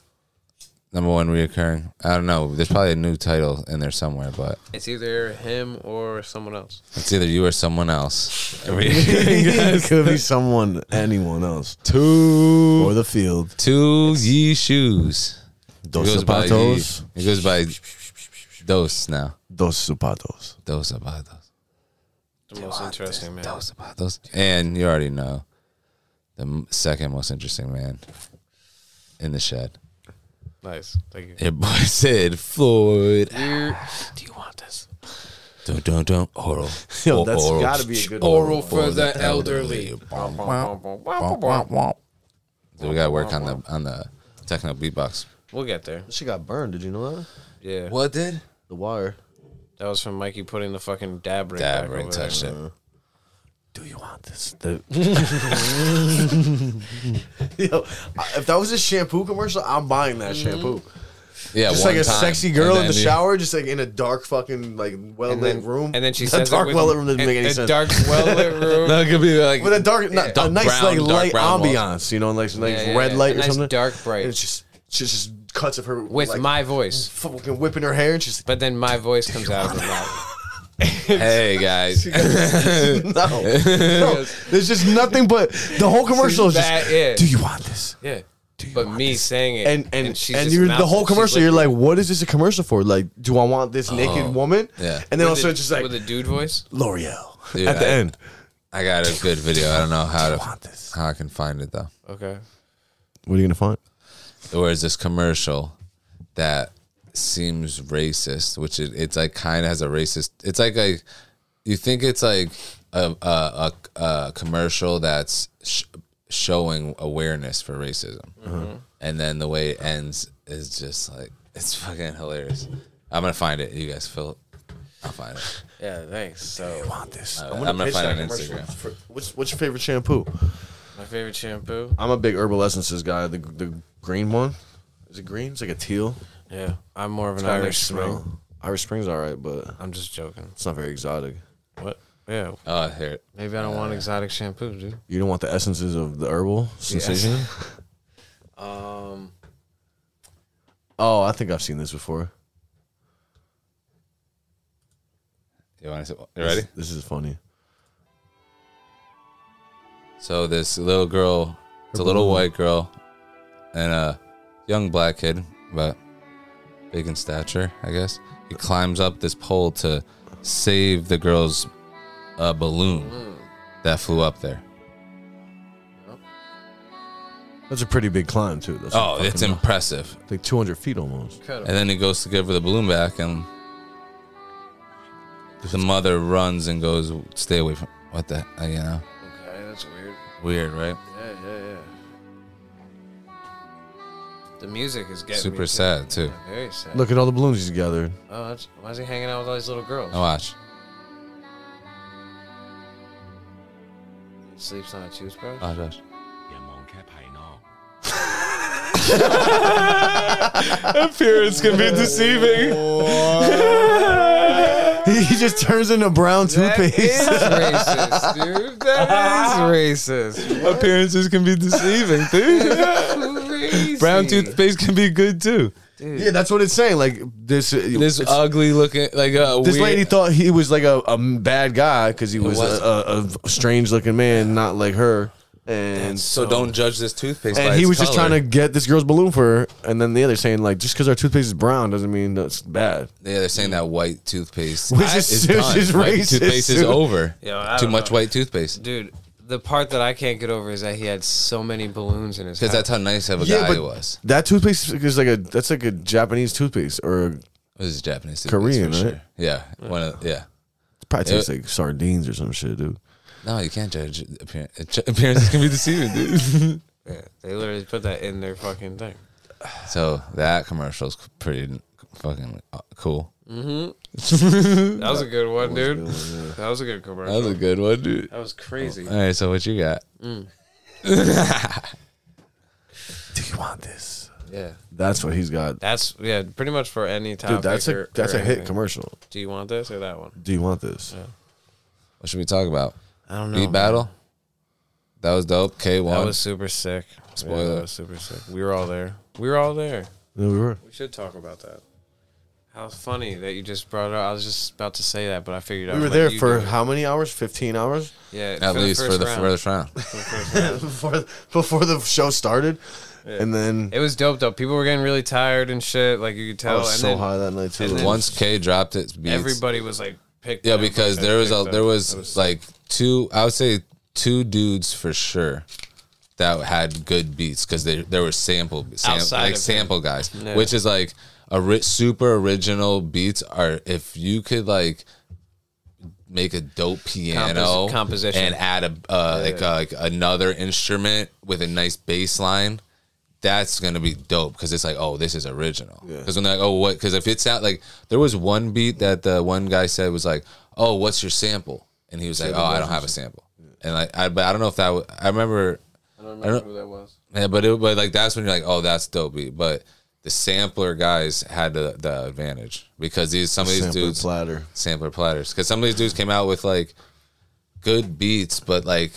[SPEAKER 2] number one reoccurring. I don't know. There's probably a new title in there somewhere, but
[SPEAKER 3] It's either him or someone else.
[SPEAKER 2] it's either you or someone else.
[SPEAKER 1] it could be someone, anyone else.
[SPEAKER 2] two,
[SPEAKER 1] Or the field.
[SPEAKER 2] two ye shoes. It
[SPEAKER 1] Dos
[SPEAKER 2] goes by ye.
[SPEAKER 1] zapatos.
[SPEAKER 2] It goes by dos now.
[SPEAKER 1] Dos zapatos.
[SPEAKER 2] Dos zapatos.
[SPEAKER 3] The most interesting man.
[SPEAKER 2] Dos zapatos. And you already know the m- second most interesting man in the shed.
[SPEAKER 3] Nice. Thank you.
[SPEAKER 2] Your boy said Floyd.
[SPEAKER 3] Do you want this?
[SPEAKER 2] Dun dun dun. Oral.
[SPEAKER 1] Yo,
[SPEAKER 2] Or-
[SPEAKER 1] that's
[SPEAKER 2] oral.
[SPEAKER 1] gotta be a good
[SPEAKER 3] Oral
[SPEAKER 1] one.
[SPEAKER 3] for the elderly.
[SPEAKER 2] So we gotta work on the on the techno beatbox.
[SPEAKER 3] We'll get there.
[SPEAKER 1] She got burned. Did you know that?
[SPEAKER 3] Yeah.
[SPEAKER 2] What did?
[SPEAKER 1] The wire.
[SPEAKER 3] That was from Mikey putting the fucking dab ring.
[SPEAKER 2] Dab
[SPEAKER 3] back
[SPEAKER 2] ring
[SPEAKER 3] over there.
[SPEAKER 2] touched it.
[SPEAKER 1] Do you want this? Yo, I- if that was a shampoo commercial, I'm buying that shampoo.
[SPEAKER 3] Mm.
[SPEAKER 2] Yeah,
[SPEAKER 1] Just
[SPEAKER 2] one
[SPEAKER 1] like a
[SPEAKER 2] time.
[SPEAKER 1] sexy girl
[SPEAKER 2] And
[SPEAKER 1] in the
[SPEAKER 2] then you-
[SPEAKER 1] shower, just like in a dark fucking like well
[SPEAKER 3] And then,
[SPEAKER 1] lit room.
[SPEAKER 3] and then she
[SPEAKER 1] That
[SPEAKER 3] says
[SPEAKER 1] dark
[SPEAKER 3] it
[SPEAKER 1] well
[SPEAKER 3] with,
[SPEAKER 1] lit room doesn't make any
[SPEAKER 3] a
[SPEAKER 1] sense.
[SPEAKER 3] dark well lit room.
[SPEAKER 2] No, it could be like
[SPEAKER 1] With a dark, not,
[SPEAKER 2] Dark
[SPEAKER 1] a nice
[SPEAKER 2] brown-
[SPEAKER 1] like
[SPEAKER 2] dark
[SPEAKER 1] light
[SPEAKER 2] brown walls.
[SPEAKER 1] ambiance, you know, like, like
[SPEAKER 3] Yeah, yeah,
[SPEAKER 1] red
[SPEAKER 3] yeah.
[SPEAKER 1] light
[SPEAKER 3] A
[SPEAKER 1] or
[SPEAKER 3] nice
[SPEAKER 1] something.
[SPEAKER 3] dark bright.
[SPEAKER 1] And It's just she's just cuts of her
[SPEAKER 3] with
[SPEAKER 1] like,
[SPEAKER 3] my voice.
[SPEAKER 1] fucking whipping her hair and she's
[SPEAKER 3] But then my voice comes out of her mouth.
[SPEAKER 2] hey guys.
[SPEAKER 1] like, no, no. There's just nothing but the whole commercial is just.
[SPEAKER 3] That, yeah.
[SPEAKER 1] Do you want this?
[SPEAKER 3] yeah. But me saying it.
[SPEAKER 1] and and
[SPEAKER 3] she's
[SPEAKER 1] and
[SPEAKER 3] just
[SPEAKER 1] you're the
[SPEAKER 3] mouthing-
[SPEAKER 1] whole
[SPEAKER 3] she's Oh,
[SPEAKER 1] commercial. You're like, what is this a commercial for? Like, do I want this naked woman?
[SPEAKER 2] Yeah.
[SPEAKER 1] And then
[SPEAKER 3] with
[SPEAKER 1] also
[SPEAKER 3] a-
[SPEAKER 1] it's just like
[SPEAKER 3] With a dude voice?
[SPEAKER 1] L'Oreal
[SPEAKER 2] Dude,
[SPEAKER 1] at the
[SPEAKER 2] I-
[SPEAKER 1] end.
[SPEAKER 2] I got a good video. I don't know how to
[SPEAKER 1] Want this?
[SPEAKER 2] how I can find it though.
[SPEAKER 3] Okay.
[SPEAKER 1] What are you gonna find?
[SPEAKER 2] There was this commercial that seems racist, which it, it's like kind of has a racist. It's like a you think it's like a a, a, a commercial that's sh- showing awareness for racism, and then the way it ends is just like it's fucking hilarious. I'm gonna find it. You guys feel? I'll find it.
[SPEAKER 3] Yeah, thanks. So
[SPEAKER 1] Want this?
[SPEAKER 2] I'm gonna,
[SPEAKER 1] pitch
[SPEAKER 2] find
[SPEAKER 1] that
[SPEAKER 2] it on
[SPEAKER 1] commercial
[SPEAKER 2] Instagram.
[SPEAKER 1] for- what's what's your favorite shampoo?
[SPEAKER 3] my favorite shampoo.
[SPEAKER 1] I'm a big herbal essences guy. The the green one. Is it green? It's like a teal.
[SPEAKER 3] Yeah. I'm more of an
[SPEAKER 1] Got a
[SPEAKER 3] Irish
[SPEAKER 1] nice
[SPEAKER 3] spring.
[SPEAKER 1] Irish Spring's all right, but
[SPEAKER 3] I'm just joking.
[SPEAKER 1] it's not very exotic.
[SPEAKER 3] What? Yeah.
[SPEAKER 2] Oh, here. it-
[SPEAKER 3] Maybe I don't want exotic shampoo, dude.
[SPEAKER 1] You don't want the essences of the herbal sensation.
[SPEAKER 3] Um,
[SPEAKER 1] Oh, I think I've seen this before.
[SPEAKER 2] You want to? You ready?
[SPEAKER 1] This is funny.
[SPEAKER 2] So this little girl, it's a little white girl, and a young black kid, but big in stature, I guess. He climbs up this pole to save the girl's uh, balloon that flew up there.
[SPEAKER 1] That's a pretty big climb too. That's
[SPEAKER 2] Oh, it's
[SPEAKER 1] fucking-
[SPEAKER 2] impressive!
[SPEAKER 1] like 200 feet almost.
[SPEAKER 3] cut
[SPEAKER 2] And then he goes to give her the balloon back, and the mother runs and goes, "Stay away from what the you know."
[SPEAKER 3] Okay, that's weird.
[SPEAKER 2] Weird, right?
[SPEAKER 3] Yeah, yeah, yeah. The music is getting me
[SPEAKER 2] Super
[SPEAKER 3] too.
[SPEAKER 2] sad too.
[SPEAKER 3] Very sad.
[SPEAKER 1] Look at all the balloons he's gathered.
[SPEAKER 3] Oh, that's, why is he hanging out with all these little girls?
[SPEAKER 2] Now watch.
[SPEAKER 3] He sleeps on a toothbrush.
[SPEAKER 2] Watch, watch.
[SPEAKER 7] Appearance can be deceiving.
[SPEAKER 1] He just turns into brown toothpaste.
[SPEAKER 3] racist, dude. That is racist.
[SPEAKER 7] Appearances can be deceiving, dude.
[SPEAKER 3] Crazy.
[SPEAKER 7] Brown toothpaste can be good too.
[SPEAKER 1] yeah, that's what it's saying. Like this,
[SPEAKER 7] This
[SPEAKER 1] this,
[SPEAKER 7] ugly looking, like a weird,
[SPEAKER 1] lady thought he was like a, a bad guy because he was
[SPEAKER 2] wasn't.
[SPEAKER 1] a, a, strange looking man, not like her. And
[SPEAKER 2] So don't judge this toothpaste.
[SPEAKER 1] and
[SPEAKER 2] by
[SPEAKER 1] he
[SPEAKER 2] its
[SPEAKER 1] was just
[SPEAKER 2] color.
[SPEAKER 1] trying to get this girl's balloon for her. And then the other saying like, just because our toothpaste is brown doesn't mean that's bad.
[SPEAKER 2] Yeah, they're saying that white toothpaste
[SPEAKER 1] Which is- which is
[SPEAKER 2] White
[SPEAKER 1] racist,
[SPEAKER 2] toothpaste is
[SPEAKER 1] dude.
[SPEAKER 2] over.
[SPEAKER 3] Yo, I
[SPEAKER 2] Too
[SPEAKER 3] don't
[SPEAKER 2] much
[SPEAKER 3] know.
[SPEAKER 2] white toothpaste.
[SPEAKER 3] dude. The part that I can't get over is that he had so many balloons in his
[SPEAKER 2] Because
[SPEAKER 3] house.
[SPEAKER 2] that's how nice of a
[SPEAKER 1] Yeah,
[SPEAKER 2] guy
[SPEAKER 1] but
[SPEAKER 2] he was.
[SPEAKER 1] That toothpaste is like a that's like a Japanese toothpaste or
[SPEAKER 2] This is Japanese toothpaste.
[SPEAKER 1] Korean,
[SPEAKER 2] for
[SPEAKER 1] right?
[SPEAKER 2] sure. Yeah. One of, yeah.
[SPEAKER 1] probably tastes like sardines or some shit, dude.
[SPEAKER 2] No, you can't judge appear- appearances can be deceiving, dude.
[SPEAKER 3] yeah, they literally put that in their fucking thing.
[SPEAKER 2] So that commercial's pretty fucking uh, cool.
[SPEAKER 3] That was a good one, dude. That was a good commercial.
[SPEAKER 2] That was a Oh, good one, dude.
[SPEAKER 3] That was crazy.
[SPEAKER 2] All right, so what you got?
[SPEAKER 1] Do you want this?
[SPEAKER 3] Yeah,
[SPEAKER 1] That's what he's got.
[SPEAKER 3] that's yeah, pretty much for any topic.
[SPEAKER 1] Dude, that's
[SPEAKER 3] or-
[SPEAKER 1] a that's
[SPEAKER 3] or
[SPEAKER 1] a hit
[SPEAKER 3] anything.
[SPEAKER 1] commercial.
[SPEAKER 3] Do you want this or that one?
[SPEAKER 1] Do you want this?
[SPEAKER 2] What should we talk about?
[SPEAKER 3] I don't
[SPEAKER 2] Beat battle. That was dope. K
[SPEAKER 3] That
[SPEAKER 2] one.
[SPEAKER 3] was super sick. Spoiler.
[SPEAKER 2] Spoiler.
[SPEAKER 3] that was super sick. We were all there. We were all there.
[SPEAKER 1] Yeah, we were.
[SPEAKER 3] We should talk about that. How funny that you just brought it up. I was just about to say that, but I figured out.
[SPEAKER 1] We were
[SPEAKER 3] like,
[SPEAKER 1] there
[SPEAKER 3] you
[SPEAKER 1] for
[SPEAKER 3] do it.
[SPEAKER 1] how many hours? Fifteen hours
[SPEAKER 3] yeah,
[SPEAKER 2] At least for the
[SPEAKER 3] first round.
[SPEAKER 2] first round.
[SPEAKER 3] For the first round.
[SPEAKER 1] before before the show started, and then
[SPEAKER 3] It was dope though. People were getting really tired and shit. Like you could
[SPEAKER 1] I
[SPEAKER 3] tell.
[SPEAKER 1] was
[SPEAKER 3] and
[SPEAKER 1] so
[SPEAKER 3] then
[SPEAKER 1] high that night too.
[SPEAKER 3] and then-
[SPEAKER 2] Once K dropped it, beats.
[SPEAKER 3] Everybody was like picked.
[SPEAKER 2] Yeah,
[SPEAKER 3] up,
[SPEAKER 2] because
[SPEAKER 3] like,
[SPEAKER 2] there was a
[SPEAKER 3] picked up.
[SPEAKER 2] there was, like two. I would say two dudes for sure that had good beats because they there were sample sam,
[SPEAKER 3] Outside
[SPEAKER 2] like
[SPEAKER 3] of
[SPEAKER 2] sample guys, which is like a ri- super original beats are if you could like make a dope piano
[SPEAKER 3] Compos- composition.
[SPEAKER 2] and add a uh, like uh, like another instrument with a nice bass line that's gonna be dope because it's like, oh, this is original. Because when they're like, oh, what? Because if it's out, like, there was one beat that the one guy said was like, oh, what's your sample? And he was like, oh, I don't have a sample. And like, I but I don't know if that. wa- I remember,
[SPEAKER 3] I don't remember who that was.
[SPEAKER 2] yeah, but it, but like that's when you're like, oh, that's dope beat. But the sampler guys had the, the advantage because these some of these
[SPEAKER 1] Sample
[SPEAKER 2] dudes
[SPEAKER 1] platter.
[SPEAKER 2] sampler platters because some of these dudes came out with like good beats, but like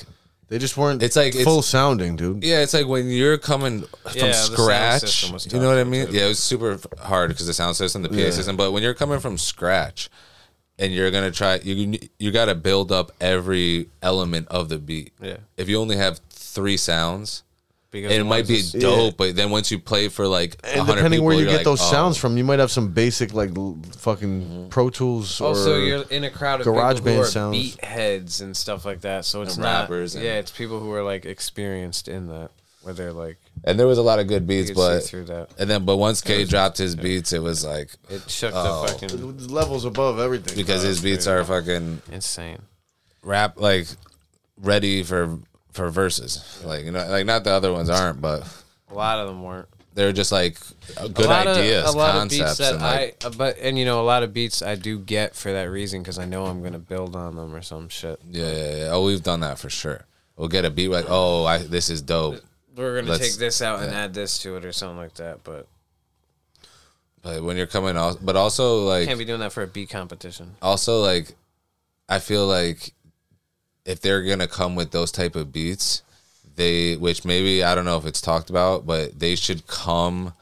[SPEAKER 1] They just weren't.
[SPEAKER 2] It's like- it's-
[SPEAKER 1] full sounding, dude.
[SPEAKER 2] yeah, it's like when you're coming from
[SPEAKER 3] Yeah, the sound
[SPEAKER 2] scratch.
[SPEAKER 3] system was
[SPEAKER 2] You know what I
[SPEAKER 3] tough,
[SPEAKER 2] mean? Yeah, it was super hard because the sound system, the PA
[SPEAKER 1] Yeah.
[SPEAKER 2] system. But when you're coming from scratch, and you're gonna try, you you got to build up every element of the beat.
[SPEAKER 3] Yeah.
[SPEAKER 2] If you only have three sounds,
[SPEAKER 3] Because
[SPEAKER 2] it might be
[SPEAKER 3] one's just-
[SPEAKER 2] dope. But then once you play for like,
[SPEAKER 1] And
[SPEAKER 2] 100
[SPEAKER 1] depending where
[SPEAKER 2] people,
[SPEAKER 1] you
[SPEAKER 2] you're
[SPEAKER 1] get
[SPEAKER 2] like,
[SPEAKER 1] those
[SPEAKER 2] oh. Mm-hmm.
[SPEAKER 1] sounds from, you might have some basic like l- fucking Pro Tools.
[SPEAKER 2] Oh,
[SPEAKER 3] Also,
[SPEAKER 1] or,
[SPEAKER 3] you're in a crowd of
[SPEAKER 1] Garage
[SPEAKER 3] people who
[SPEAKER 1] band
[SPEAKER 3] are
[SPEAKER 1] sounds.
[SPEAKER 3] beat heads and stuff like that. So it's
[SPEAKER 2] And
[SPEAKER 3] not
[SPEAKER 2] rappers and-
[SPEAKER 3] yeah, it's people who are like experienced in that, where they're like
[SPEAKER 2] and there was a lot of good beats,
[SPEAKER 3] could see
[SPEAKER 2] but
[SPEAKER 3] through that.
[SPEAKER 2] and then but once K dropped his beats, it was like
[SPEAKER 3] it shook
[SPEAKER 2] Oh.
[SPEAKER 3] the fucking
[SPEAKER 1] The levels above everything.
[SPEAKER 2] because
[SPEAKER 3] Oh,
[SPEAKER 2] his beats are fucking
[SPEAKER 3] insane.
[SPEAKER 2] rap like ready for for verses. Like you know, like not the other ones aren't, but
[SPEAKER 3] A lot of them weren't.
[SPEAKER 2] they're just like uh, good
[SPEAKER 3] a lot
[SPEAKER 2] ideas,
[SPEAKER 3] of, a lot
[SPEAKER 2] concepts,
[SPEAKER 3] of beats that
[SPEAKER 2] and like
[SPEAKER 3] I but and you know a lot of beats I do get for that reason because I know I'm gonna build on them or some shit.
[SPEAKER 2] yeah, yeah, yeah. Oh, we've done that for sure. We'll get a beat like, oh, I, this is dope.
[SPEAKER 3] We're gonna
[SPEAKER 2] Let's-
[SPEAKER 3] take this out and
[SPEAKER 2] yeah.
[SPEAKER 3] add this to it or something like that. But
[SPEAKER 2] But when you're coming off, but also like
[SPEAKER 3] can't be doing that for a beat competition.
[SPEAKER 2] also like I feel like if they're gonna come with those type of beats, they which maybe I don't know if it's talked about, but they should come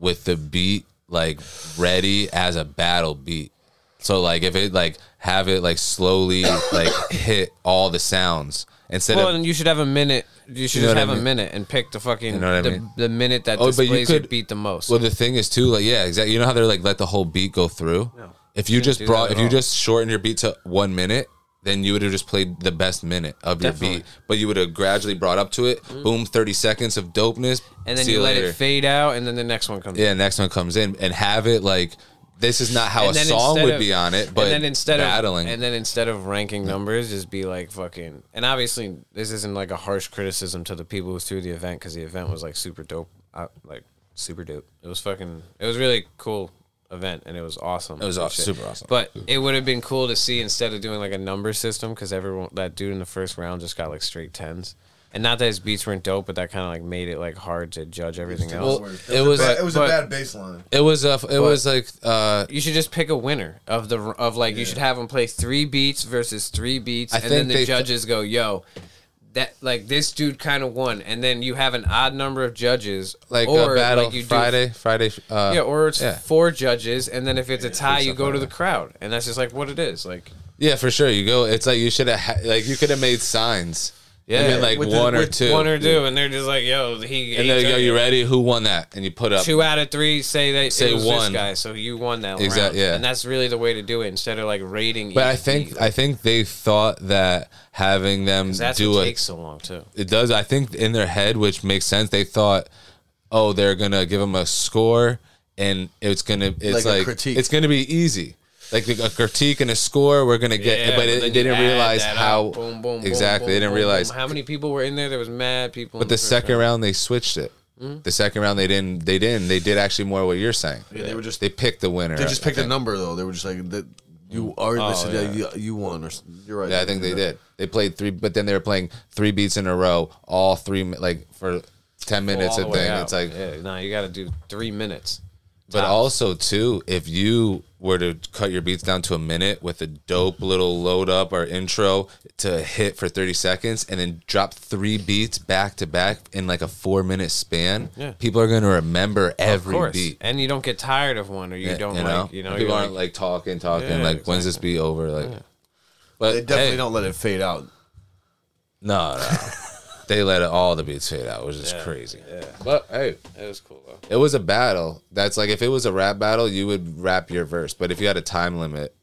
[SPEAKER 2] with the beat like ready as a battle beat. So like if it like have it like slowly like hit all the sounds instead
[SPEAKER 3] Well,
[SPEAKER 2] of
[SPEAKER 3] and you should have a minute. You should
[SPEAKER 2] You know what
[SPEAKER 3] just
[SPEAKER 2] I
[SPEAKER 3] have
[SPEAKER 2] mean?
[SPEAKER 3] a minute and pick the fucking
[SPEAKER 2] know what I
[SPEAKER 3] the,
[SPEAKER 2] mean?
[SPEAKER 3] the minute that
[SPEAKER 2] Oh, but you
[SPEAKER 3] displays your
[SPEAKER 2] could-
[SPEAKER 3] beat the most.
[SPEAKER 2] Well, the thing is too, like yeah, exactly. You know how they're like let the whole beat go through. If you
[SPEAKER 3] can't
[SPEAKER 2] just
[SPEAKER 3] do
[SPEAKER 2] brought,
[SPEAKER 3] that at
[SPEAKER 2] if you
[SPEAKER 3] all.
[SPEAKER 2] just shortened your beat to one minute, then you would have just played the best minute of your
[SPEAKER 3] Definitely. Mm-hmm.
[SPEAKER 2] beat. But you would have gradually brought up to it. Boom, thirty seconds of dopeness,
[SPEAKER 3] and then
[SPEAKER 2] See
[SPEAKER 3] you let
[SPEAKER 2] later.
[SPEAKER 3] it fade out, and then the next one comes.
[SPEAKER 2] Yeah, next one comes in and have it like this is not how
[SPEAKER 3] And
[SPEAKER 2] a
[SPEAKER 3] then
[SPEAKER 2] song
[SPEAKER 3] instead
[SPEAKER 2] would
[SPEAKER 3] of-
[SPEAKER 2] be on it, but
[SPEAKER 3] and then instead
[SPEAKER 2] battling.
[SPEAKER 3] of and then instead of ranking numbers, just be like fucking. And obviously, this isn't uh, like a harsh criticism to the people who threw the event because the event was like super dope. I, like super dope. It was fucking. It was really cool event, and it was awesome.
[SPEAKER 2] It was
[SPEAKER 3] and
[SPEAKER 2] aw-
[SPEAKER 3] shit.
[SPEAKER 2] super awesome.
[SPEAKER 3] But it would have been cool to see instead of doing like a number system because everyone that dude in the first round just got like straight tens. And not that his beats weren't dope, but that kind of like made it like hard to judge everything else.
[SPEAKER 2] Well,
[SPEAKER 1] It
[SPEAKER 2] it
[SPEAKER 1] was,
[SPEAKER 2] was
[SPEAKER 1] a, bad, it was
[SPEAKER 3] but-
[SPEAKER 1] a bad baseline.
[SPEAKER 2] it was a it was like uh
[SPEAKER 3] you should just pick a winner of the of like you should have them play three beats versus three beats,
[SPEAKER 2] I
[SPEAKER 3] and then
[SPEAKER 2] think
[SPEAKER 3] the
[SPEAKER 2] they-
[SPEAKER 3] judges go, "Yo, that like this dude kind of won," and then you have an odd number of judges,
[SPEAKER 2] like
[SPEAKER 3] or
[SPEAKER 2] a battle
[SPEAKER 3] like you do-
[SPEAKER 2] Friday Friday uh
[SPEAKER 3] yeah, or it's
[SPEAKER 2] yeah.
[SPEAKER 3] four judges, and then if it's a tie, you
[SPEAKER 2] something
[SPEAKER 3] go to
[SPEAKER 2] like
[SPEAKER 3] the crowd, and that's just like what it is, like
[SPEAKER 2] yeah for sure you go it's like you should have ha- like you could have made signs
[SPEAKER 3] yeah,
[SPEAKER 2] and like
[SPEAKER 1] the-
[SPEAKER 2] one or
[SPEAKER 1] with
[SPEAKER 2] two
[SPEAKER 3] one or two, and they're just like, "Yo, he,"
[SPEAKER 2] and
[SPEAKER 3] he
[SPEAKER 2] they
[SPEAKER 3] took
[SPEAKER 2] go you
[SPEAKER 3] it."
[SPEAKER 2] ready who won that and you put up
[SPEAKER 3] Two out of three say they
[SPEAKER 2] Say
[SPEAKER 3] it was
[SPEAKER 2] one.
[SPEAKER 3] this guy, so you won that
[SPEAKER 2] Exact-
[SPEAKER 3] round.
[SPEAKER 2] yeah.
[SPEAKER 3] and that's really the way to do it instead of like rating.
[SPEAKER 2] but I
[SPEAKER 3] each beat.
[SPEAKER 2] think I think they thought that having them
[SPEAKER 3] that's
[SPEAKER 2] do
[SPEAKER 3] what
[SPEAKER 2] a
[SPEAKER 3] takes so long too.
[SPEAKER 2] it does. I think in their head, which makes sense, they thought, oh, they're gonna give him a score, and it's gonna
[SPEAKER 1] Like
[SPEAKER 2] it's
[SPEAKER 1] a
[SPEAKER 2] like,
[SPEAKER 1] critique.
[SPEAKER 2] it's gonna be easy, like a critique and a score. We're gonna get,
[SPEAKER 3] Yeah,
[SPEAKER 2] but it,
[SPEAKER 3] then
[SPEAKER 2] they
[SPEAKER 3] you
[SPEAKER 2] didn't
[SPEAKER 3] add
[SPEAKER 2] realize
[SPEAKER 3] that
[SPEAKER 2] how
[SPEAKER 3] up. Boom, boom, boom,
[SPEAKER 2] exactly.
[SPEAKER 3] boom,
[SPEAKER 2] they didn't
[SPEAKER 3] boom,
[SPEAKER 2] realize.
[SPEAKER 3] boom. how many people were in there. There was mad people. in
[SPEAKER 2] But the
[SPEAKER 3] first
[SPEAKER 2] second
[SPEAKER 3] round.
[SPEAKER 2] round, they switched it.
[SPEAKER 3] Hmm?
[SPEAKER 2] The second round, they didn't. They didn't. They did actually more what you're saying.
[SPEAKER 1] Yeah, they were just-
[SPEAKER 2] They picked the winner.
[SPEAKER 1] They just
[SPEAKER 2] I
[SPEAKER 1] picked a
[SPEAKER 2] think.
[SPEAKER 1] number though. They were just like that. You are listed. yeah, You, you won. Or s- you're right.
[SPEAKER 2] Oh, Yeah, I think they did. They played three, but then they were playing three beats in a row, all three mi- like for ten
[SPEAKER 3] Go
[SPEAKER 2] minutes
[SPEAKER 3] all the
[SPEAKER 2] a
[SPEAKER 3] way
[SPEAKER 2] thing.
[SPEAKER 3] out.
[SPEAKER 2] It's like
[SPEAKER 3] yeah, nah, you got to do three minutes.
[SPEAKER 2] But
[SPEAKER 3] Tops.
[SPEAKER 2] also too, if you were to cut your beats down to a minute with a dope little load up or intro to a hit for thirty seconds, and then drop three beats back to back in like a four minute span,
[SPEAKER 3] Yeah.
[SPEAKER 2] people are going to remember
[SPEAKER 3] of
[SPEAKER 2] every
[SPEAKER 3] course,
[SPEAKER 2] beat.
[SPEAKER 3] and you don't get tired of one, or you don't like, you know,
[SPEAKER 2] people
[SPEAKER 3] you're
[SPEAKER 2] aren't like talking, talking.
[SPEAKER 3] Yeah,
[SPEAKER 2] like when's this beat over? Like, but
[SPEAKER 1] They definitely
[SPEAKER 2] hey,
[SPEAKER 1] don't let it fade out.
[SPEAKER 2] No, no, they let all the beats fade out, which is crazy. But hey,
[SPEAKER 3] it was cool though.
[SPEAKER 2] it was a battle. That's like if it was a rap battle, you would rap your verse. But if you had a time limit,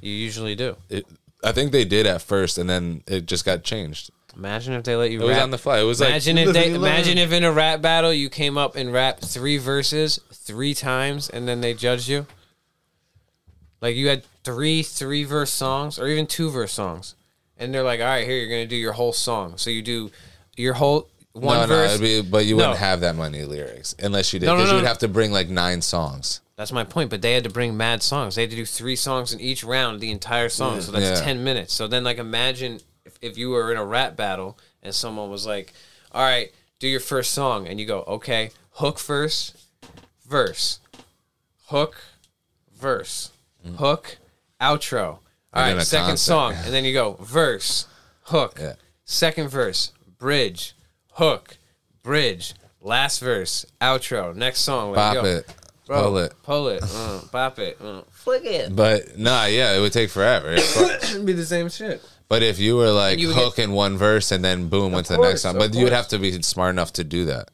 [SPEAKER 3] You usually do.
[SPEAKER 2] it, I think they did at first, and then it just got changed.
[SPEAKER 3] Imagine if they let you.
[SPEAKER 2] It was
[SPEAKER 3] rap.
[SPEAKER 2] on the fly. It was like
[SPEAKER 3] Imagine if
[SPEAKER 1] live
[SPEAKER 3] they.
[SPEAKER 1] and you learn.
[SPEAKER 3] Imagine if in a rap battle you came up and rapped three verses three times, and then they judged you. Like you had three three verse songs, or even two verse songs, and they're like, "All right, here you're gonna do your whole song." So you do your whole one
[SPEAKER 2] no, no,
[SPEAKER 3] verse.
[SPEAKER 2] it'd be, but you
[SPEAKER 3] No.
[SPEAKER 2] wouldn't have that many lyrics unless you did,
[SPEAKER 3] No, no,
[SPEAKER 2] because
[SPEAKER 3] no.
[SPEAKER 2] you'd have to bring like nine songs.
[SPEAKER 3] That's my point. But they had to bring mad songs. They had to do three songs in each round, the entire song. So that's
[SPEAKER 2] Yeah.
[SPEAKER 3] ten minutes. So then, like, imagine if, if you were in a rap battle and someone was like, "All right, do your first song," and you go, "Okay, hook first, verse, hook, verse, hook, outro.
[SPEAKER 2] Mm.
[SPEAKER 3] All
[SPEAKER 2] And then
[SPEAKER 3] right,
[SPEAKER 2] a
[SPEAKER 3] second
[SPEAKER 2] concert.
[SPEAKER 3] song, and then you go verse, hook,
[SPEAKER 2] Yeah.
[SPEAKER 3] second verse, bridge, hook, bridge." Last verse, outro, next song. Like,
[SPEAKER 2] Pop
[SPEAKER 3] yo,
[SPEAKER 2] it,
[SPEAKER 3] Bro,
[SPEAKER 2] pull it.
[SPEAKER 3] Pull it. Uh, bop it. Uh.
[SPEAKER 2] But nah, yeah, it would take forever.
[SPEAKER 3] It'd be the same shit.
[SPEAKER 2] but if you were like
[SPEAKER 3] you would
[SPEAKER 2] hook in one verse and then boom went to the next
[SPEAKER 3] course,
[SPEAKER 2] song,
[SPEAKER 3] of
[SPEAKER 2] but you would
[SPEAKER 3] course.
[SPEAKER 2] have to be smart enough to do that.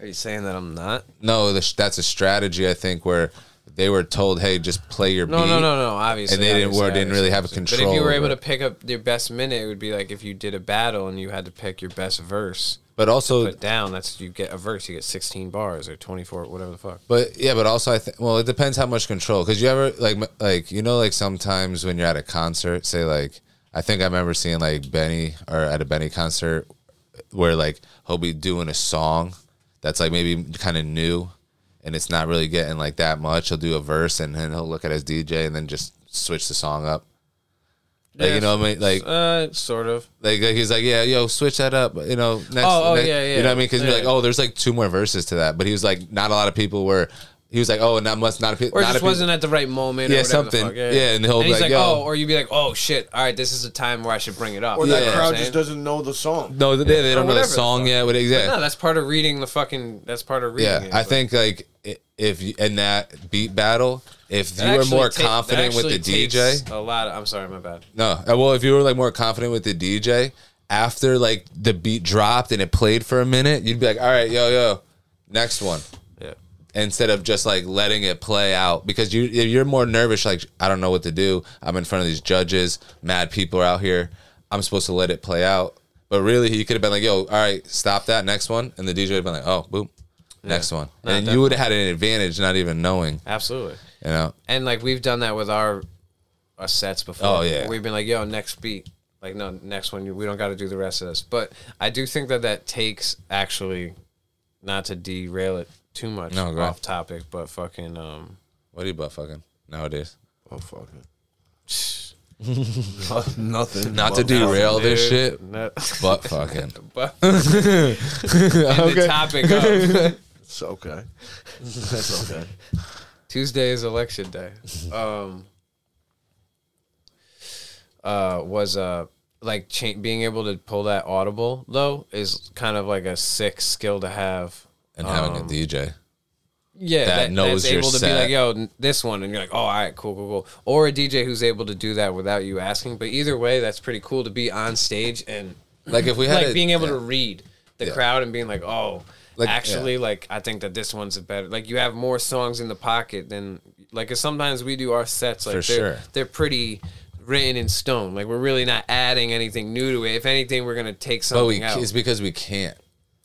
[SPEAKER 3] Are you saying that I'm not?
[SPEAKER 2] No, the, that's a strategy I think where they were told, hey, just play your
[SPEAKER 3] No,
[SPEAKER 2] beat.
[SPEAKER 3] no, no, no. Obviously,
[SPEAKER 2] And they didn't,
[SPEAKER 3] obviously,
[SPEAKER 2] were, didn't
[SPEAKER 3] obviously.
[SPEAKER 2] really have a
[SPEAKER 3] But
[SPEAKER 2] control.
[SPEAKER 3] if you were
[SPEAKER 2] over
[SPEAKER 3] able
[SPEAKER 2] it.
[SPEAKER 3] to pick up your best minute, it would be like if you did a battle and you had to pick your best verse.
[SPEAKER 2] but also
[SPEAKER 3] But down, that's you get a verse, you get 16 bars or 24, whatever the fuck.
[SPEAKER 2] But yeah, but also I think well, it depends how much control. Because you ever like m- like you know like sometimes when you're at a concert, say like I think I remember seeing like Benny or at a Benny concert where like he'll be doing a song that's like maybe kind of new and it's not really getting like that much. He'll do a verse and then he'll look at his DJ and then just switch the song up. Like you know what I mean? Like
[SPEAKER 3] Uh, sort of.
[SPEAKER 2] like, like he's like, yeah, yo, switch that up. You know, next,
[SPEAKER 3] Oh, oh,
[SPEAKER 2] next-
[SPEAKER 3] yeah, yeah.
[SPEAKER 2] You know what I mean? Because you're
[SPEAKER 3] Yeah.
[SPEAKER 2] like, oh, there's like two more verses to that. But he was like, not a lot of people were. He was like, oh, not much, not a pe-
[SPEAKER 3] Or
[SPEAKER 2] not a
[SPEAKER 3] just
[SPEAKER 2] pe-
[SPEAKER 3] wasn't at the right moment.
[SPEAKER 2] Yeah,
[SPEAKER 3] or whatever the
[SPEAKER 2] something.
[SPEAKER 3] fuck,
[SPEAKER 2] Yeah, and he'll be
[SPEAKER 3] he's
[SPEAKER 2] like,
[SPEAKER 3] like,
[SPEAKER 2] yo.
[SPEAKER 3] oh, or you'd be like, oh shit, all right, this is a time where I should bring it up.
[SPEAKER 1] Or
[SPEAKER 3] You know
[SPEAKER 1] that
[SPEAKER 3] what I'm
[SPEAKER 1] crowd
[SPEAKER 3] saying?
[SPEAKER 1] just doesn't know the song.
[SPEAKER 2] No, they, they don't know the
[SPEAKER 3] whatever the
[SPEAKER 2] song
[SPEAKER 3] fuck.
[SPEAKER 2] yet. What exactly?
[SPEAKER 3] No, that's part of reading the fucking. That's part of reading.
[SPEAKER 2] Yeah,
[SPEAKER 3] it,
[SPEAKER 2] I
[SPEAKER 3] but-
[SPEAKER 2] think like i- if you, in that beat battle, if
[SPEAKER 3] That
[SPEAKER 2] you were
[SPEAKER 3] actually
[SPEAKER 2] more
[SPEAKER 3] ta- that
[SPEAKER 2] confident with the
[SPEAKER 3] actually
[SPEAKER 2] DJ,
[SPEAKER 3] takes A lot. Of, I'm sorry, my bad.
[SPEAKER 2] No. Uh, Well, if you were like more confident with the DJ after like the beat dropped and it played for a minute, you'd be like, "All right, yo, yo, next one."
[SPEAKER 3] Yeah.
[SPEAKER 2] Instead of just like letting it play out because you if you're more nervous. Like I don't know what to do. I'm in front of these judges. Mad people are out here. I'm supposed to let it play out. But really, he could have been like, "Yo, all right, stop that. Next one." And the DJ would have been like, "Oh, boom, next one."
[SPEAKER 3] No,
[SPEAKER 2] and you would have had an advantage, not even knowing.
[SPEAKER 3] Absolutely.
[SPEAKER 2] You know.
[SPEAKER 3] And like we've done that with our, our sets before.
[SPEAKER 2] Oh, yeah.
[SPEAKER 3] We've been like, yo, next beat. Like no, next one. We don't got to do the rest of this. But I do think that that takes actually not to derail it too much
[SPEAKER 2] No, go
[SPEAKER 3] off
[SPEAKER 2] ahead.
[SPEAKER 3] topic, but fucking um
[SPEAKER 2] What do you butt fucking nowadays?
[SPEAKER 9] Oh fuck it. Nothing.
[SPEAKER 2] Not to derail this shit,
[SPEAKER 3] no,
[SPEAKER 2] butt fucking.
[SPEAKER 3] but and the topic of
[SPEAKER 9] It's okay. That's okay.
[SPEAKER 3] Tuesday is election day. Um, uh, was uh like cha- being able to pull that audible though is kind of like a sick skill to have.
[SPEAKER 2] And having
[SPEAKER 9] Um,
[SPEAKER 2] a DJ.
[SPEAKER 3] Yeah,
[SPEAKER 2] that
[SPEAKER 3] that,
[SPEAKER 2] knows
[SPEAKER 3] that's
[SPEAKER 2] your
[SPEAKER 3] able to be
[SPEAKER 2] set.
[SPEAKER 3] like, yo, n- this one, and you're like, oh, all right, cool, cool, cool. Or a DJ who's able to do that without you asking. But either way, that's pretty cool to be on stage and
[SPEAKER 2] Like if we had
[SPEAKER 3] like
[SPEAKER 2] a-
[SPEAKER 3] being able
[SPEAKER 2] yeah.
[SPEAKER 3] to read the
[SPEAKER 2] Yeah.
[SPEAKER 3] crowd and being like, oh,
[SPEAKER 2] Like,
[SPEAKER 3] actually,
[SPEAKER 2] yeah.
[SPEAKER 3] like I think that this one's a better. Like you have more songs in the pocket than like. 'cause sometimes we do our sets like
[SPEAKER 2] For
[SPEAKER 3] they're
[SPEAKER 2] sure.
[SPEAKER 3] they're pretty written in stone. Like we're really not adding anything new to it. If anything, we're gonna take
[SPEAKER 2] But
[SPEAKER 3] something
[SPEAKER 2] we
[SPEAKER 3] out.
[SPEAKER 2] it's because we can't.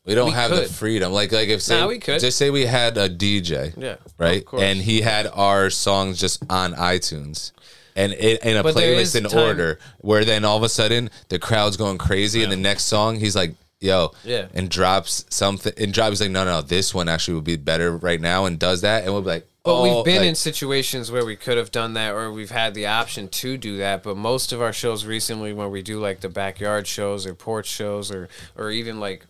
[SPEAKER 2] We don't
[SPEAKER 3] We
[SPEAKER 2] have
[SPEAKER 3] could.
[SPEAKER 2] the freedom. Like like if say
[SPEAKER 3] Nah, we could.
[SPEAKER 2] just say we had a DJ.
[SPEAKER 3] Yeah,
[SPEAKER 2] Right?
[SPEAKER 3] of course.
[SPEAKER 2] And he had our songs just on iTunes. And it, in a
[SPEAKER 3] But there is
[SPEAKER 2] playlist in
[SPEAKER 3] time-
[SPEAKER 2] order, where then all of a sudden the crowd's going crazy, and the next song he's like, "Yo,"
[SPEAKER 3] Yeah.
[SPEAKER 2] and drops something, and drops like, "No, no, this one actually would be better right now," and does that, and we'll be like,
[SPEAKER 3] But
[SPEAKER 2] oh,
[SPEAKER 3] we've been
[SPEAKER 2] like-
[SPEAKER 3] in situations where we could have done that or we've had the option to do that. But most of our shows recently, when we do like the backyard shows or porch shows or, or even like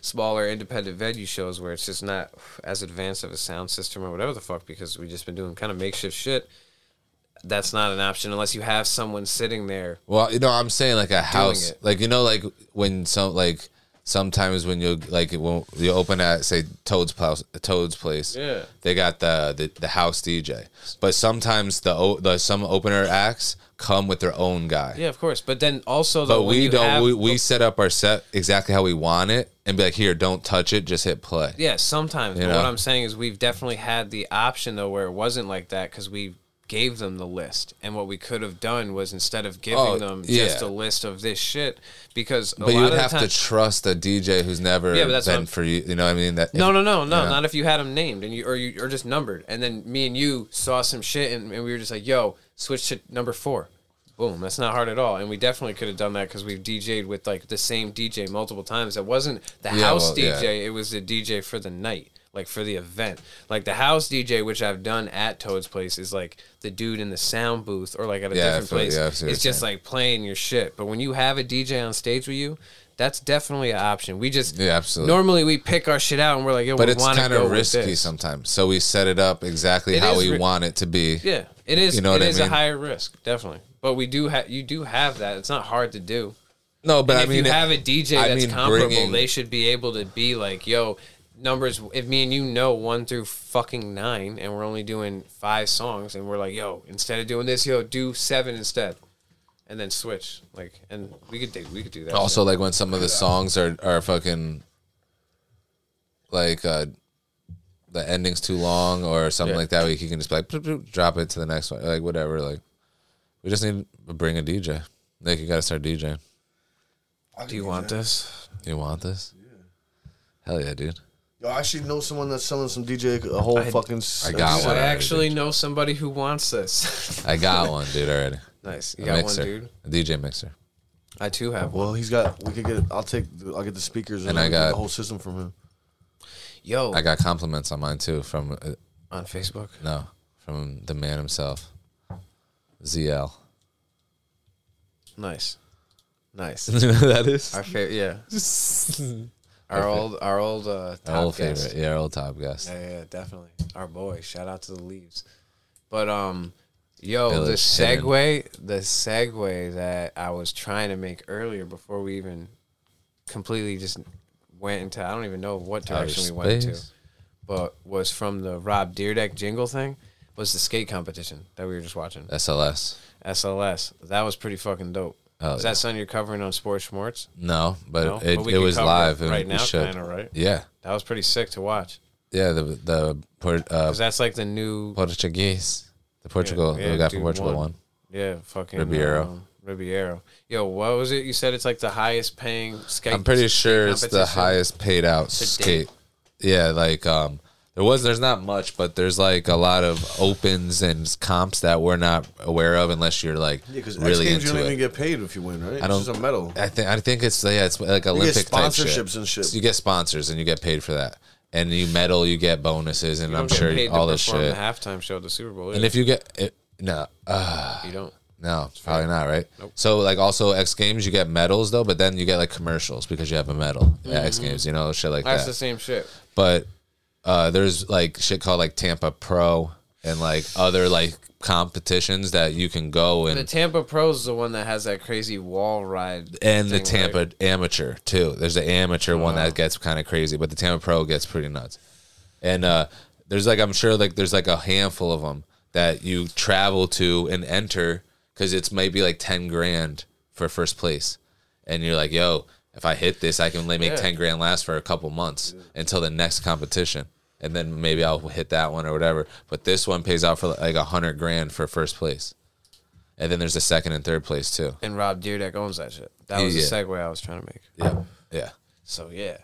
[SPEAKER 3] smaller independent venue shows where it's just not as advanced of a sound system or whatever the fuck, because we've just been doing kind of makeshift shit. That's not an option unless you have someone sitting there.
[SPEAKER 2] Well, you know, I'm saying like a house,
[SPEAKER 3] it.
[SPEAKER 2] like you know, like when some like sometimes when you like when you open at say Toad's place, Toad's place,
[SPEAKER 3] Yeah.
[SPEAKER 2] they got the, the the house DJ, but sometimes the o- the some opener acts come with their own guy.
[SPEAKER 3] Yeah, of course. But then also, though,
[SPEAKER 2] But
[SPEAKER 3] when
[SPEAKER 2] we
[SPEAKER 3] you
[SPEAKER 2] don't.
[SPEAKER 3] have-
[SPEAKER 2] we, we set up our set exactly how we want it, and be like, "Here, don't touch it. Just hit play."
[SPEAKER 3] Yeah, sometimes.
[SPEAKER 2] You
[SPEAKER 3] but what
[SPEAKER 2] know?
[SPEAKER 3] I'm saying is we've definitely had the option though where it wasn't like that because we gave them the list, and what we could have done was instead of giving
[SPEAKER 2] Oh,
[SPEAKER 3] them just
[SPEAKER 2] yeah.
[SPEAKER 3] a list of this shit, because a
[SPEAKER 2] But you
[SPEAKER 3] lot
[SPEAKER 2] would
[SPEAKER 3] of
[SPEAKER 2] have to
[SPEAKER 3] the time,
[SPEAKER 2] trust a DJ who's never
[SPEAKER 3] Yeah, but that's what
[SPEAKER 2] been
[SPEAKER 3] I'm-
[SPEAKER 2] for you. You know what I mean? That
[SPEAKER 3] no, no, no, no,
[SPEAKER 2] Yeah.
[SPEAKER 3] not if you had them named and you or you or just numbered, and then me and you saw some shit, and, and we were just like, yo, switch to number four. Boom, that's not hard at all, and we definitely could have done that because we've DJ'd with like the same DJ multiple times. It wasn't the
[SPEAKER 2] Yeah,
[SPEAKER 3] house
[SPEAKER 2] well, yeah.
[SPEAKER 3] DJ; it was the DJ for the night, like for the event. Like the house DJ, which I've done at Toad's place, is like the dude in the sound booth or like at a
[SPEAKER 2] Yeah, I
[SPEAKER 3] different
[SPEAKER 2] feel-
[SPEAKER 3] place.
[SPEAKER 2] yeah, I see what
[SPEAKER 3] it's
[SPEAKER 2] you're
[SPEAKER 3] just
[SPEAKER 2] saying.
[SPEAKER 3] like playing your shit. But when you have a DJ on stage with you, that's definitely an option. We just
[SPEAKER 2] Yeah, absolutely.
[SPEAKER 3] Normally we pick our shit out and we're like, yo,
[SPEAKER 2] But
[SPEAKER 3] we
[SPEAKER 2] it's
[SPEAKER 3] wanna
[SPEAKER 2] kind
[SPEAKER 3] go
[SPEAKER 2] of
[SPEAKER 3] with
[SPEAKER 2] risky
[SPEAKER 3] this.
[SPEAKER 2] sometimes. So we set it up exactly
[SPEAKER 3] It
[SPEAKER 2] how
[SPEAKER 3] is
[SPEAKER 2] we
[SPEAKER 3] ri-
[SPEAKER 2] want it to be.
[SPEAKER 3] Yeah, it is.
[SPEAKER 2] You know what
[SPEAKER 3] it
[SPEAKER 2] I
[SPEAKER 3] is
[SPEAKER 2] mean?
[SPEAKER 3] a higher risk, definitely. But we do have you do have that. It's not hard to do.
[SPEAKER 2] No, but
[SPEAKER 3] And
[SPEAKER 2] I
[SPEAKER 3] if
[SPEAKER 2] mean,
[SPEAKER 3] you have a DJ
[SPEAKER 2] I
[SPEAKER 3] that's
[SPEAKER 2] mean,
[SPEAKER 3] comparable,
[SPEAKER 2] bringing-
[SPEAKER 3] they should be able to be like, yo, numbers. If me and you know one through fucking nine, and we're only doing five songs, and we're like, yo, instead of doing this, yo, do seven instead, and then switch. Like, and we could do, we could do that.
[SPEAKER 2] also like when some of the songs are are fucking like uh the ending's too long or something like that. We can just be like bloop, bloop, drop it to the next one, like whatever. Like we just need to bring a DJ. Like you got to start DJing.
[SPEAKER 3] do you want this?
[SPEAKER 2] You want this? Yeah. Hell yeah, dude.
[SPEAKER 1] Yo, I actually know someone that's selling some DJ a whole fucking. s-
[SPEAKER 2] I got
[SPEAKER 3] Dude,
[SPEAKER 2] one.
[SPEAKER 3] I
[SPEAKER 2] already.
[SPEAKER 3] actually know somebody who wants this.
[SPEAKER 2] I got one, dude. Already.
[SPEAKER 3] nice, you
[SPEAKER 2] A
[SPEAKER 3] got
[SPEAKER 2] mixer,
[SPEAKER 3] one, dude.
[SPEAKER 2] a DJ mixer.
[SPEAKER 3] I too have one.
[SPEAKER 1] Well, he's got. We could get. I'll take. the- I'll get the speakers and,
[SPEAKER 2] And
[SPEAKER 1] I
[SPEAKER 2] I
[SPEAKER 1] will get
[SPEAKER 2] got-
[SPEAKER 1] the whole system from him.
[SPEAKER 3] Yo,
[SPEAKER 2] I got compliments on mine too from uh,
[SPEAKER 3] on Facebook.
[SPEAKER 2] no from the man himself, ZL.
[SPEAKER 3] Nice, nice.
[SPEAKER 2] you know who that is?
[SPEAKER 3] Our favorite, yeah. our old, our old, uh, top
[SPEAKER 2] Our old
[SPEAKER 3] guest.
[SPEAKER 2] favorite, yeah, our old top guest.
[SPEAKER 3] Yeah, yeah, definitely. Our boy. Shout out to the leaves. But um, yo, the
[SPEAKER 2] Village Hidden.
[SPEAKER 3] segue, the segue that I was trying to make earlier before we even completely just went into I don't even know what
[SPEAKER 2] Outer
[SPEAKER 3] direction we went into,
[SPEAKER 2] space.
[SPEAKER 3] but was from the Rob Deerdeck jingle thing. Was the skate competition that we were just watching?
[SPEAKER 2] Uh, SLS.
[SPEAKER 3] SLS. That was pretty fucking dope.
[SPEAKER 2] Oh,
[SPEAKER 3] Is
[SPEAKER 2] yeah.
[SPEAKER 3] that something you're covering on Sports Schmorts?
[SPEAKER 2] No, but
[SPEAKER 3] No?
[SPEAKER 2] it,
[SPEAKER 3] But we
[SPEAKER 2] it
[SPEAKER 3] can
[SPEAKER 2] was
[SPEAKER 3] cover it
[SPEAKER 2] live and
[SPEAKER 3] right
[SPEAKER 2] we
[SPEAKER 3] now,
[SPEAKER 2] should.
[SPEAKER 3] kinda, right?
[SPEAKER 2] Yeah,
[SPEAKER 3] That was pretty sick to watch.
[SPEAKER 2] yeah. The the Port, uh,
[SPEAKER 3] Cause that's like the new
[SPEAKER 2] Portuguese, the Portugal
[SPEAKER 3] Yeah,
[SPEAKER 2] we got
[SPEAKER 3] dude,
[SPEAKER 2] from Portugal
[SPEAKER 3] one.
[SPEAKER 2] one.
[SPEAKER 3] Yeah, fucking
[SPEAKER 2] Ribeiro.
[SPEAKER 3] um, Ribeiro. Yo, what was it? You said it's like the highest paying skate.
[SPEAKER 2] I'm pretty
[SPEAKER 3] skate
[SPEAKER 2] sure it's the
[SPEAKER 3] competition.
[SPEAKER 2] highest paid out
[SPEAKER 3] date.
[SPEAKER 2] skate. Yeah, like um, There was there's not much, but there's like a lot of opens and comps that we're not aware of unless you're like
[SPEAKER 9] Yeah, because
[SPEAKER 2] really
[SPEAKER 9] X Games you
[SPEAKER 2] into
[SPEAKER 9] don't even
[SPEAKER 2] it.
[SPEAKER 9] get paid if you win, right?
[SPEAKER 2] I don't.
[SPEAKER 9] It's just a medal.
[SPEAKER 2] I think I think it's yeah, it's like
[SPEAKER 9] get
[SPEAKER 2] Olympic type
[SPEAKER 9] sponsorships
[SPEAKER 2] shit.
[SPEAKER 9] and shit.
[SPEAKER 2] So you get sponsors and you get paid for that, and you medal, you get bonuses, and
[SPEAKER 3] You
[SPEAKER 2] I'm
[SPEAKER 3] don't get
[SPEAKER 2] sure
[SPEAKER 3] paid to
[SPEAKER 2] all this
[SPEAKER 3] perform
[SPEAKER 2] shit.
[SPEAKER 3] The halftime show at the Super Bowl.
[SPEAKER 2] And
[SPEAKER 3] either.
[SPEAKER 2] if you get it, no, uh,
[SPEAKER 3] you don't,
[SPEAKER 2] no, probably not, right? So like also X Games, you get medals though, but then you get like commercials because you have a medal at X Games, you know, shit like
[SPEAKER 3] Mm-hmm. that's
[SPEAKER 2] that
[SPEAKER 3] the same shit.
[SPEAKER 2] but uh, there's like shit called like Tampa Pro and like other like competitions that you can go
[SPEAKER 3] The
[SPEAKER 2] and
[SPEAKER 3] Tampa Pro's the one that has that crazy wall ride.
[SPEAKER 2] and the
[SPEAKER 3] thing,
[SPEAKER 2] Tampa
[SPEAKER 3] right?
[SPEAKER 2] amateur too. There's the amateur one that gets kind of crazy, but the Tampa Pro gets pretty nuts. And uh, there's like I'm sure like there's like a handful of them that you travel to and enter because it's maybe like ten grand for first place, and you're like, yo, if I hit this, I can like, make ten grand last for a couple months until the next competition. And then maybe I'll hit that one or whatever. But this one pays out for like a hundred grand for first place. And then there's a second and third place too.
[SPEAKER 3] and Rob Deerdeck owns that shit. That was the
[SPEAKER 2] Yeah.
[SPEAKER 3] segue I was trying to make.
[SPEAKER 2] Yeah. Yeah.
[SPEAKER 3] So yeah,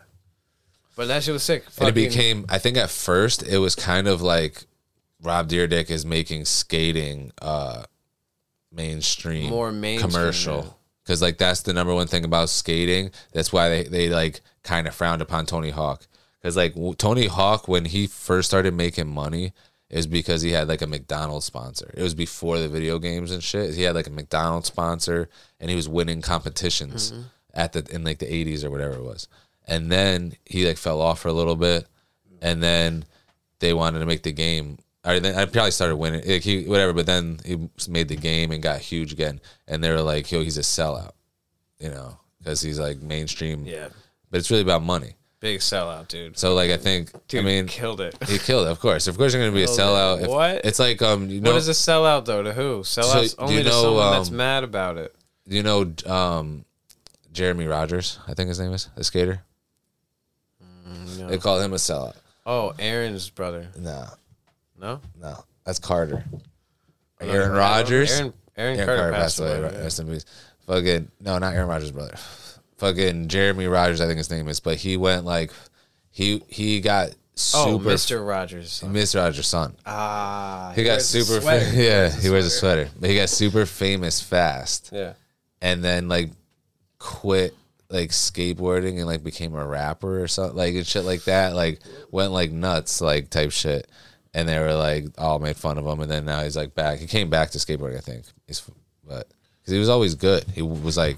[SPEAKER 3] but that shit was sick.
[SPEAKER 2] and it
[SPEAKER 3] Fucking-
[SPEAKER 2] became i think at first it was kind of like rob deerdick is making skating uh mainstream
[SPEAKER 3] More mainstream, yeah.
[SPEAKER 2] commercial because like that's the number one thing about skating that's why they, they like kind of frowned upon tony hawk because like w- tony hawk when he first started making money is because he had like a mcdonald's sponsor it was before the video games and shit he had like a mcdonald's sponsor and he was winning competitions
[SPEAKER 3] Mm-hmm.
[SPEAKER 2] at the in like the 80s or whatever it was and then he like fell off for a little bit and then they wanted to make the game. Or then I probably started winning, like he, whatever. But then he made the game and got huge again. And they were like, "Yo, he's a sellout," you know, because he's like mainstream.
[SPEAKER 3] yeah,
[SPEAKER 2] But it's really about money.
[SPEAKER 3] big sellout, dude.
[SPEAKER 2] So like, I think
[SPEAKER 3] Dude,
[SPEAKER 2] I mean,
[SPEAKER 3] killed it.
[SPEAKER 2] he killed. it, Of course, of course, you're gonna be a
[SPEAKER 3] Killed it.
[SPEAKER 2] sellout. If-
[SPEAKER 3] What?
[SPEAKER 2] It's like um, you know,
[SPEAKER 3] What is a sellout though? To who? Sellouts
[SPEAKER 2] do
[SPEAKER 3] only
[SPEAKER 2] you
[SPEAKER 3] to
[SPEAKER 2] know,
[SPEAKER 3] someone that's
[SPEAKER 2] um,
[SPEAKER 3] mad about it.
[SPEAKER 2] you know, um, Jeremy Rogers, I think his name is the skater.
[SPEAKER 3] Mm,
[SPEAKER 2] They call him a sellout.
[SPEAKER 3] Oh, Aaron's brother.
[SPEAKER 2] No,
[SPEAKER 3] No,
[SPEAKER 2] no, that's Carter. Aaron Rodgers.
[SPEAKER 3] Aaron, Aaron,
[SPEAKER 2] Aaron
[SPEAKER 3] Carter, passed away.
[SPEAKER 2] right? Rest in peace. Fucking no, not Aaron Rodgers' brother. Fucking Jeremy Rogers, I think his name is. But he went like he he got super
[SPEAKER 3] Oh, Mr. Rogers.
[SPEAKER 2] Mr. Rogers' son.
[SPEAKER 3] Ah,
[SPEAKER 2] he got
[SPEAKER 3] wears a
[SPEAKER 2] super fa-
[SPEAKER 3] sweater.
[SPEAKER 2] yeah. He wears a sweater, but he got super famous fast,
[SPEAKER 3] Yeah.
[SPEAKER 2] and then like quit like skateboarding and like became a rapper or something like and shit like that. Like went like nuts like type shit. And they were like all made fun of him, and then now he's like back. He came back to skateboarding, I think. He's but because he was always good. He was like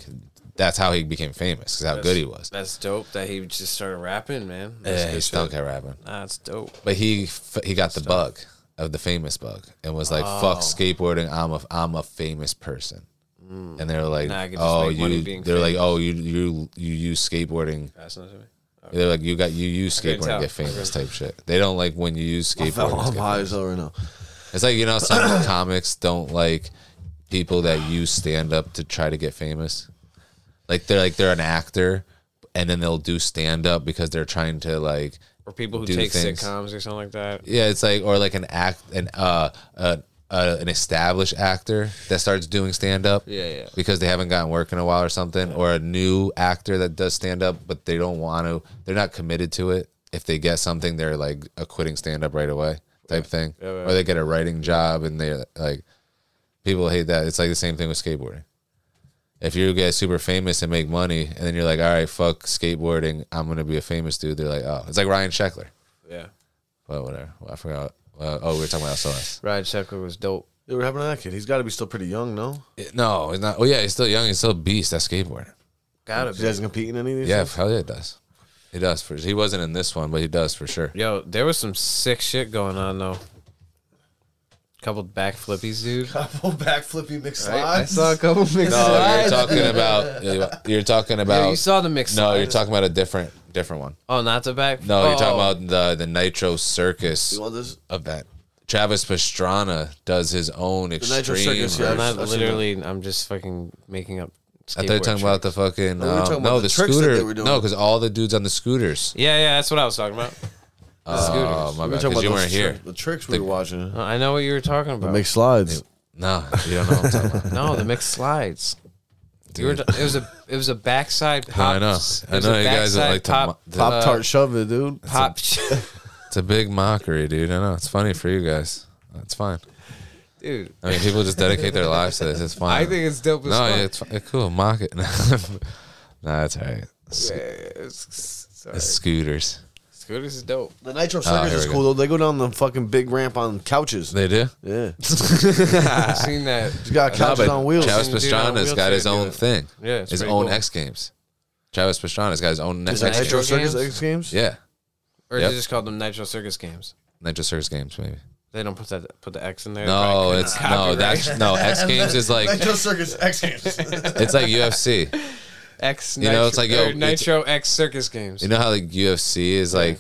[SPEAKER 2] that's how he became famous. Cause how good he was.
[SPEAKER 3] That's dope that he just started rapping, man. That's
[SPEAKER 2] Yeah,
[SPEAKER 3] good
[SPEAKER 2] he
[SPEAKER 3] shit.
[SPEAKER 2] stunk at rapping.
[SPEAKER 3] That's dope.
[SPEAKER 2] But he f- he got the bug of the famous bug and was like,
[SPEAKER 3] Oh.
[SPEAKER 2] "Fuck skateboarding. I'm a I'm a famous person." And they were like,
[SPEAKER 3] Nah, Mm. I could just
[SPEAKER 2] "Oh,
[SPEAKER 3] make money
[SPEAKER 2] you."
[SPEAKER 3] being
[SPEAKER 2] They're like, "Oh, you you you use skateboarding."
[SPEAKER 3] That's not to me.
[SPEAKER 2] They're like, "You got you use
[SPEAKER 3] Oh. couldn't
[SPEAKER 2] skateboarding to
[SPEAKER 3] tell.
[SPEAKER 2] get famous." Type shit. They don't like when you use skateboarding. to
[SPEAKER 9] I'm
[SPEAKER 2] get
[SPEAKER 9] high as hell right now.
[SPEAKER 2] it's like you know some comics don't like people that use stand up to try to get famous. Like they're like they're an actor, and then they'll do stand up because they're trying to like.
[SPEAKER 3] Or people who
[SPEAKER 2] do
[SPEAKER 3] take
[SPEAKER 2] things.
[SPEAKER 3] sitcoms or something like that.
[SPEAKER 2] Yeah, it's like or like an act an uh, uh, uh an established actor that starts doing stand up.
[SPEAKER 3] Yeah, yeah.
[SPEAKER 2] Because they haven't gotten work in a while or something, or a new actor that does stand up, but they don't want to. They're not committed to it. If they get something, they're like uh, quitting stand up right away type thing, or they get a writing job and they're like, people hate that. It's like the same thing with skateboarding. If you get super famous and make money, and then you're like, all right, fuck skateboarding, I'm gonna be a famous dude. They're like, oh, it's like Ryan Sheckler.
[SPEAKER 3] Yeah.
[SPEAKER 2] Well, whatever. Well, I forgot. Uh, oh, we were talking about SOS.
[SPEAKER 3] Ryan Sheckler was dope.
[SPEAKER 9] Dude, what happened to that kid? He's got to be still pretty young, no?
[SPEAKER 2] No, he's not. Oh, yeah, he's still young. He's still a beast at skateboarding.
[SPEAKER 3] Gotta
[SPEAKER 9] He
[SPEAKER 3] be.
[SPEAKER 9] doesn't compete in any of these.
[SPEAKER 2] Yeah,
[SPEAKER 9] things?
[SPEAKER 2] hell yeah, it does. He does for. He wasn't in this one, but he does for sure.
[SPEAKER 3] Yo, there was some sick shit going on though. Couple backflippies, dude.
[SPEAKER 1] Couple backflippy mix
[SPEAKER 3] Right? I saw a couple mixed
[SPEAKER 2] No, you're
[SPEAKER 3] slides.
[SPEAKER 2] talking about. You're talking about.
[SPEAKER 3] Yeah, you saw the mixed
[SPEAKER 2] no, you're
[SPEAKER 3] slides.
[SPEAKER 2] talking about a different, different one.
[SPEAKER 3] Oh, not the back.
[SPEAKER 2] No,
[SPEAKER 3] Oh.
[SPEAKER 2] you're talking about the the Nitro Circus
[SPEAKER 9] You want this?
[SPEAKER 2] event. Travis Pastrana does his own extreme.
[SPEAKER 9] Nitro Circus, yeah.
[SPEAKER 3] I'm
[SPEAKER 9] I've-
[SPEAKER 3] not
[SPEAKER 9] I've seen
[SPEAKER 3] literally. I'm just fucking making up.
[SPEAKER 2] I thought you were talking about the fucking
[SPEAKER 9] we were
[SPEAKER 2] um,
[SPEAKER 9] talking about
[SPEAKER 2] no
[SPEAKER 9] the
[SPEAKER 2] the,
[SPEAKER 9] tricks that
[SPEAKER 2] scooter
[SPEAKER 9] they were doing.
[SPEAKER 2] no because all the dudes on the scooters.
[SPEAKER 3] Yeah, yeah, that's what I was talking about. The
[SPEAKER 2] Oh
[SPEAKER 3] scooters.
[SPEAKER 2] my
[SPEAKER 9] We
[SPEAKER 2] bad, 'cause you
[SPEAKER 9] those
[SPEAKER 2] weren't
[SPEAKER 9] tri-
[SPEAKER 2] here.
[SPEAKER 9] The tricks we were watching.
[SPEAKER 3] No, I know what you were talking about.
[SPEAKER 9] Make slides.
[SPEAKER 2] No, you don't know what I'm talking about.
[SPEAKER 3] no, the mixed slides. You were,
[SPEAKER 2] Dude.
[SPEAKER 3] t- it was a it was a backside
[SPEAKER 2] No,
[SPEAKER 3] pop.
[SPEAKER 2] I know.
[SPEAKER 3] it
[SPEAKER 2] I
[SPEAKER 3] was
[SPEAKER 2] know
[SPEAKER 3] a
[SPEAKER 2] you guys don't
[SPEAKER 3] backside
[SPEAKER 2] like to mo-
[SPEAKER 3] pop
[SPEAKER 2] to-
[SPEAKER 9] Pop Tart shove it, dude.
[SPEAKER 3] pop.
[SPEAKER 2] It's a big mockery, dude. I know. It's funny for you guys. That's fine.
[SPEAKER 3] dude.
[SPEAKER 2] I mean, people just dedicate their lives to this. It's fine.
[SPEAKER 3] I think it's dope as
[SPEAKER 2] no,
[SPEAKER 3] fuck.
[SPEAKER 2] yeah, it's fi- cool. Mock it. nah, that's all right. Sc-
[SPEAKER 3] Yeah, it's- sorry.
[SPEAKER 2] It's scooters.
[SPEAKER 3] Scooters is dope.
[SPEAKER 9] The Nitro
[SPEAKER 2] Suckers
[SPEAKER 9] Suckers
[SPEAKER 2] here is
[SPEAKER 9] is
[SPEAKER 2] we
[SPEAKER 9] cool
[SPEAKER 2] cool,
[SPEAKER 9] though. They go down the fucking big ramp on couches.
[SPEAKER 2] They do.
[SPEAKER 9] yeah,
[SPEAKER 3] I've seen that.
[SPEAKER 9] you got
[SPEAKER 2] No,
[SPEAKER 9] couches
[SPEAKER 2] but
[SPEAKER 9] on wheels.
[SPEAKER 2] Travis
[SPEAKER 3] Dude, on
[SPEAKER 2] Pastrana's
[SPEAKER 3] wheels
[SPEAKER 2] got his
[SPEAKER 3] can't do
[SPEAKER 2] own
[SPEAKER 3] it.
[SPEAKER 2] thing.
[SPEAKER 3] Yeah, it's
[SPEAKER 2] his
[SPEAKER 3] pretty
[SPEAKER 2] own
[SPEAKER 3] cool.
[SPEAKER 2] X Games. Travis Pastrana's got his own X
[SPEAKER 9] Is that
[SPEAKER 2] Games.
[SPEAKER 9] Nitro Circus
[SPEAKER 3] Games?
[SPEAKER 9] X Games?
[SPEAKER 2] Yeah,
[SPEAKER 3] Or
[SPEAKER 2] Yep.
[SPEAKER 3] they just called them Nitro Circus games.
[SPEAKER 2] Nitro Circus Games maybe.
[SPEAKER 3] They don't put that put the X in there.
[SPEAKER 2] No,
[SPEAKER 3] Probably
[SPEAKER 2] it's
[SPEAKER 3] copyright.
[SPEAKER 2] no. That's no X Games is like
[SPEAKER 1] Nitro Circus X Games.
[SPEAKER 2] it's like UFC.
[SPEAKER 3] X.
[SPEAKER 2] You know,
[SPEAKER 3] Nitro-
[SPEAKER 2] it's like, yo,
[SPEAKER 3] or
[SPEAKER 2] it's-
[SPEAKER 3] Nitro X Circus games.
[SPEAKER 2] You know how like UFC is like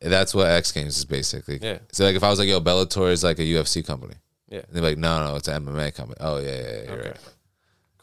[SPEAKER 2] that's what X Games is basically.
[SPEAKER 3] Yeah.
[SPEAKER 2] So like if I was like, yo, Bellator is like a UFC company.
[SPEAKER 3] Yeah.
[SPEAKER 2] And they're like, no, no, it's an MMA company. Oh yeah, yeah, yeah you're
[SPEAKER 3] Okay.
[SPEAKER 2] right.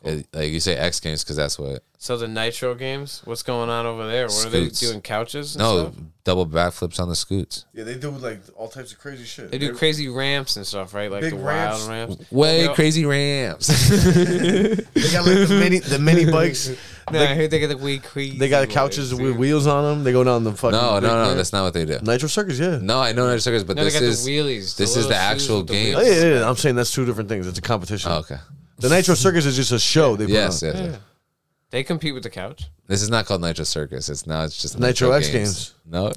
[SPEAKER 2] It- like you say X Games because that's what.
[SPEAKER 3] So the Nitro games, what's going on over there? What
[SPEAKER 2] Scoots.
[SPEAKER 3] are they doing? Couches? And
[SPEAKER 2] No,
[SPEAKER 3] stuff?
[SPEAKER 2] double backflips on the scoots.
[SPEAKER 9] Yeah, they do like all types of crazy shit.
[SPEAKER 3] they do crazy ramps and stuff, right? Like
[SPEAKER 9] Big
[SPEAKER 3] the
[SPEAKER 9] ramps.
[SPEAKER 3] wild ramps.
[SPEAKER 2] Way
[SPEAKER 3] Yo,
[SPEAKER 2] crazy ramps.
[SPEAKER 9] They got like the mini, the mini bikes.
[SPEAKER 3] Nah, I heard they got the weak crazy
[SPEAKER 9] They got
[SPEAKER 3] ones,
[SPEAKER 9] couches with
[SPEAKER 3] dude.
[SPEAKER 9] wheels on them. They go down the fucking.
[SPEAKER 2] no, no,
[SPEAKER 9] big
[SPEAKER 2] no,
[SPEAKER 9] ramp.
[SPEAKER 2] that's not what they do.
[SPEAKER 9] Nitro Circus. Yeah.
[SPEAKER 2] No, I know Nitro Circus, but
[SPEAKER 3] No,
[SPEAKER 2] this
[SPEAKER 3] they got
[SPEAKER 2] is
[SPEAKER 3] the wheelies.
[SPEAKER 2] this is
[SPEAKER 3] little
[SPEAKER 2] the
[SPEAKER 3] shoes
[SPEAKER 2] actual
[SPEAKER 3] with the
[SPEAKER 2] game.
[SPEAKER 9] Oh,
[SPEAKER 3] wheels.
[SPEAKER 9] yeah, yeah, yeah, I'm saying that's two different things. It's a competition.
[SPEAKER 2] Oh, okay.
[SPEAKER 9] The Nitro Circus is just a show. They put
[SPEAKER 2] Yes,
[SPEAKER 9] on.
[SPEAKER 2] yes, yes.
[SPEAKER 3] They compete with the couch.
[SPEAKER 2] This is not called Nitro Circus. It's now it's just
[SPEAKER 9] Nitro X Games.
[SPEAKER 2] No,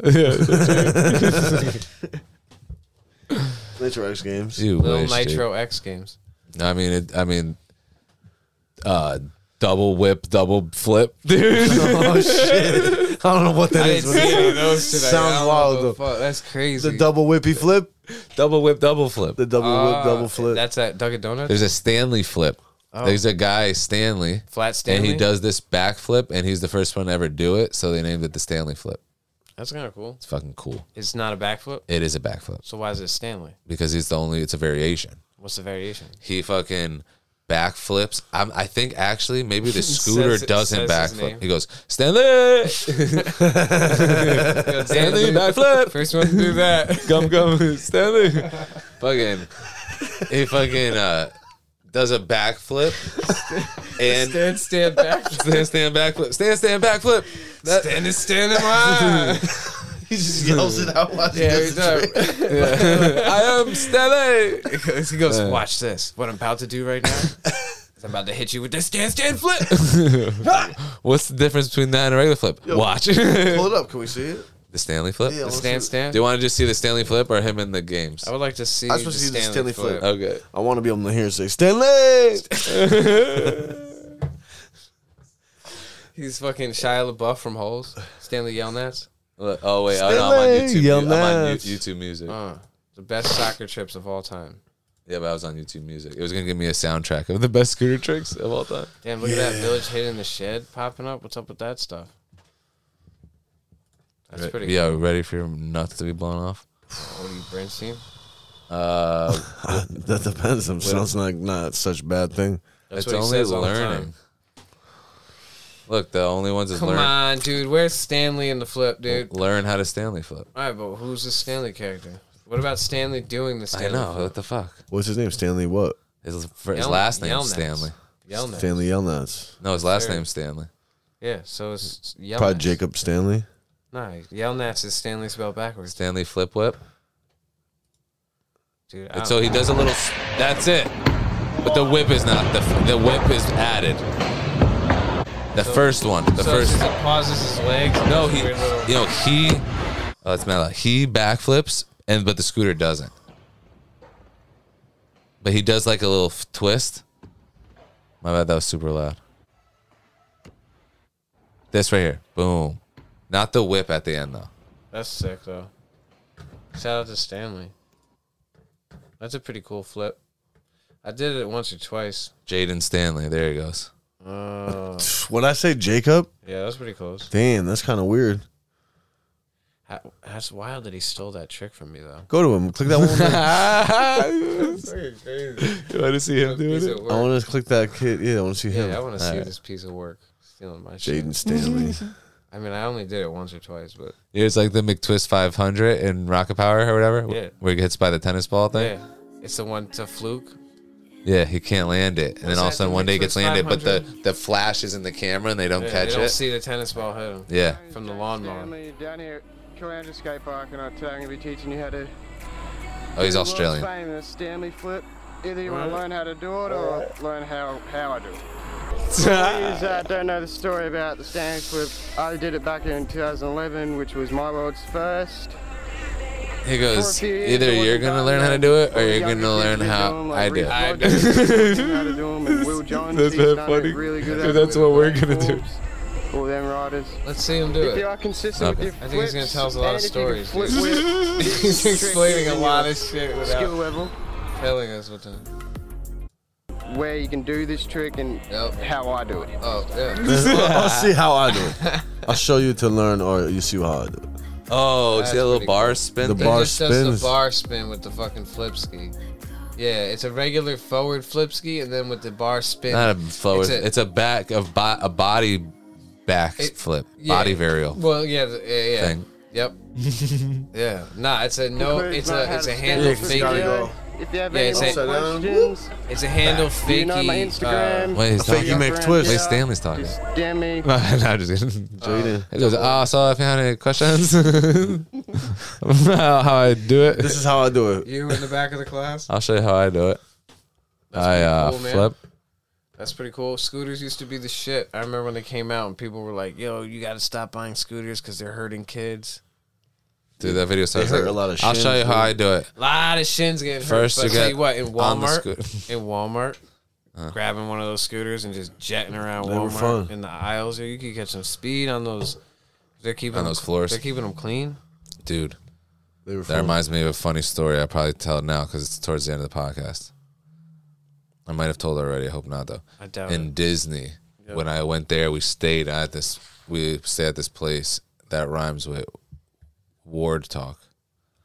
[SPEAKER 9] Nitro X Games.
[SPEAKER 2] you
[SPEAKER 3] Little
[SPEAKER 2] wish, dude.
[SPEAKER 3] Nitro X games.
[SPEAKER 2] I mean, it, I mean, uh, double whip, double flip, dude.
[SPEAKER 9] oh shit! I don't know what that
[SPEAKER 3] I
[SPEAKER 9] is.
[SPEAKER 3] didn't see any of those today.
[SPEAKER 9] Sounds
[SPEAKER 3] I don't know
[SPEAKER 9] wild,
[SPEAKER 3] what
[SPEAKER 9] though.
[SPEAKER 3] the fuck- That's crazy.
[SPEAKER 9] The double whippy flip.
[SPEAKER 2] double whip, double flip.
[SPEAKER 9] The double
[SPEAKER 3] Ah,
[SPEAKER 9] whip, double flip.
[SPEAKER 3] That's at Dunkin' Donuts.
[SPEAKER 2] There's a Stanley flip. There's a guy Stanley,
[SPEAKER 3] Flat
[SPEAKER 2] and
[SPEAKER 3] Oh. Stanley.
[SPEAKER 2] he does this backflip, and he's the first one to ever do it. So they named it the Stanley flip.
[SPEAKER 3] That's kind of cool.
[SPEAKER 2] It's fucking cool.
[SPEAKER 3] It's not a backflip.
[SPEAKER 2] It is a backflip
[SPEAKER 3] So why is it Stanley?
[SPEAKER 2] because he's the only. It's a variation.
[SPEAKER 3] What's the variation?
[SPEAKER 2] He fucking backflips. I'm, I think actually maybe the
[SPEAKER 3] Says-
[SPEAKER 2] scooter doesn't
[SPEAKER 3] says his name.
[SPEAKER 2] backflip. He goes Stanley, Stanley backflip.
[SPEAKER 3] First one to do that.
[SPEAKER 2] gum gum Stanley. fucking he fucking uh does a backflip and
[SPEAKER 3] Stand, stand back.
[SPEAKER 2] stand stand backflip. Stand stand backflip. That
[SPEAKER 3] Stand and stand in line.
[SPEAKER 1] he just yells it out. While
[SPEAKER 3] Yeah,
[SPEAKER 1] yeah,
[SPEAKER 3] he's up.
[SPEAKER 2] I am Stanley.
[SPEAKER 3] He goes- he goes, watch this. What I'm about to do right now is I'm about to hit you with this stand, stand, flip.
[SPEAKER 2] What's the difference between that and a regular flip? Watch. the
[SPEAKER 9] Pull it up. Can we see it?
[SPEAKER 2] Stanley flip?
[SPEAKER 9] Yeah, let's
[SPEAKER 3] Stand,
[SPEAKER 9] see.
[SPEAKER 3] stand.
[SPEAKER 2] Do you want to just see the Stanley flip or him in the games?
[SPEAKER 3] I would like to see.
[SPEAKER 9] I'm supposed to see the Stanley flip.
[SPEAKER 2] Okay.
[SPEAKER 9] I want to be able to hear it say Stanley.
[SPEAKER 3] He's fucking Shia LaBeouf from Holes. Stanley Yelnats.
[SPEAKER 2] Oh wait, oh, no, I'm on
[SPEAKER 9] Stanley,
[SPEAKER 2] YouTube. mu-
[SPEAKER 9] yell
[SPEAKER 2] I'm on
[SPEAKER 9] nuts.
[SPEAKER 2] Yo- YouTube Music.
[SPEAKER 3] Uh, the best soccer trips of all time.
[SPEAKER 2] Yeah, but I was on YouTube Music. It was gonna give me a soundtrack of the best scooter tricks of all time.
[SPEAKER 3] Damn, look at that village hidden in the shed popping up. What's up with that stuff? That's pretty
[SPEAKER 2] yeah, ready for your nuts to be blown off?
[SPEAKER 3] cool. Cody Bernstein.
[SPEAKER 9] that depends. It sounds like not such a bad thing.
[SPEAKER 3] That's
[SPEAKER 2] it's
[SPEAKER 3] what he
[SPEAKER 2] only
[SPEAKER 3] says all the
[SPEAKER 2] learning.
[SPEAKER 3] time.
[SPEAKER 2] Look, the only ones is
[SPEAKER 3] Come
[SPEAKER 2] learn Oh.
[SPEAKER 3] on, dude. Where's Stanley in the flip, dude?
[SPEAKER 2] learn how to Stanley flip.
[SPEAKER 3] All right, but who's the Stanley character? What about Stanley doing the
[SPEAKER 2] I
[SPEAKER 3] Stanley?
[SPEAKER 2] know what the fuck.
[SPEAKER 9] What's his name? Stanley what?
[SPEAKER 2] His, for his
[SPEAKER 3] Yell-
[SPEAKER 2] last name
[SPEAKER 3] Yelnats.
[SPEAKER 2] Stanley.
[SPEAKER 3] Yelnats.
[SPEAKER 9] Stanley Yelnats.
[SPEAKER 2] No, his last
[SPEAKER 3] Sure.
[SPEAKER 2] name's Stanley.
[SPEAKER 3] Yeah, so it's Yelnats.
[SPEAKER 9] Probably Jacob Stanley.
[SPEAKER 3] Nah, Yelnats is Stanley spelled backwards,
[SPEAKER 2] Stanley flip whip.
[SPEAKER 3] dude.
[SPEAKER 2] And so he does a little. s- That's it. But the whip is not. The f- the whip is added. The first one. The
[SPEAKER 3] so
[SPEAKER 2] first.
[SPEAKER 3] it's just he pauses his legs. and
[SPEAKER 2] No,
[SPEAKER 3] does a
[SPEAKER 2] he,
[SPEAKER 3] weird little-
[SPEAKER 2] you know, he, oh, it's Mela. He backflips, and but the scooter doesn't. But he does like a little f- twist. My bad, that was super loud. This right here, boom, not the whip at the end though.
[SPEAKER 3] That's sick though. Shout out to Stanley. That's a pretty cool flip. I did it once or twice.
[SPEAKER 2] Jaden Stanley, there he goes.
[SPEAKER 3] Oh,
[SPEAKER 9] When I say Jacob,
[SPEAKER 3] yeah, that's pretty close.
[SPEAKER 9] damn, that's kind of weird.
[SPEAKER 3] How, that's wild that he stole that trick from me though.
[SPEAKER 9] Go to him. Click that one.
[SPEAKER 2] You want to see him
[SPEAKER 3] Piece of
[SPEAKER 9] I
[SPEAKER 3] work.
[SPEAKER 9] want to click that kid. Yeah, I want to see him.
[SPEAKER 3] Yeah, I want to see this piece of work stealing my shit.
[SPEAKER 9] Jaden Stanley.
[SPEAKER 3] I mean, I only did it once or twice, but
[SPEAKER 2] It's like the McTwist 500 in Rocket Power or whatever,
[SPEAKER 3] Yeah.
[SPEAKER 2] where he gets by the tennis ball thing.
[SPEAKER 3] yeah, it's the one to fluke.
[SPEAKER 2] Yeah, he can't land it, and then all of a
[SPEAKER 3] that,
[SPEAKER 2] sudden
[SPEAKER 3] the
[SPEAKER 2] one day he gets
[SPEAKER 3] Nicholas
[SPEAKER 2] landed, but the the flash is in the camera and they don't
[SPEAKER 3] Yeah,
[SPEAKER 2] catch
[SPEAKER 3] they don't
[SPEAKER 2] it.
[SPEAKER 3] see the tennis ball hit him
[SPEAKER 2] yeah,
[SPEAKER 3] from the lawnmower.
[SPEAKER 10] Stanley down here Commander Sky Park and I'm going to be teaching you how to.
[SPEAKER 2] Oh, he's
[SPEAKER 10] do the
[SPEAKER 2] Australian.
[SPEAKER 10] world's Famous Stanley flip. Either you want to learn how to do it or learn how, how I do it. For those uh, don't know the story about the Stanley flip, I did it back in 2011, which was my world's first.
[SPEAKER 2] He goes,
[SPEAKER 10] For a few years,
[SPEAKER 2] either
[SPEAKER 10] it
[SPEAKER 2] you're
[SPEAKER 10] wasn't
[SPEAKER 2] gonna
[SPEAKER 10] done
[SPEAKER 2] learn how to
[SPEAKER 10] yet.
[SPEAKER 2] do it, or
[SPEAKER 10] All the
[SPEAKER 2] you're
[SPEAKER 10] younger
[SPEAKER 2] gonna learn
[SPEAKER 10] kids are
[SPEAKER 2] how
[SPEAKER 10] doing,
[SPEAKER 2] I
[SPEAKER 10] like,
[SPEAKER 2] do it.
[SPEAKER 10] Reece Hodgins, how to do 'em, and Will Johns,
[SPEAKER 7] That's
[SPEAKER 10] he's
[SPEAKER 7] bad
[SPEAKER 10] done it
[SPEAKER 7] funny.
[SPEAKER 10] Really good
[SPEAKER 7] Dude,
[SPEAKER 10] at
[SPEAKER 7] that's
[SPEAKER 10] it
[SPEAKER 7] what we're
[SPEAKER 10] with
[SPEAKER 7] gonna do.
[SPEAKER 10] Forbes, All them riders.
[SPEAKER 3] Let's see him do
[SPEAKER 10] If
[SPEAKER 3] it.
[SPEAKER 10] you are consistent with your
[SPEAKER 3] I think he's gonna
[SPEAKER 10] flips,
[SPEAKER 3] tell us a lot of
[SPEAKER 10] and if you can
[SPEAKER 3] stories.
[SPEAKER 10] flip
[SPEAKER 3] dude.
[SPEAKER 10] with-
[SPEAKER 3] he's explaining a lot of shit without
[SPEAKER 10] skill level.
[SPEAKER 3] telling us what to.
[SPEAKER 10] where you can do this trick and how I do it.
[SPEAKER 3] Oh, yeah.
[SPEAKER 9] I'll, I'll see how I do it. I'll show you to learn, or you see how I do it.
[SPEAKER 7] Oh, see that little bar spin.
[SPEAKER 9] The
[SPEAKER 7] thing?
[SPEAKER 9] bar
[SPEAKER 3] he just does
[SPEAKER 9] spins.
[SPEAKER 3] the bar spin with the fucking flip ski. Yeah, it's a regular forward flip ski, and then with the bar spin.
[SPEAKER 2] Not a forward. It's a, back of bo- a body back
[SPEAKER 3] It-
[SPEAKER 2] flip,
[SPEAKER 3] yeah.
[SPEAKER 2] body varial.
[SPEAKER 3] Well, yeah, the- yeah, yeah.
[SPEAKER 2] Thing.
[SPEAKER 3] Yep. yeah. Nah, it's a no.
[SPEAKER 10] Includes
[SPEAKER 3] It's
[SPEAKER 10] not
[SPEAKER 3] a
[SPEAKER 10] how
[SPEAKER 3] it's a
[SPEAKER 10] to
[SPEAKER 3] handle
[SPEAKER 10] stand up
[SPEAKER 3] fake.
[SPEAKER 10] for God. If you have
[SPEAKER 3] Yeah,
[SPEAKER 10] any
[SPEAKER 3] it's
[SPEAKER 10] more
[SPEAKER 3] a-
[SPEAKER 10] questions,
[SPEAKER 3] It's a handle uh,
[SPEAKER 10] do
[SPEAKER 3] fake.
[SPEAKER 10] you know my Instagram.
[SPEAKER 2] Wait, he's
[SPEAKER 9] Think
[SPEAKER 2] talking.
[SPEAKER 9] he
[SPEAKER 10] Your
[SPEAKER 9] makes
[SPEAKER 10] friend,
[SPEAKER 9] twists.
[SPEAKER 2] Wait,
[SPEAKER 10] yeah.
[SPEAKER 2] Stanley's talking.
[SPEAKER 10] Just DM me.
[SPEAKER 2] no, I'm just kidding.
[SPEAKER 3] Uh,
[SPEAKER 9] Jaden.
[SPEAKER 2] He goes, oh, so if you had any questions, how I do it,
[SPEAKER 9] This is how I do it.
[SPEAKER 3] you in the back of the class.
[SPEAKER 2] I'll show you how I do it. I uh,
[SPEAKER 3] pretty cool, man.
[SPEAKER 2] flip.
[SPEAKER 3] That's pretty cool. Scooters used to be the shit. I remember when they came out and people were like, "Yo, you got to stop buying scooters because they're hurting kids."
[SPEAKER 2] Dude, that video sounds
[SPEAKER 9] hurt
[SPEAKER 2] like
[SPEAKER 9] a lot of
[SPEAKER 2] I'll
[SPEAKER 9] shins,
[SPEAKER 2] show you how
[SPEAKER 9] dude.
[SPEAKER 2] I do it.
[SPEAKER 3] lot of shins getting hurt.
[SPEAKER 2] First
[SPEAKER 3] but
[SPEAKER 2] you
[SPEAKER 3] I tell
[SPEAKER 2] get
[SPEAKER 3] you what, in
[SPEAKER 2] on the
[SPEAKER 3] Walmart,
[SPEAKER 2] scoot-
[SPEAKER 3] in Walmart, grabbing one of those scooters and just jetting around
[SPEAKER 9] They were
[SPEAKER 3] Walmart
[SPEAKER 9] fun.
[SPEAKER 3] in the aisles. You could catch some speed on those. They're keeping
[SPEAKER 2] On those floors.
[SPEAKER 3] They're keeping them clean.
[SPEAKER 2] Dude,
[SPEAKER 9] They were
[SPEAKER 2] that
[SPEAKER 9] fun.
[SPEAKER 2] reminds me of a funny story. I probably tell it now because it's towards the end of the podcast. I might have told already. I hope not though.
[SPEAKER 3] I doubt
[SPEAKER 2] In Disney, when I went there, we stayed at this. We stayed at this place that rhymes with Ward Talk.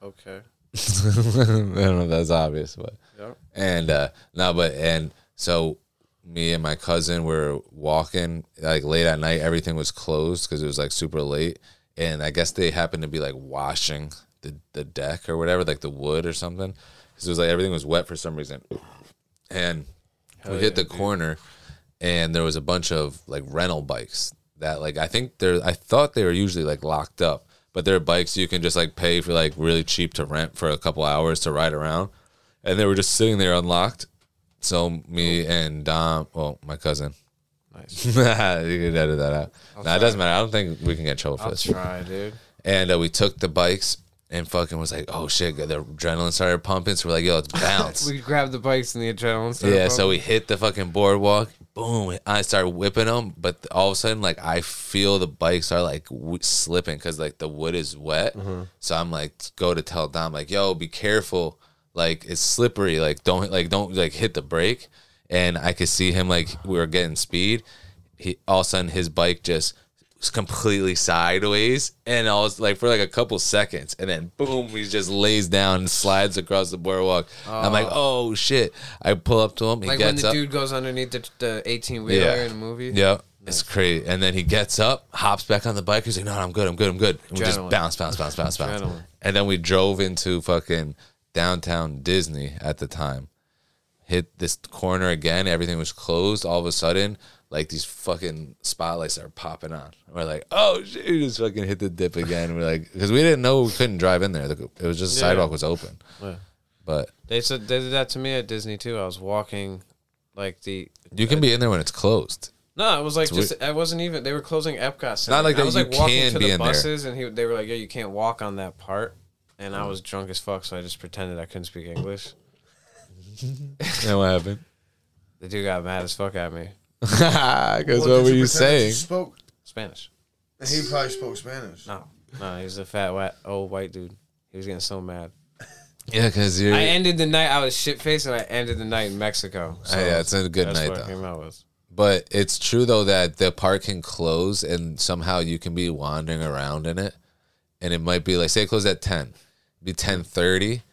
[SPEAKER 3] Okay.
[SPEAKER 2] I don't know if that's obvious, but
[SPEAKER 3] Yeah.
[SPEAKER 2] and uh no, but and so me and my cousin were walking like late at night. Everything was closed because it was like super late, and I guess they happened to be like washing the the deck or whatever, like the wood or something, because it was like everything was wet for some reason, and we hit the corner, and there was a bunch of like rental bikes that like I think they're I thought they were usually like locked up, but they're bikes you can just like pay for like really cheap to rent for a couple hours to ride around, and they were just sitting there unlocked. So me and Dom, well, my cousin. Nice. you can edit that out. No, it doesn't matter. I don't think we can get in trouble for
[SPEAKER 3] I'll
[SPEAKER 2] this.
[SPEAKER 3] try, dude.
[SPEAKER 2] And uh, we took the bikes and fucking was like, oh shit, the adrenaline started pumping. So we're like, yo, let's bounce.
[SPEAKER 3] We grabbed the bikes and the adrenaline. started
[SPEAKER 2] Yeah, so
[SPEAKER 3] pumping.
[SPEAKER 2] we hit the fucking boardwalk. Boom! I start whipping them, but all of a sudden, like I feel the bikes are like w- slipping because like the wood is wet. So I'm like, go to tell Dom, like, yo, be careful. Like it's slippery. Like don't like don't like hit the brake. And I could see him like we were getting speed. He all of a sudden his bike just was completely sideways, and I was like for like a couple seconds, and then boom, he just lays down and slides across the boardwalk. I'm like, oh shit! I pull up to him. He
[SPEAKER 3] like when
[SPEAKER 2] gets
[SPEAKER 3] the
[SPEAKER 2] up.
[SPEAKER 3] dude goes underneath the the eighteen wheeler in the movie.
[SPEAKER 2] Yeah. It's crazy. And then he gets up, hops back on the bike. He's like, no, no, I'm good. I'm good. I'm good. And we just
[SPEAKER 3] Adrenaline.
[SPEAKER 2] bounce, bounce, bounce, bounce, bounce.
[SPEAKER 3] Adrenaline.
[SPEAKER 2] And then we drove into fucking downtown Disney at the time. Hit this corner again. Everything was closed. All of a sudden, like these fucking spotlights are popping on. We're like, oh shit, we just fucking hit the dip again. We're like, because we didn't know we couldn't drive in there. It was just the
[SPEAKER 3] Yeah.
[SPEAKER 2] sidewalk was open. But
[SPEAKER 3] They said they did that to me at Disney too. I was walking, like the
[SPEAKER 2] you can be in there when it's closed.
[SPEAKER 3] No, it was like
[SPEAKER 2] It's
[SPEAKER 3] just I wasn't even. They were closing Epcot. Center.
[SPEAKER 2] like that
[SPEAKER 3] I was
[SPEAKER 2] you
[SPEAKER 3] like walking
[SPEAKER 2] can
[SPEAKER 3] to
[SPEAKER 2] be
[SPEAKER 3] the
[SPEAKER 2] in there.
[SPEAKER 3] buses, and he, they were like, "Yeah, you can't walk on that part." And
[SPEAKER 2] Hmm.
[SPEAKER 3] I was drunk as fuck, so I just pretended I couldn't speak English.
[SPEAKER 2] And what happened?
[SPEAKER 3] The dude got mad as fuck at me.
[SPEAKER 2] Because what were you saying?
[SPEAKER 9] spoke.
[SPEAKER 3] Spanish?
[SPEAKER 9] He probably spoke Spanish.
[SPEAKER 3] No, no, he was a fat white, old white dude. He was getting so mad.
[SPEAKER 2] Yeah, because you're.
[SPEAKER 3] I ended the night. I was shit faced, and I ended the night in Mexico. So
[SPEAKER 2] Ah, Oh, yeah, it's a good
[SPEAKER 3] that's
[SPEAKER 2] night
[SPEAKER 3] what I
[SPEAKER 2] though.
[SPEAKER 3] came out with.
[SPEAKER 2] But it's true though that the park can close and somehow you can be wandering around in it, and it might be like say it closed at ten, be ten thirty,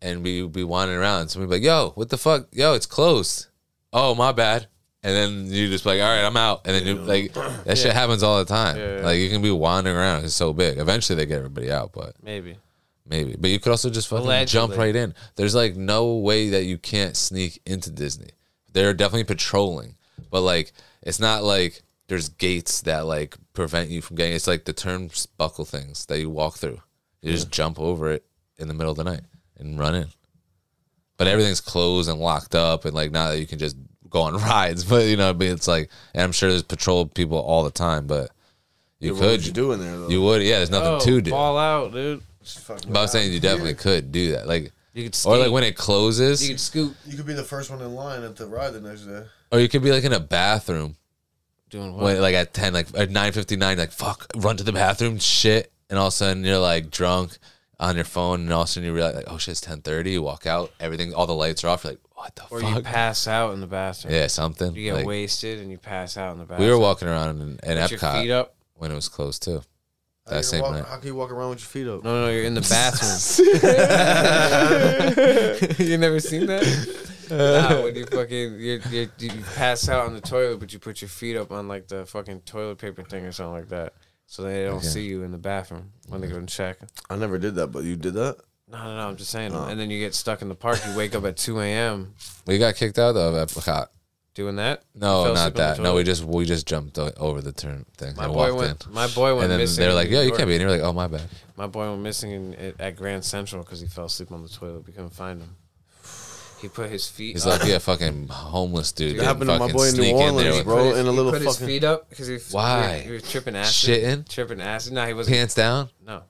[SPEAKER 2] and we be wandering around. Somebody be like, "Yo, what the fuck? Yo, it's closed. Oh, my bad." And then you just be like, "All right, I'm out." And then you like that shit happens all the time.
[SPEAKER 3] Yeah.
[SPEAKER 2] Like you can be wandering around. It's so big. Eventually they get everybody out, but
[SPEAKER 3] Maybe.
[SPEAKER 2] maybe. But you could also just fucking jump
[SPEAKER 3] Allegedly.
[SPEAKER 2] right in. There's like no way that you can't sneak into Disney. They're definitely patrolling, but like it's not like there's gates that like prevent you from getting. It's like the turnbuckle things that you walk through. You just jump over it in the middle of the night and run in. But everything's closed and locked up, and like now that you can just go on rides. But you know, but it's like, and I'm sure there's patrol people all the time, but. You
[SPEAKER 9] Yeah, what
[SPEAKER 2] could.
[SPEAKER 9] would you do Oh, in there, though?
[SPEAKER 2] You would. Yeah, there's nothing to do.
[SPEAKER 3] Oh, Ball out, dude.
[SPEAKER 2] But I'm saying you definitely could do that. Like
[SPEAKER 3] you could
[SPEAKER 2] or like
[SPEAKER 3] skate.
[SPEAKER 2] when it closes,
[SPEAKER 3] You could scoot.
[SPEAKER 9] You could be the first one in line at the ride the next day.
[SPEAKER 2] or you could be like in a bathroom.
[SPEAKER 3] Doing
[SPEAKER 9] what?
[SPEAKER 2] When, like at ten, like at nine fifty nine, like fuck, run to the bathroom, shit, and all of a sudden you're like drunk on your phone, and all of a sudden you realize like, oh shit, it's ten thirty. You walk out, everything, all the lights are off. You're like, what the
[SPEAKER 3] Or
[SPEAKER 2] fuck?
[SPEAKER 3] you pass out in the bathroom.
[SPEAKER 2] Yeah, something,
[SPEAKER 3] You get
[SPEAKER 2] like-
[SPEAKER 3] wasted and you pass out in the bathroom.
[SPEAKER 2] we were walking around in, in
[SPEAKER 3] With your
[SPEAKER 2] Epcot
[SPEAKER 3] feet up. Oh,
[SPEAKER 2] when it was closed too.
[SPEAKER 9] How you
[SPEAKER 2] That same
[SPEAKER 9] walk-
[SPEAKER 2] night.
[SPEAKER 9] How can you walk around with your feet up?
[SPEAKER 3] No, no, you're in the bathroom. you never seen that?
[SPEAKER 2] Uh,
[SPEAKER 3] Nah, when you fucking you you you pass out on the toilet, but you put your feet up on like the fucking toilet paper thing or something like that, so they don't
[SPEAKER 9] Okay.
[SPEAKER 3] see you in the bathroom when they go and check.
[SPEAKER 9] I never did that, but you did that.
[SPEAKER 3] No, no, no. I'm just saying. And then you get stuck in the park. You wake up at 2 a.m.
[SPEAKER 2] We got kicked out of Epcot.
[SPEAKER 3] doing that. You
[SPEAKER 2] No,
[SPEAKER 3] fell
[SPEAKER 2] not
[SPEAKER 3] asleep on the
[SPEAKER 2] that. No, we
[SPEAKER 3] toilet?
[SPEAKER 2] just we just jumped o- over the turn thing.
[SPEAKER 3] My
[SPEAKER 2] and
[SPEAKER 3] boy
[SPEAKER 2] walked
[SPEAKER 3] went-
[SPEAKER 2] in.
[SPEAKER 3] my boy went
[SPEAKER 2] And then
[SPEAKER 3] missing
[SPEAKER 2] they're
[SPEAKER 3] in
[SPEAKER 2] like,
[SPEAKER 3] New
[SPEAKER 2] "Yo, you
[SPEAKER 3] York."
[SPEAKER 2] can't be." in here." We're like, "Oh, my bad."
[SPEAKER 3] My boy went missing in, at, at Grand Central because he fell asleep on the toilet. We couldn't find him. He put his feet.
[SPEAKER 2] He's
[SPEAKER 3] up.
[SPEAKER 2] lucky a fucking homeless dude.
[SPEAKER 3] Dude,
[SPEAKER 2] didn't
[SPEAKER 9] happened to my
[SPEAKER 2] fucking
[SPEAKER 9] boy in New
[SPEAKER 2] sneak there
[SPEAKER 9] Orleans,
[SPEAKER 2] with-
[SPEAKER 9] bro, in a
[SPEAKER 3] he
[SPEAKER 9] little
[SPEAKER 3] put
[SPEAKER 9] fucking-
[SPEAKER 3] his feet up because he was
[SPEAKER 2] Why?
[SPEAKER 3] He, was tripping acid.
[SPEAKER 2] Shitting?
[SPEAKER 3] Tripping acid. No, he wasn't.
[SPEAKER 2] Pants down?
[SPEAKER 3] No,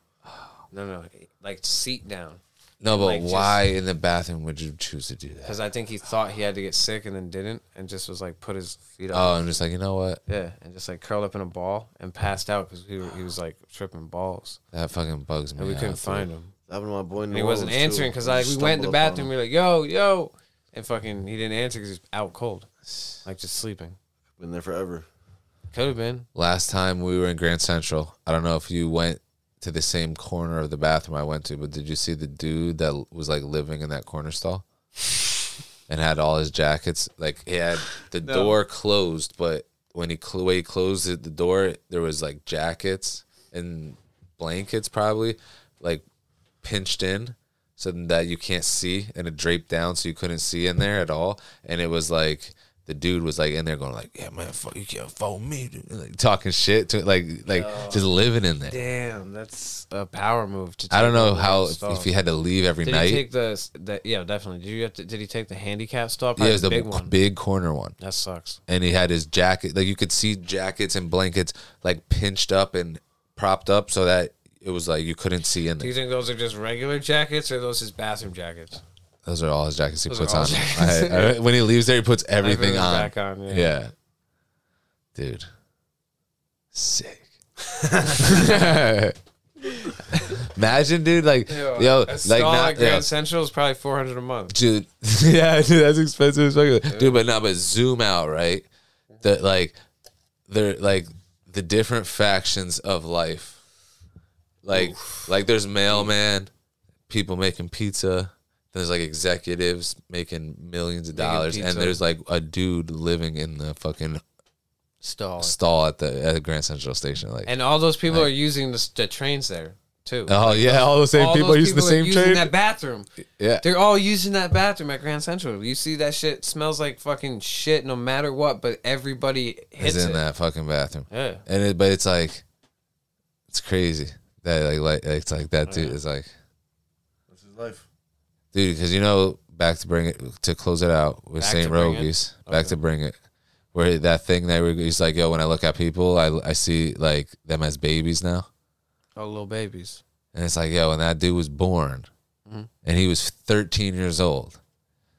[SPEAKER 3] no, no. Like seat down.
[SPEAKER 2] No, but why in the bathroom would you choose to do that?
[SPEAKER 3] Because I think he thought he had to get sick and then didn't, and just was like put his feet up.
[SPEAKER 2] Oh, I'm just like, you know what?
[SPEAKER 3] Yeah, and just like curled up in a ball and passed out because he, he was like tripping balls.
[SPEAKER 2] That fucking bugs me.
[SPEAKER 3] And we couldn't
[SPEAKER 2] out,
[SPEAKER 3] find
[SPEAKER 2] dude.
[SPEAKER 3] him.
[SPEAKER 9] That happened to my boy. In
[SPEAKER 3] And
[SPEAKER 9] New
[SPEAKER 3] he wasn't
[SPEAKER 9] Orleans,
[SPEAKER 3] answering
[SPEAKER 9] too.
[SPEAKER 3] because like we went in the
[SPEAKER 9] Stumbled upon him.
[SPEAKER 3] bathroom. We were like, "Yo, yo," and fucking he didn't answer because he's out cold, like just sleeping.
[SPEAKER 9] Been there forever.
[SPEAKER 3] Could have been.
[SPEAKER 2] Last time we were in Grand Central, I don't know if you went to the same corner of the bathroom I went to, but did you see the dude that was like living in that corner stall and had all his jackets? Like he had the
[SPEAKER 7] No.
[SPEAKER 2] door closed, but when he cl- way he closed it, the door, there was like jackets and blankets probably like pinched in so that you can't see and it draped down so you couldn't see in there at all and it was like the dude was like in there going like yeah man fuck you can't phone me dude. like talking shit to like like just living in there
[SPEAKER 3] Damn, that's a power move. To
[SPEAKER 2] I don't
[SPEAKER 3] take
[SPEAKER 2] know
[SPEAKER 3] over
[SPEAKER 2] how-
[SPEAKER 3] the
[SPEAKER 2] if-
[SPEAKER 3] stall.
[SPEAKER 2] if he had to leave every
[SPEAKER 3] did
[SPEAKER 2] night.
[SPEAKER 3] He take the, the yeah definitely. Did you have to, did he take the handicap stall?
[SPEAKER 2] yeah,
[SPEAKER 3] Probably
[SPEAKER 2] it was the
[SPEAKER 3] big
[SPEAKER 2] big,
[SPEAKER 3] one.
[SPEAKER 2] corner one
[SPEAKER 3] That sucks.
[SPEAKER 2] and he had his jacket like you could see jackets and blankets like pinched up and propped up so that it was like you couldn't see in
[SPEAKER 3] Do
[SPEAKER 2] there
[SPEAKER 3] you think those are just regular jackets or are those his bathroom jackets?
[SPEAKER 2] Those are all his jackets he
[SPEAKER 3] Those are
[SPEAKER 2] puts
[SPEAKER 3] all
[SPEAKER 2] on.
[SPEAKER 3] his
[SPEAKER 2] I- I-
[SPEAKER 3] jackets.
[SPEAKER 2] when he leaves there, he puts everything
[SPEAKER 3] Everything
[SPEAKER 2] on.
[SPEAKER 3] back on, yeah.
[SPEAKER 2] Dude. Sick. Imagine, dude, like, yo,
[SPEAKER 3] a
[SPEAKER 2] like,
[SPEAKER 3] stall
[SPEAKER 2] not,
[SPEAKER 3] at Grand
[SPEAKER 2] yo,
[SPEAKER 3] Central is probably four hundred a month.
[SPEAKER 2] dude. yeah, dude, that's expensive as fuck. Dude, but not, but zoom out, right? The like, they're like the different factions of life. Like, like there's mailman, people making pizza. There's like executives making millions of
[SPEAKER 7] Making
[SPEAKER 2] dollars, and
[SPEAKER 7] pizza.
[SPEAKER 2] there's like a dude living in the fucking
[SPEAKER 3] Stall.
[SPEAKER 2] stall at the at the Grand Central Station. Like,
[SPEAKER 3] And all those people are using the, s- the trains there too.
[SPEAKER 2] Oh, yeah, all those same people are using the same
[SPEAKER 3] using
[SPEAKER 2] train.
[SPEAKER 3] That bathroom.
[SPEAKER 2] Yeah.
[SPEAKER 3] they're all using that bathroom at Grand Central. You see that shit smells like fucking shit, no matter what. But everybody hits
[SPEAKER 2] is in
[SPEAKER 3] it.
[SPEAKER 2] that fucking bathroom.
[SPEAKER 3] Yeah.
[SPEAKER 2] And it, but it's like, it's crazy that like like it's like that dude is like,
[SPEAKER 9] That's his life.
[SPEAKER 2] dude, because you know back to bring it to close it out with
[SPEAKER 9] Back
[SPEAKER 2] Saint
[SPEAKER 9] to Bring It?
[SPEAKER 2] Rogies, back to bring it, where that thing that we- he's like, yo, when I look at people, I I see like them as babies now,
[SPEAKER 3] Oh, little babies.
[SPEAKER 2] and it's like, yo, when that dude was born,
[SPEAKER 9] Mm-hmm.
[SPEAKER 3] Mhm.
[SPEAKER 2] and he was 13 years old,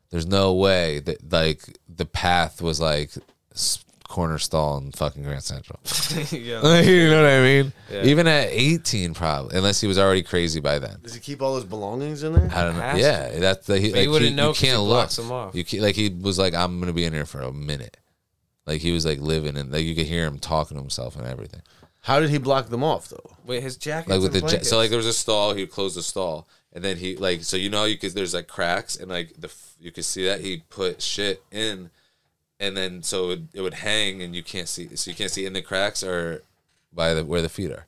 [SPEAKER 2] there's no way that like the path was like. s- Corner stall in fucking Grand Central.
[SPEAKER 3] Yeah.
[SPEAKER 2] you know what I mean?
[SPEAKER 9] Yeah.
[SPEAKER 2] Even at 18, probably, unless he was already crazy by then.
[SPEAKER 9] Does he keep all his belongings in there?
[SPEAKER 2] I don't know.
[SPEAKER 9] Has
[SPEAKER 2] Yeah,
[SPEAKER 9] to.
[SPEAKER 2] that's the he,
[SPEAKER 9] But
[SPEAKER 2] like,
[SPEAKER 9] you wouldn't
[SPEAKER 2] he,
[SPEAKER 9] know
[SPEAKER 2] You
[SPEAKER 9] 'cause he
[SPEAKER 2] can't
[SPEAKER 9] blocks
[SPEAKER 2] look.
[SPEAKER 9] him off.
[SPEAKER 2] You can't, like he was like, I'm gonna be in here for a minute. Like he was like living and like you could hear him talking to himself and everything.
[SPEAKER 9] How did he block them off though?
[SPEAKER 3] Wait, his jacket.
[SPEAKER 2] Like with the ja- so like there was a stall. He would close the stall and then he like so you know you could there's like cracks and like the f- you could see that he put shit in and then so it would, it would hang and you can't see so you can't see in the cracks or by the where the feet are.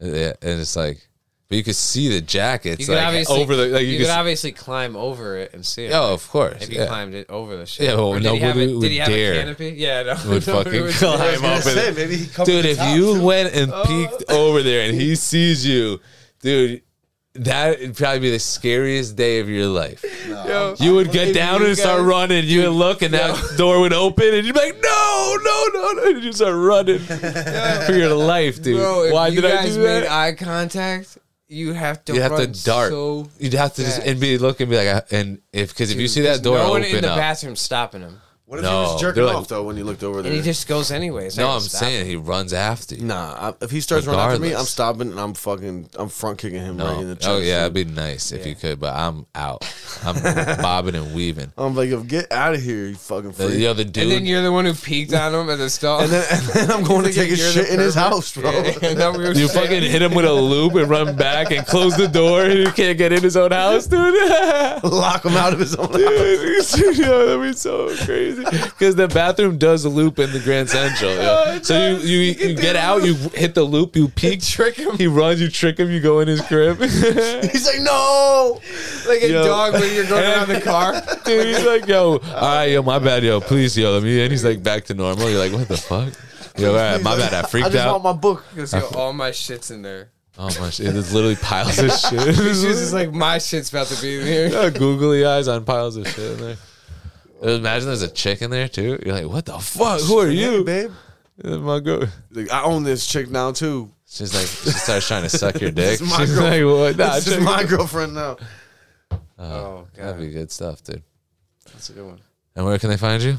[SPEAKER 2] Yeah, and it's like. But you could see the jackets
[SPEAKER 3] You could
[SPEAKER 2] like
[SPEAKER 3] obviously
[SPEAKER 2] over the like you,
[SPEAKER 3] could,
[SPEAKER 2] could s-
[SPEAKER 3] obviously climb over it and see it.
[SPEAKER 2] Oh,
[SPEAKER 3] right?
[SPEAKER 2] of course,
[SPEAKER 3] If you
[SPEAKER 2] yeah.
[SPEAKER 3] climbed it over the shit.
[SPEAKER 2] Yeah, well,
[SPEAKER 3] Or did he have
[SPEAKER 2] nobody
[SPEAKER 3] a-
[SPEAKER 2] would
[SPEAKER 3] did he have
[SPEAKER 2] dare
[SPEAKER 3] A canopy? Yeah, no,
[SPEAKER 2] would
[SPEAKER 3] nobody
[SPEAKER 2] fucking
[SPEAKER 3] would dare.
[SPEAKER 2] climb up.
[SPEAKER 3] Say,
[SPEAKER 2] and-
[SPEAKER 3] maybe he Oh. covered
[SPEAKER 2] dude,
[SPEAKER 3] the
[SPEAKER 2] if
[SPEAKER 3] top,
[SPEAKER 2] you went and peeked over there and he sees you, dude, that would probably be the scariest day of your life.
[SPEAKER 3] Yo,
[SPEAKER 2] You would
[SPEAKER 3] if
[SPEAKER 2] get down
[SPEAKER 3] you
[SPEAKER 2] and start
[SPEAKER 3] guys-
[SPEAKER 2] running. You would look, and that door would open, and you'd be like, "No, no, no, no!" And you start running for your life, dude.
[SPEAKER 3] Bro, if
[SPEAKER 2] Why
[SPEAKER 3] you
[SPEAKER 2] did I
[SPEAKER 3] guys
[SPEAKER 2] do
[SPEAKER 3] made
[SPEAKER 2] that?
[SPEAKER 3] eye contact, you have to
[SPEAKER 2] You'd have to
[SPEAKER 3] run
[SPEAKER 2] dart.
[SPEAKER 3] so
[SPEAKER 2] You'd have to just
[SPEAKER 3] fast.
[SPEAKER 2] and be look and be like, I- and if because if you
[SPEAKER 3] Dude,
[SPEAKER 2] see that
[SPEAKER 3] there's
[SPEAKER 2] door
[SPEAKER 3] no one
[SPEAKER 2] open
[SPEAKER 3] in the
[SPEAKER 2] up,
[SPEAKER 3] bathroom stopping him.
[SPEAKER 9] What
[SPEAKER 2] if he was No, jerking they're like- off,
[SPEAKER 9] though when you looked over
[SPEAKER 3] And he just goes anyways. I
[SPEAKER 2] no,
[SPEAKER 3] don't
[SPEAKER 2] I'm
[SPEAKER 3] stop
[SPEAKER 2] saying
[SPEAKER 3] him.
[SPEAKER 2] he runs after you.
[SPEAKER 9] Nah, I, if he starts running after me, I'm
[SPEAKER 2] Regardless.
[SPEAKER 9] stopping and I'm fucking, I'm front kicking him
[SPEAKER 2] No.
[SPEAKER 9] right in the chest.
[SPEAKER 2] oh yeah, it'd be nice if you could, but I'm out. I'm bobbing and weaving.
[SPEAKER 9] I'm like, yo, get out of here, you fucking
[SPEAKER 2] The,
[SPEAKER 9] freak.
[SPEAKER 2] the other
[SPEAKER 3] And then
[SPEAKER 2] dude,
[SPEAKER 3] you're the one who peeked on him at the stall.
[SPEAKER 9] and, then, and then I'm going to take a
[SPEAKER 3] You're the
[SPEAKER 9] shit in his
[SPEAKER 3] pervert.
[SPEAKER 9] house, bro.
[SPEAKER 3] Yeah, and then we were
[SPEAKER 2] you
[SPEAKER 3] saying-
[SPEAKER 2] fucking hit him with a loop and run back and close the door, and he can't get in his own house, dude.
[SPEAKER 9] Lock him out of his own house.
[SPEAKER 2] Dude, yo, that'd be so crazy. Because the bathroom does loop in the Grand Central. yo. So you you, you, get out, you hit the loop, you peek, trick him. He runs, you trick him, you go in his crib.
[SPEAKER 9] He's like, no.
[SPEAKER 3] like a
[SPEAKER 2] Yo.
[SPEAKER 3] dog when you're going around the car.
[SPEAKER 2] Dude, he's like, yo, all right, yo, my bad, yo, please, yo, let me. And he's like, back to normal. You're like, what the fuck? Yo, all right, my bad, I
[SPEAKER 9] I
[SPEAKER 2] freaked
[SPEAKER 9] just
[SPEAKER 2] out.
[SPEAKER 9] want my book.
[SPEAKER 3] He goes, yo, all my shit's in there.
[SPEAKER 2] oh my shit, there's literally piles of shit.
[SPEAKER 3] She's just like, my shit's about to be in here.
[SPEAKER 2] Yeah, googly eyes on piles of shit in there. Imagine there's a chick in there too. You're like, what the fuck? Who are you,
[SPEAKER 9] babe.
[SPEAKER 2] My girl.
[SPEAKER 9] Like, I own this chick now too.
[SPEAKER 2] She's like, she starts trying to suck your dick.
[SPEAKER 9] This is my
[SPEAKER 2] She's
[SPEAKER 9] girl.
[SPEAKER 2] like, what? Nah,
[SPEAKER 9] this is
[SPEAKER 2] check
[SPEAKER 9] my
[SPEAKER 2] it out.
[SPEAKER 9] girlfriend now.
[SPEAKER 3] Oh,
[SPEAKER 2] That'd
[SPEAKER 3] God.
[SPEAKER 2] be good stuff, dude.
[SPEAKER 3] That's a good one.
[SPEAKER 2] And where can they find you?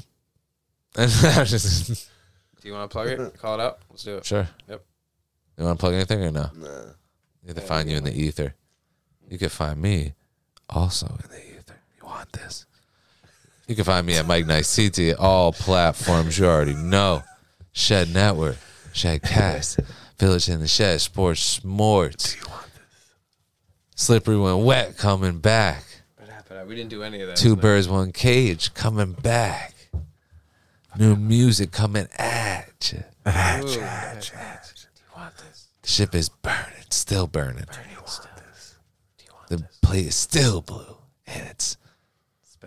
[SPEAKER 2] And I'm just-
[SPEAKER 3] Do you want to plug it? Call it out? Let's do it.
[SPEAKER 2] sure.
[SPEAKER 3] Yep.
[SPEAKER 2] You want to plug anything or no? Nah. You have to find you in the ether. You can find me also in the ether. You want this? You can find me at Mike Nice CT, all platforms you already know. Shed Network, Shed Cast, Village in the Shed, Sports Smorts. Slippery When Wet coming back.
[SPEAKER 3] What happened? We didn't do any of that.
[SPEAKER 2] Two Birds, One Cage coming back. New music coming at you.
[SPEAKER 3] Ooh, yeah. Do you want this?
[SPEAKER 2] The ship is burning, still burning. The plate is still blue, and it's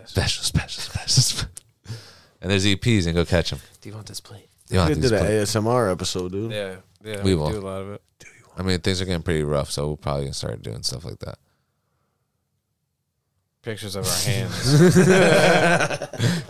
[SPEAKER 2] special, special, special. special. and there's EPs, and go catch them.
[SPEAKER 3] Do you want this plate?
[SPEAKER 2] You want
[SPEAKER 9] We
[SPEAKER 2] these
[SPEAKER 9] did an
[SPEAKER 2] plate-
[SPEAKER 9] ASMR episode, dude.
[SPEAKER 3] Yeah. Yeah.
[SPEAKER 2] We
[SPEAKER 3] We,
[SPEAKER 2] will.
[SPEAKER 3] do a lot of it.
[SPEAKER 2] I mean, things are getting pretty rough, so we'll probably gonna start doing stuff like that.
[SPEAKER 3] Pictures of our hands.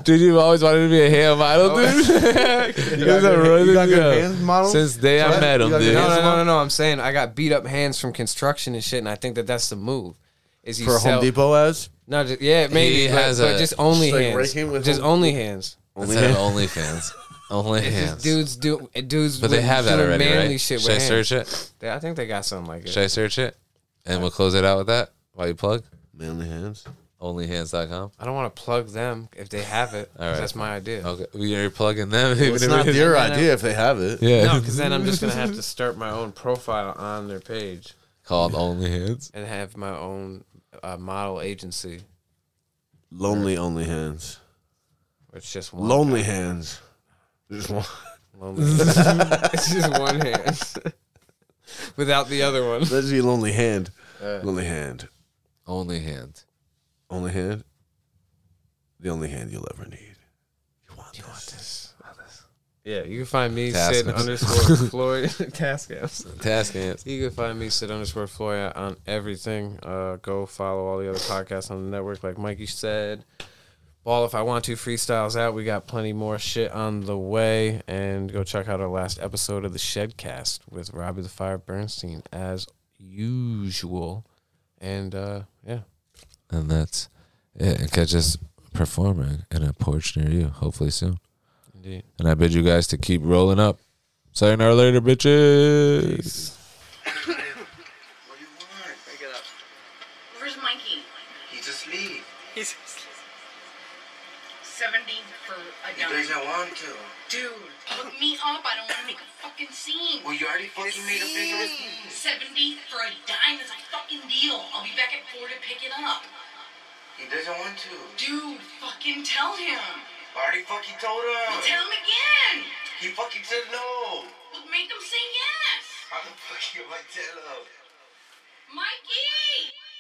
[SPEAKER 2] Dude, you've always wanted to be a hair model, dude. you
[SPEAKER 9] got good- you got good hands, model?
[SPEAKER 2] Since day I
[SPEAKER 9] What?
[SPEAKER 2] met
[SPEAKER 9] You
[SPEAKER 2] him,
[SPEAKER 9] got good
[SPEAKER 2] dude.
[SPEAKER 9] hands?
[SPEAKER 3] no, no, no, no, no. I'm saying I got beat up hands from construction and shit, and I think that that's the move. Is you
[SPEAKER 9] For
[SPEAKER 3] sell,
[SPEAKER 9] Home Depot ads.
[SPEAKER 3] No, just, yeah, maybe.
[SPEAKER 2] He
[SPEAKER 3] but,
[SPEAKER 2] has
[SPEAKER 3] but
[SPEAKER 2] a-
[SPEAKER 3] just only
[SPEAKER 9] Just like
[SPEAKER 3] hands.
[SPEAKER 9] raking with
[SPEAKER 3] just
[SPEAKER 9] Home-
[SPEAKER 3] only hands.
[SPEAKER 2] Only OnlyFans. Only
[SPEAKER 3] It's just
[SPEAKER 2] hands.
[SPEAKER 3] Dudes do dudes,
[SPEAKER 2] but they
[SPEAKER 3] with-
[SPEAKER 2] have that
[SPEAKER 3] doing
[SPEAKER 2] already,
[SPEAKER 3] manly
[SPEAKER 2] right?
[SPEAKER 3] Shit
[SPEAKER 2] Should I
[SPEAKER 3] with hands.
[SPEAKER 2] search it?
[SPEAKER 3] They- I think they got something like it.
[SPEAKER 2] Should I search it? And we'll close it out with that while you plug.
[SPEAKER 9] Manly hands.
[SPEAKER 2] Onlyhands.com.
[SPEAKER 3] I don't want to plug them if they have it.
[SPEAKER 2] All right.
[SPEAKER 3] That's my idea.
[SPEAKER 2] Okay, you're plugging them. even
[SPEAKER 9] It's
[SPEAKER 2] if
[SPEAKER 9] not
[SPEAKER 2] it-
[SPEAKER 9] your
[SPEAKER 3] And then
[SPEAKER 9] idea if they have it.
[SPEAKER 2] yeah,
[SPEAKER 3] No, because then I'm just gonna have to start my own profile on their page
[SPEAKER 2] called OnlyHands.
[SPEAKER 3] and have my own uh, model agency.
[SPEAKER 9] Lonely only hands.
[SPEAKER 3] It's just one.
[SPEAKER 9] Lonely hands. Just one.
[SPEAKER 3] Lonely. it's just one hand without the other one.
[SPEAKER 9] Let's be lonely hand. Lonely hand.
[SPEAKER 2] OnlyHands.
[SPEAKER 9] Only hand. The only hand you'll ever need. You want this?
[SPEAKER 3] Yeah, you can find me
[SPEAKER 2] Task
[SPEAKER 3] Sid
[SPEAKER 2] apps.
[SPEAKER 3] underscore Floyd task apps.
[SPEAKER 2] Task ants.
[SPEAKER 3] You can find me Sid underscore Floyd on everything. Uh, go follow all the other podcasts on the network, like Mikey said. Ball, if I want to, freestyles out. We got plenty more shit on the way, and go check out our last episode of the Shedcast with Robbie the Fire Bernstein as usual. And uh, yeah,
[SPEAKER 2] And that's it. And catch us performing in a porch near you, hopefully soon.
[SPEAKER 3] indeed.
[SPEAKER 2] And I bid you guys to keep rolling up. Sayonara later, bitches.
[SPEAKER 11] Where's Mikey?
[SPEAKER 8] He just leave.
[SPEAKER 11] He's 17 for a
[SPEAKER 8] He
[SPEAKER 11] dime.
[SPEAKER 8] doesn't want to.
[SPEAKER 11] Dude, hook me up. I don't want to make a fucking scene.
[SPEAKER 8] Well, you already fucking made a bigger scene.
[SPEAKER 11] 70 for a dime is a fucking deal. I'll be back at 4 to pick it up.
[SPEAKER 8] He doesn't want to.
[SPEAKER 11] Dude, fucking tell him.
[SPEAKER 8] I already fucking told
[SPEAKER 11] Well,
[SPEAKER 8] him.
[SPEAKER 11] tell him again.
[SPEAKER 8] He fucking said no.
[SPEAKER 11] Well, make him say yes.
[SPEAKER 8] How the fuck am I tell him?
[SPEAKER 10] Mikey!